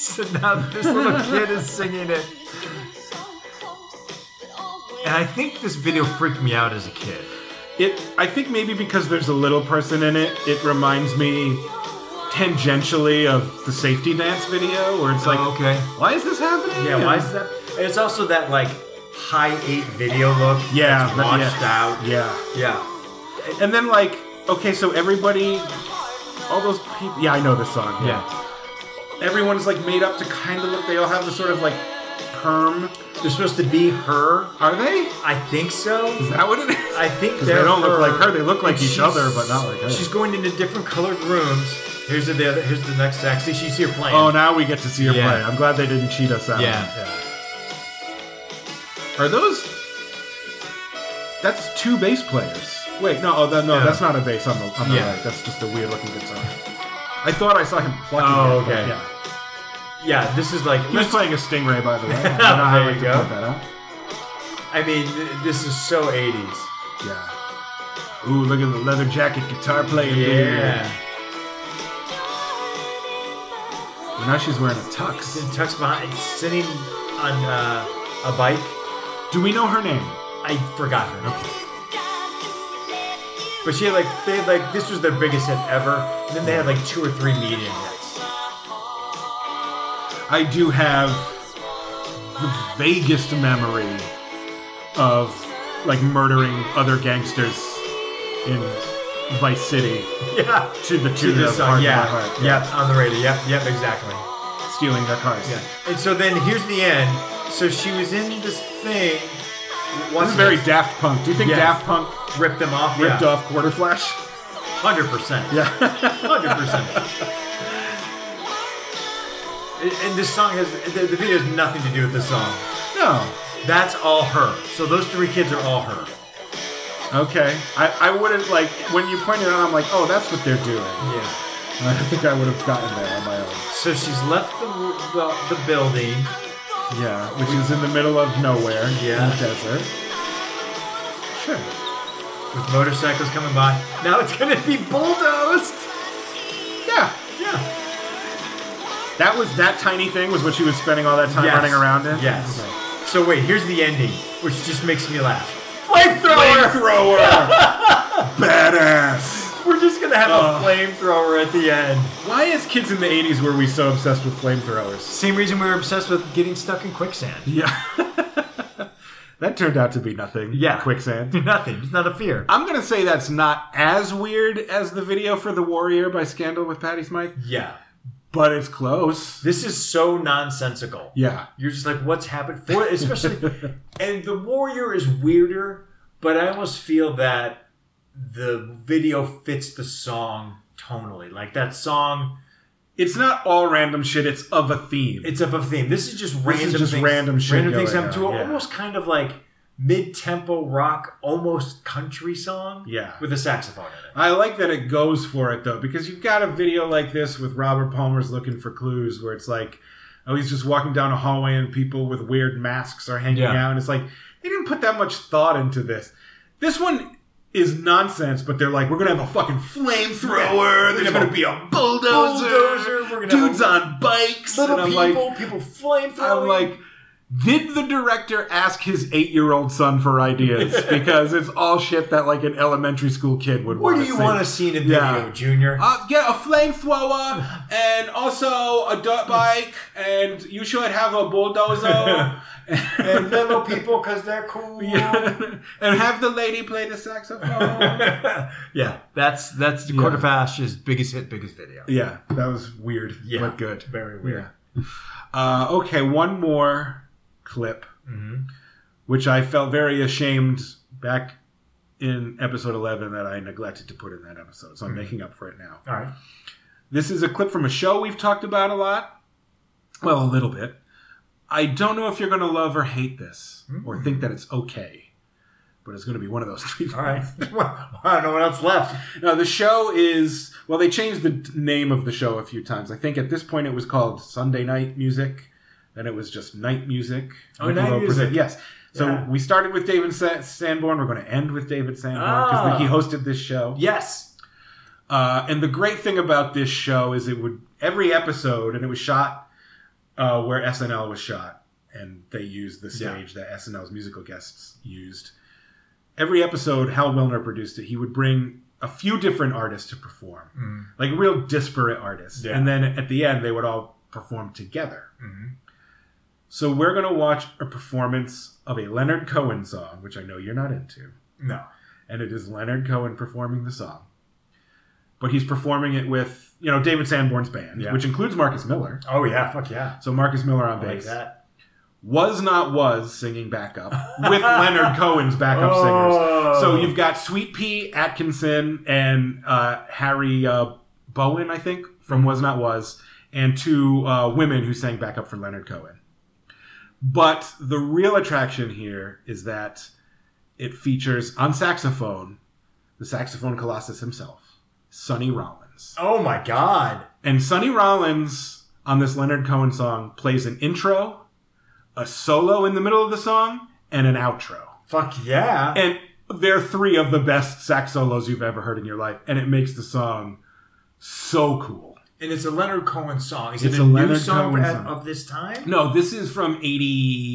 Speaker 2: So now this little kid is singing it. And I think this video freaked me out as a kid.
Speaker 1: It I think maybe because there's a little person in it, it reminds me tangentially of the safety dance video where it's like
Speaker 2: Oh, okay.
Speaker 1: why is this happening?
Speaker 2: Yeah, why is that? And it's also that like high eight video look.
Speaker 1: Yeah,
Speaker 2: that's
Speaker 1: but
Speaker 2: washed
Speaker 1: yeah.
Speaker 2: out.
Speaker 1: Yeah.
Speaker 2: Yeah.
Speaker 1: And then like okay, so everybody all those people Yeah, I know this song.
Speaker 2: Yeah.
Speaker 1: Everyone's like made up to kind of look they all have the sort of like perm.
Speaker 2: They're supposed to be her.
Speaker 1: Are they?
Speaker 2: I think so.
Speaker 1: Is that what it is?
Speaker 2: I think
Speaker 1: 'Cause they
Speaker 2: they're
Speaker 1: don't look like her, they look like
Speaker 2: And
Speaker 1: each
Speaker 2: she's-
Speaker 1: other, but not like her.
Speaker 2: She's going into different colored rooms. Here's the, the other. Here's the next act. See, she's here playing.
Speaker 1: Oh, now we get to see her
Speaker 2: Yeah.
Speaker 1: play. I'm glad they didn't cheat us out.
Speaker 2: Yeah.
Speaker 1: Are those? That's two bass players. Wait, no, oh, that, no,
Speaker 2: Yeah.
Speaker 1: that's not a bass on the, on the
Speaker 2: Yeah.
Speaker 1: right. That's just a weird looking guitar. I thought I saw him plucking.
Speaker 2: Oh,
Speaker 1: it, but
Speaker 2: okay.
Speaker 1: Yeah.
Speaker 2: Yeah. This is like.
Speaker 1: He was playing a stingray, by the way. I don't know how
Speaker 2: There
Speaker 1: I
Speaker 2: you
Speaker 1: could put
Speaker 2: go.
Speaker 1: that out.
Speaker 2: I mean, th- this is so 80s.
Speaker 1: Yeah. Ooh, look at the leather jacket guitar player. dude.
Speaker 2: Yeah.
Speaker 1: Well, now she's wearing a tux.
Speaker 2: And tucks behind, sitting on uh, a bike.
Speaker 1: Do we know her name?
Speaker 2: I forgot her name. But she had like they had like this was their biggest hit ever. And then they had like two or three medium hits.
Speaker 1: I do have the vaguest memory of like murdering other gangsters in Vice City
Speaker 2: Yeah.
Speaker 1: to the
Speaker 2: To
Speaker 1: tune
Speaker 2: this
Speaker 1: of
Speaker 2: song,
Speaker 1: Hard
Speaker 2: uh, yeah,
Speaker 1: My Heart.
Speaker 2: yeah, on the radio, yep, yep, exactly.
Speaker 1: stealing their cars.
Speaker 2: Yeah. And so then here's the end. So she was in this thing.
Speaker 1: This
Speaker 2: Once
Speaker 1: is very Daft Punk. Do you think
Speaker 2: Yeah.
Speaker 1: Daft Punk
Speaker 2: ripped them off.
Speaker 1: ripped
Speaker 2: yeah.
Speaker 1: off Quarter Flash?
Speaker 2: Hundred percent.
Speaker 1: Yeah.
Speaker 2: Hundred percent. And this song has the, the video has nothing to do with the song.
Speaker 1: no.
Speaker 2: That's all her. So those three kids are all her.
Speaker 1: Okay. I, I wouldn't like when you pointed out. I'm like, oh, that's what they're doing.
Speaker 2: Yeah.
Speaker 1: And I think I would have gotten there on my own.
Speaker 2: So she's left the the, the building.
Speaker 1: Yeah, which is in the middle of nowhere
Speaker 2: Yeah.
Speaker 1: in the desert. Sure.
Speaker 2: with motorcycles coming by. Now it's gonna be bulldozed.
Speaker 1: Yeah.
Speaker 2: Yeah.
Speaker 1: That was that tiny thing was what she was spending all that time
Speaker 2: Yes.
Speaker 1: running around in.
Speaker 2: Yes.
Speaker 1: Okay.
Speaker 2: So wait, here's the ending, which just makes me laugh. Flamethrower.
Speaker 1: Flamethrower. Badass.
Speaker 2: We're just gonna have
Speaker 1: Ugh.
Speaker 2: a flamethrower at the end.
Speaker 1: Why, as kids in the '80s, were we so obsessed with flamethrowers?
Speaker 2: Same reason we were obsessed with getting stuck in quicksand.
Speaker 1: Yeah. that turned out to be nothing.
Speaker 2: Yeah.
Speaker 1: Quicksand.
Speaker 2: Nothing. It's not a fear.
Speaker 1: I'm gonna say that's not as weird as the video for "The Warrior" by Scandal with Patti Smythe,
Speaker 2: Yeah.
Speaker 1: but it's close.
Speaker 2: This is so nonsensical.
Speaker 1: Yeah.
Speaker 2: You're just like, what's happened? For especially, and the warrior is weirder, but I almost feel that the video fits the song tonally. Like that song,
Speaker 1: It's not all random shit. It's of a theme.
Speaker 2: it's of a theme. This is just random,
Speaker 1: just
Speaker 2: things,
Speaker 1: random shit
Speaker 2: random things
Speaker 1: going
Speaker 2: up to
Speaker 1: on, yeah.
Speaker 2: almost kind of like mid-tempo rock, almost country song.
Speaker 1: Yeah.
Speaker 2: with a saxophone in
Speaker 1: I like that it goes for it though, because you've got a video like this with Robert Palmer's looking for clues, where it's like, Oh, he's just walking down a hallway and people with weird masks are hanging
Speaker 2: Yeah.
Speaker 1: out. And it's like, they didn't put that much thought into this. This one is nonsense, but they're like, we're going to have a fucking flamethrower. There's
Speaker 2: Yeah.
Speaker 1: going to be a bulldozer.
Speaker 2: Bulldozer. We're gonna
Speaker 1: Dudes
Speaker 2: have
Speaker 1: on bikes.
Speaker 2: Little
Speaker 1: and I'm like,
Speaker 2: people, people flame
Speaker 1: I'm like, did the director ask his eight-year-old son for ideas? because it's all shit that like an elementary school kid would.
Speaker 2: what
Speaker 1: want
Speaker 2: do you want to see in a video,
Speaker 1: Yeah.
Speaker 2: Junior?
Speaker 1: Uh, get a flamethrower and also a dirt bike, and you should have a bulldozer.
Speaker 2: and little people, because they're cool.
Speaker 1: Yeah. and have the lady play the saxophone.
Speaker 2: yeah, that's that's the
Speaker 1: Yeah.
Speaker 2: Quarter Fash's biggest hit, biggest video.
Speaker 1: yeah, that was weird,
Speaker 2: Yeah.
Speaker 1: but good.
Speaker 2: Very
Speaker 1: Yeah. Uh, okay, one more clip.
Speaker 2: hmm
Speaker 1: which I felt very ashamed back in episode 11 that I neglected to put in that episode. So I'm
Speaker 2: Hmm.
Speaker 1: making up for it now.
Speaker 2: All right.
Speaker 1: This is a clip from a show we've talked about a lot. Well, a little bit. I don't know if you're going to love or hate this or
Speaker 2: Hmm.
Speaker 1: think that it's okay, but it's going to be one of those three.
Speaker 2: All right. Well, I don't know what else left.
Speaker 1: Now, the show is, well, they changed the t- name of the show a few times. I think at this point it was called Sunday Night Music, then it was just Night Music.
Speaker 2: Oh, Night
Speaker 1: Michelob
Speaker 2: Music.
Speaker 1: Present- Yes. So
Speaker 2: Yeah.
Speaker 1: we started with David Sa- Sanborn. We're going to end with David Sanborn because
Speaker 2: Ah.
Speaker 1: he hosted this show.
Speaker 2: Yes.
Speaker 1: Uh, and the great thing about this show is it would, every episode, and it was shot uh, where SNL was shot, and they used the
Speaker 2: Yeah.
Speaker 1: stage that SNL's musical guests used. Every episode, Hal Wilner produced it. He would bring a few different artists to perform
Speaker 2: Mm-hmm.
Speaker 1: like real disparate artists.
Speaker 2: Yeah.
Speaker 1: And then at the end, they would all perform together.
Speaker 2: Mm-hmm.
Speaker 1: So we're going to watch a performance of a Leonard Cohen song, which I know you're not into.
Speaker 2: No.
Speaker 1: And it is Leonard Cohen performing the song. But he's performing it with, you know, David Sanborn's band,
Speaker 2: Yeah.
Speaker 1: which includes Marcus Miller.
Speaker 2: Oh yeah. Fuck yeah.
Speaker 1: So Marcus Miller on
Speaker 2: I like
Speaker 1: bass.
Speaker 2: that.
Speaker 1: was not was singing backup with Leonard Cohen's backup singers. So you've got Sweet Pea Atkinson and uh, Harry uh, Bowen, I think, from Was Not Was, and two uh, women who sang backup for Leonard Cohen. But the real attraction here is that it features on saxophone the saxophone colossus himself, Sonny Rollins.
Speaker 2: Oh my god.
Speaker 1: And Sonny Rollins on this Leonard Cohen song plays an intro, a solo in the middle of the song, and an outro.
Speaker 2: Fuck yeah.
Speaker 1: And they're three of the best sax solos you've ever heard in your life, and it makes the song so cool.
Speaker 2: And it's a Leonard Cohen song. Is
Speaker 1: It's
Speaker 2: it a,
Speaker 1: a
Speaker 2: new
Speaker 1: Leonard
Speaker 2: song,
Speaker 1: Cohen
Speaker 2: at-
Speaker 1: song.
Speaker 2: of this time?
Speaker 1: No, this is from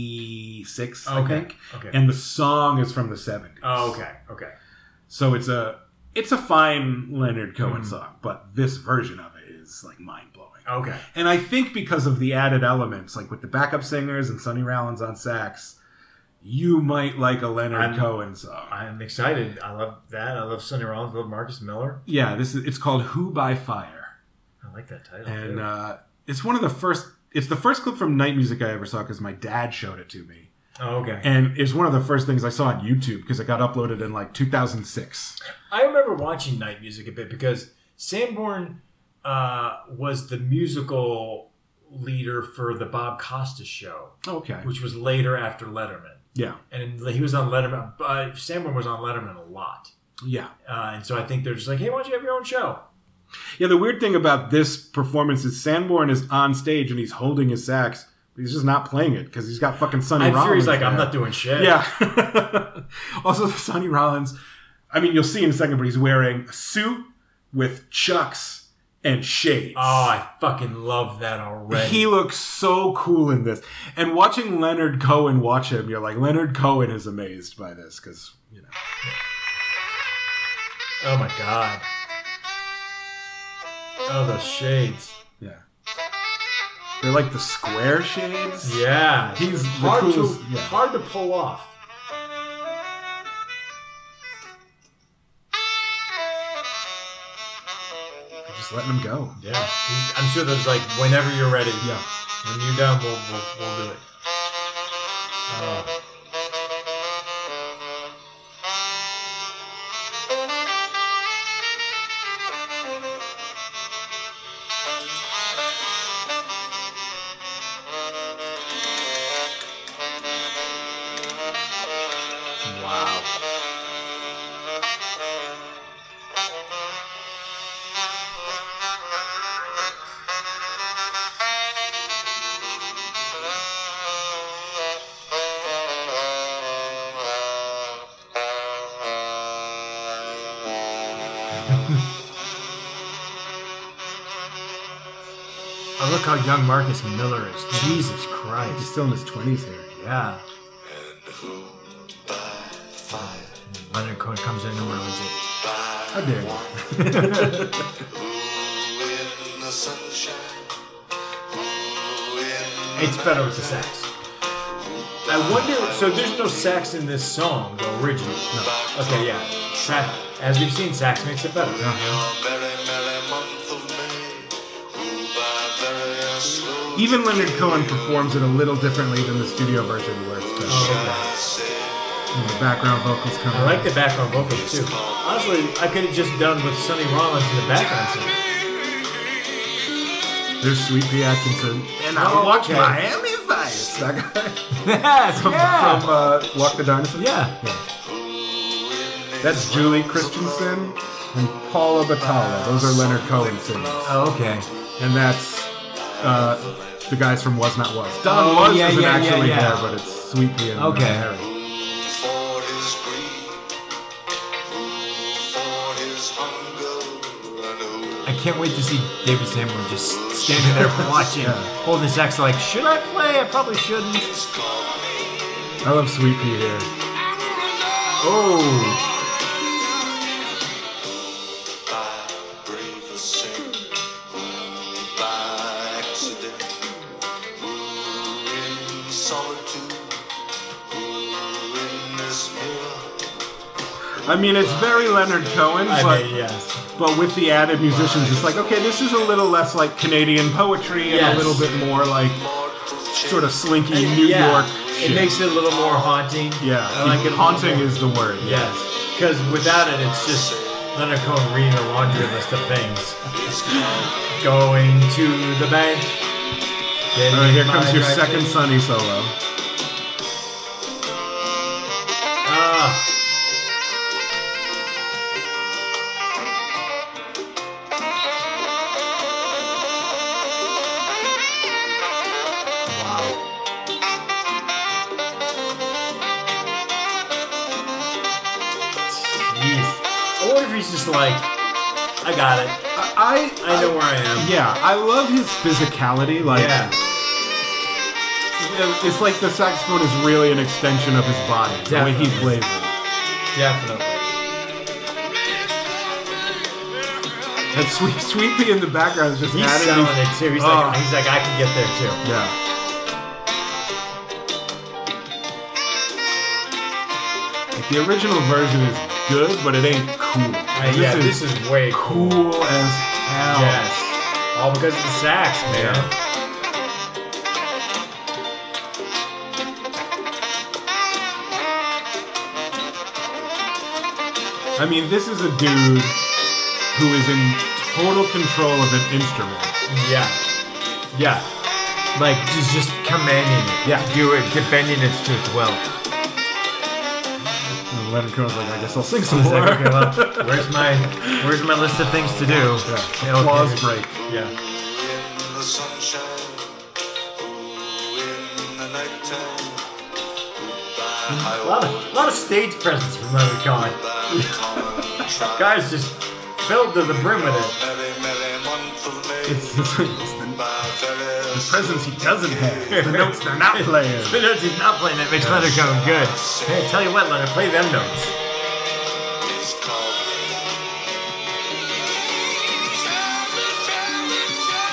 Speaker 1: '86, I
Speaker 2: Okay.
Speaker 1: think,
Speaker 2: Okay.
Speaker 1: and the song is from the '70s.
Speaker 2: oh, okay. Okay.
Speaker 1: So it's a it's a fine Leonard Cohen
Speaker 2: Mhm.
Speaker 1: song, but this version of it is like mind blowing.
Speaker 2: Okay.
Speaker 1: And I think because of the added elements, like with the backup singers and Sonny Rollins on sax, you might like a Leonard
Speaker 2: I'm-
Speaker 1: Cohen song.
Speaker 2: I'm excited. I love that. I love Sonny Rollins. I love Marcus Miller.
Speaker 1: yeah, this is it's called "Who by Fire."
Speaker 2: I like that title.
Speaker 1: and
Speaker 2: too.
Speaker 1: uh, it's one of the first. It's the first clip from Night Music I ever saw because my dad showed it to me,
Speaker 2: oh, okay.
Speaker 1: and it's one of the first things I saw on YouTube because it got uploaded in like 2006.
Speaker 2: I remember watching Night Music a bit because Sanborn uh, was the musical leader for the Bob Costa show,
Speaker 1: Okay,
Speaker 2: which was later after Letterman.
Speaker 1: yeah,
Speaker 2: And he was on Letterman. Uh, Sanborn was on Letterman a lot.
Speaker 1: yeah,
Speaker 2: Uh, and so I think they're just like, hey, why don't you have your own show?
Speaker 1: yeah. The weird thing about this performance is Sanborn is on stage and he's holding his sax, but he's just not playing it because he's got fucking Sonny
Speaker 2: I'm
Speaker 1: Rollins.
Speaker 2: sure he's like, I'm
Speaker 1: there.
Speaker 2: not doing shit.
Speaker 1: Yeah. also, Sonny Rollins, I mean, you'll see in a second, but he's wearing a suit with chucks and shades.
Speaker 2: Oh, I fucking love that already.
Speaker 1: He looks so cool in this. And watching Leonard Cohen watch him, you're like, Leonard Cohen is amazed by this because, you know.
Speaker 2: oh my god. Oh, those shades.
Speaker 1: Yeah. They're like the square shades.
Speaker 2: Yeah,
Speaker 1: He's the
Speaker 2: hard
Speaker 1: coolest-
Speaker 2: to
Speaker 1: yeah.
Speaker 2: hard to pull off.
Speaker 1: Just letting him go.
Speaker 2: Yeah, he's- I'm sure there's like whenever you're ready.
Speaker 1: Yeah.
Speaker 2: when you're done, we'll we'll, we'll do it. Oh. Wow.
Speaker 5: Thank
Speaker 2: I look how young Marcus Miller is. Jesus
Speaker 1: He's
Speaker 2: Christ.
Speaker 1: still in his twenties here.
Speaker 2: Yeah.
Speaker 6: And who by fire,
Speaker 2: Leonard Cohen comes in and ruins it.
Speaker 6: by
Speaker 1: How dare you?
Speaker 6: one, who in the sunshine, who in
Speaker 2: It's better with the sax. I wonder. So there's no sax in this song, though, originally. No. Okay, yeah. Sax, as we've seen, sax makes it better.
Speaker 6: your
Speaker 2: Uh-huh.
Speaker 6: very merry month of May, who by very slow
Speaker 1: Even Leonard Cohen performs it a little differently than the studio version where it's been.
Speaker 6: I say,
Speaker 1: And the background vocals come
Speaker 2: Oh. I
Speaker 1: in.
Speaker 2: like the background vocals too. Honestly, I could have just done with Sonny Rollins in the background singing.
Speaker 1: There's Sweet Pea Atkinson. And I
Speaker 2: Oh,
Speaker 1: watch
Speaker 2: okay.
Speaker 1: Miami Vice. That guy
Speaker 2: Yes,
Speaker 1: from, from uh, Walk the Dinosaur.
Speaker 2: yeah.
Speaker 1: That's Julie Christensen and Paula Batala. Those are Leonard Cohen singers.
Speaker 2: Oh, okay.
Speaker 1: And that's uh, the guys from Was Not Was. Don
Speaker 2: Oh,
Speaker 1: Was
Speaker 2: yeah,
Speaker 1: isn't
Speaker 2: yeah, yeah,
Speaker 1: actually
Speaker 2: yeah.
Speaker 1: there, but it's Sweet Pea and
Speaker 2: Okay.
Speaker 1: Harry.
Speaker 6: for his greed, who for his hunger, and who
Speaker 2: I can't wait to see David Samuel just standing there watching, holding his axe, like, should I play? I probably shouldn't.
Speaker 6: is called
Speaker 1: I love Sweet Pea here.
Speaker 2: Oh,
Speaker 6: by brave ascent, who by accident, who in solitude, who in this mirror,
Speaker 1: I mean, it's very Leonard Cohen, but,
Speaker 2: I mean, yes.
Speaker 1: but with the added musicians, it's like, okay, this is a little less like Canadian poetry and
Speaker 2: Yes.
Speaker 1: a little bit more like
Speaker 6: mortal change.
Speaker 1: sort of slinky New
Speaker 2: Yeah,
Speaker 1: York
Speaker 2: It
Speaker 1: shit.
Speaker 2: makes it a little more haunting.
Speaker 1: yeah,
Speaker 2: I like it. a little
Speaker 1: haunting
Speaker 2: more.
Speaker 1: is the word.
Speaker 2: Yes, because without it, it's just Leonard Cohen reading a laundry list of things. Going to the bank.
Speaker 1: All right, here comes your second Sunny solo.
Speaker 2: Ah, jeez. I wonder if he's just like, I got it.
Speaker 1: I, I,
Speaker 2: I know where I am.
Speaker 1: yeah, I love his physicality. Like, uh,
Speaker 2: Yeah.
Speaker 1: it's like the saxophone is really an extension of his body. The way he
Speaker 2: Definitely.
Speaker 1: plays it.
Speaker 2: Definitely.
Speaker 1: That sweet, sweet pea in the background is just
Speaker 2: He's
Speaker 1: adding
Speaker 2: selling
Speaker 1: these-
Speaker 2: it too. He's
Speaker 1: Oh.
Speaker 2: like, he's like, I can get there too.
Speaker 1: Yeah. Like, the original version is good, but it ain't cool.
Speaker 2: Uh, yeah, this is way cool.
Speaker 1: cool as hell.
Speaker 2: Yes. All because of the sax, man.
Speaker 1: I mean, this is a dude who is in total control of an instrument.
Speaker 2: Yeah. Yeah. Like he's just commanding it.
Speaker 1: Yeah.
Speaker 2: Do it, defending it to its will.
Speaker 1: And Leonard Cohen's like, I guess I'll sing some
Speaker 2: He's
Speaker 1: more.
Speaker 2: like, okay, well, where's my where's my list of things to do?
Speaker 1: Yeah,
Speaker 2: Okay.
Speaker 1: Applause break.
Speaker 2: Yeah.
Speaker 6: in the sunshine, who in the nighttime, who
Speaker 2: A
Speaker 6: by
Speaker 2: lot
Speaker 6: highway,
Speaker 2: of, lot of stage presence from Leonard Cohen.
Speaker 6: by contrast.
Speaker 2: Guys just filled to the brim with it.
Speaker 6: Merry, merry month of May,
Speaker 1: It's, it's, it's the
Speaker 6: by very
Speaker 1: presence he doesn't have. It's the notes they're not playing.
Speaker 2: The notes he's not playing that makes Leonard Cohen good. Hey, tell you what, Leonard, play them notes.
Speaker 6: is called.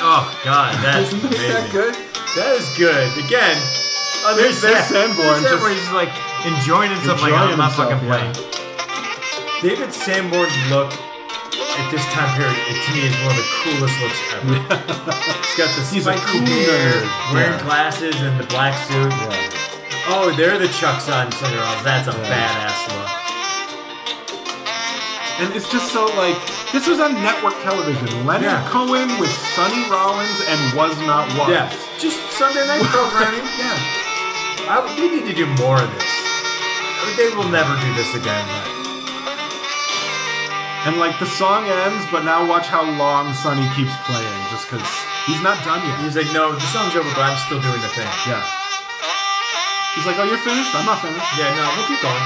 Speaker 2: Oh God, that's
Speaker 1: Isn't
Speaker 2: amazing.
Speaker 1: that good?
Speaker 2: That is good. Again, oh,
Speaker 1: There's- there's
Speaker 2: there's, Sa-
Speaker 1: Sanborn
Speaker 2: There's Sanborn.
Speaker 1: just-
Speaker 2: he's like enjoying himself. like
Speaker 1: Enjoying
Speaker 2: I'm not
Speaker 1: himself,
Speaker 2: fucking
Speaker 1: yeah.
Speaker 2: playing. David Sanborn's look at this time period, it, to me, is one of the coolest looks ever. he's got the
Speaker 1: He's a cool
Speaker 2: spiky hair,
Speaker 1: nerd.
Speaker 2: wearing
Speaker 1: Yeah.
Speaker 2: glasses and the black suit.
Speaker 1: Yeah.
Speaker 2: Oh, they're the Chucks on Cinder That's a
Speaker 1: Yeah.
Speaker 2: badass look.
Speaker 1: And it's just so like this was on network television. Leonard
Speaker 2: Yeah.
Speaker 1: Cohen with Sonny Rollins and was not was.
Speaker 2: Yeah, just Sunday night programming.
Speaker 1: yeah.
Speaker 2: I, they need to do more of this. They will never do this again. But.
Speaker 1: And like the song ends, but now watch how long Sonny keeps playing, just because he's not done yet.
Speaker 2: He's like, no, the song's over, but I'm still doing the thing.
Speaker 1: yeah. He's like, oh, you're finished? I'm not finished.
Speaker 2: Yeah, no, we'll keep going.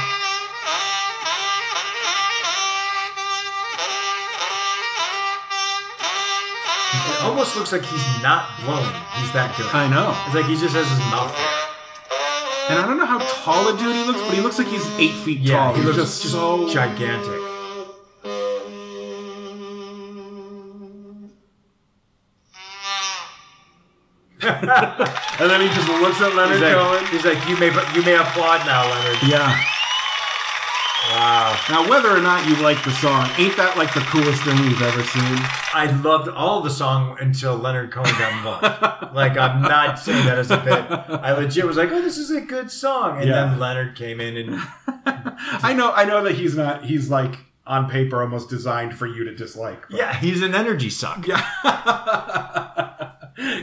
Speaker 2: It almost looks like he's not blown. He's that good.
Speaker 1: I know.
Speaker 2: It's like he just has his mouth. full.
Speaker 1: And I don't know how tall a dude he looks, but he looks like he's eight feet
Speaker 2: Yeah,
Speaker 1: tall.
Speaker 2: he
Speaker 1: He's
Speaker 2: looks
Speaker 1: just
Speaker 2: just
Speaker 1: so
Speaker 2: gigantic.
Speaker 1: And then he just looks at Leonard
Speaker 2: He's like,
Speaker 1: Cohen.
Speaker 2: he's like, you may, you may applaud now, Leonard.
Speaker 1: Yeah.
Speaker 2: Wow.
Speaker 1: Now, whether or not you like the song, ain't that like the coolest thing we've ever seen?
Speaker 2: I loved all the song until Leonard Cohen got involved. like I'm not saying that as a bit. I legit was like, oh, this is a good song, and
Speaker 1: Yeah.
Speaker 2: then Leonard came in and
Speaker 1: I know, I know that he's not. He's like on paper almost designed for you to dislike. but-
Speaker 2: yeah, he's an energy suck.
Speaker 1: yeah.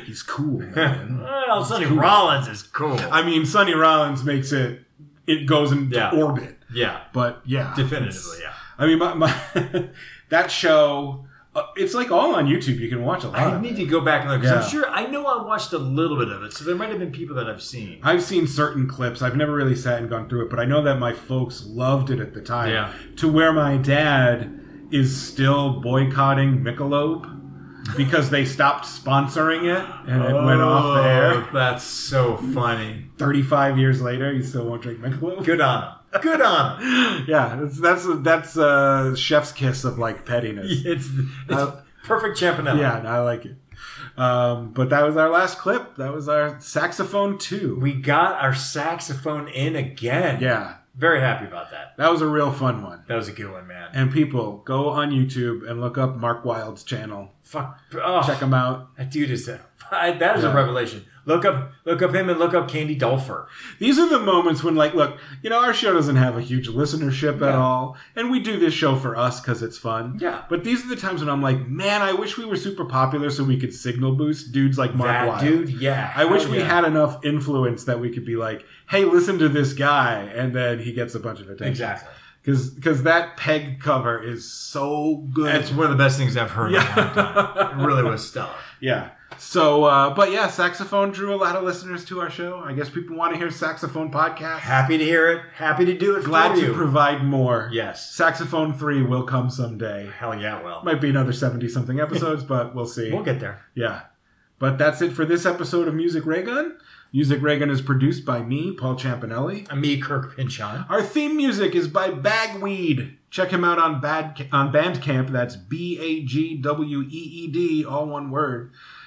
Speaker 1: he's cool, man.
Speaker 2: Well, Sonny Rollins is cool.
Speaker 1: I mean, Sonny Rollins makes it. It goes into
Speaker 2: Yeah.
Speaker 1: orbit,
Speaker 2: yeah,
Speaker 1: but yeah,
Speaker 2: definitively. Yeah,
Speaker 1: I mean, my, my that show. Uh, it's like all on YouTube. You can watch a lot.
Speaker 2: I
Speaker 1: of
Speaker 2: need
Speaker 1: it.
Speaker 2: to go back and look 'cause
Speaker 1: Yeah.
Speaker 2: I'm sure I know I watched a little bit of it, so there might have been people that I've seen.
Speaker 1: I've seen certain clips. I've never really sat and gone through it, but I know that my folks loved it at the time.
Speaker 2: Yeah.
Speaker 1: To where my dad is still boycotting Michelob because they stopped sponsoring it and it went off the air.
Speaker 2: Oh, That's so funny.
Speaker 1: 35 years later, you still won't drink Michelob?
Speaker 2: Good on him. Good on him.
Speaker 1: Yeah, that's that's that's uh, chef's kiss of like pettiness.
Speaker 2: It's, it's
Speaker 1: Uh,
Speaker 2: perfect Champanella.
Speaker 1: Yeah, and I like it. Um, but that was our last clip. That was our saxophone two.
Speaker 2: We got our saxophone in again.
Speaker 1: yeah,
Speaker 2: Very happy about that.
Speaker 1: that was a real fun one.
Speaker 2: That was a good one, man.
Speaker 1: And people, go on YouTube and look up Mark Wilde's channel.
Speaker 2: Fuck. Oh,
Speaker 1: Check him out.
Speaker 2: That dude is a. That is
Speaker 1: Yeah.
Speaker 2: a revelation. Look up, look up him, and look up Candy Dulfer.
Speaker 1: These are the moments when, like, look, you know, our show doesn't have a huge listenership at
Speaker 2: Yeah.
Speaker 1: all, and we do this show for us because it's fun.
Speaker 2: Yeah.
Speaker 1: But these are the times when I'm like, man, I wish we were super popular so we could signal boost dudes like Mark
Speaker 2: that
Speaker 1: Wilde.
Speaker 2: dude, yeah.
Speaker 1: I wish
Speaker 2: Hell
Speaker 1: we
Speaker 2: yeah.
Speaker 1: had enough influence that we could be like, hey, listen to this guy, and then he gets a bunch of attention.
Speaker 2: exactly.
Speaker 1: Because that peg cover is so good.
Speaker 2: That's one of the best things I've heard. Yeah.
Speaker 1: yeah.
Speaker 2: It really was stellar.
Speaker 1: Yeah. So, uh, but yeah, saxophone drew a lot of listeners to our show. I guess people want to hear saxophone podcast.
Speaker 2: Happy to hear it. Happy to do it.
Speaker 1: Glad
Speaker 2: for
Speaker 1: to
Speaker 2: you.
Speaker 1: provide more.
Speaker 2: Yes.
Speaker 1: Saxophone three will come someday.
Speaker 2: Hell yeah. Well,
Speaker 1: Might be another seventy something episodes, but we'll see.
Speaker 2: we'll get there.
Speaker 1: Yeah. But that's it for this episode of Music Ray Gun. Music Ray Gun is produced by me, Paul Champanelli.
Speaker 2: I'm me, Kirk Pinchon.
Speaker 1: Our theme music is by Bagweed. Check him out on Bad on Bandcamp. That's B A G W E E D, all one word.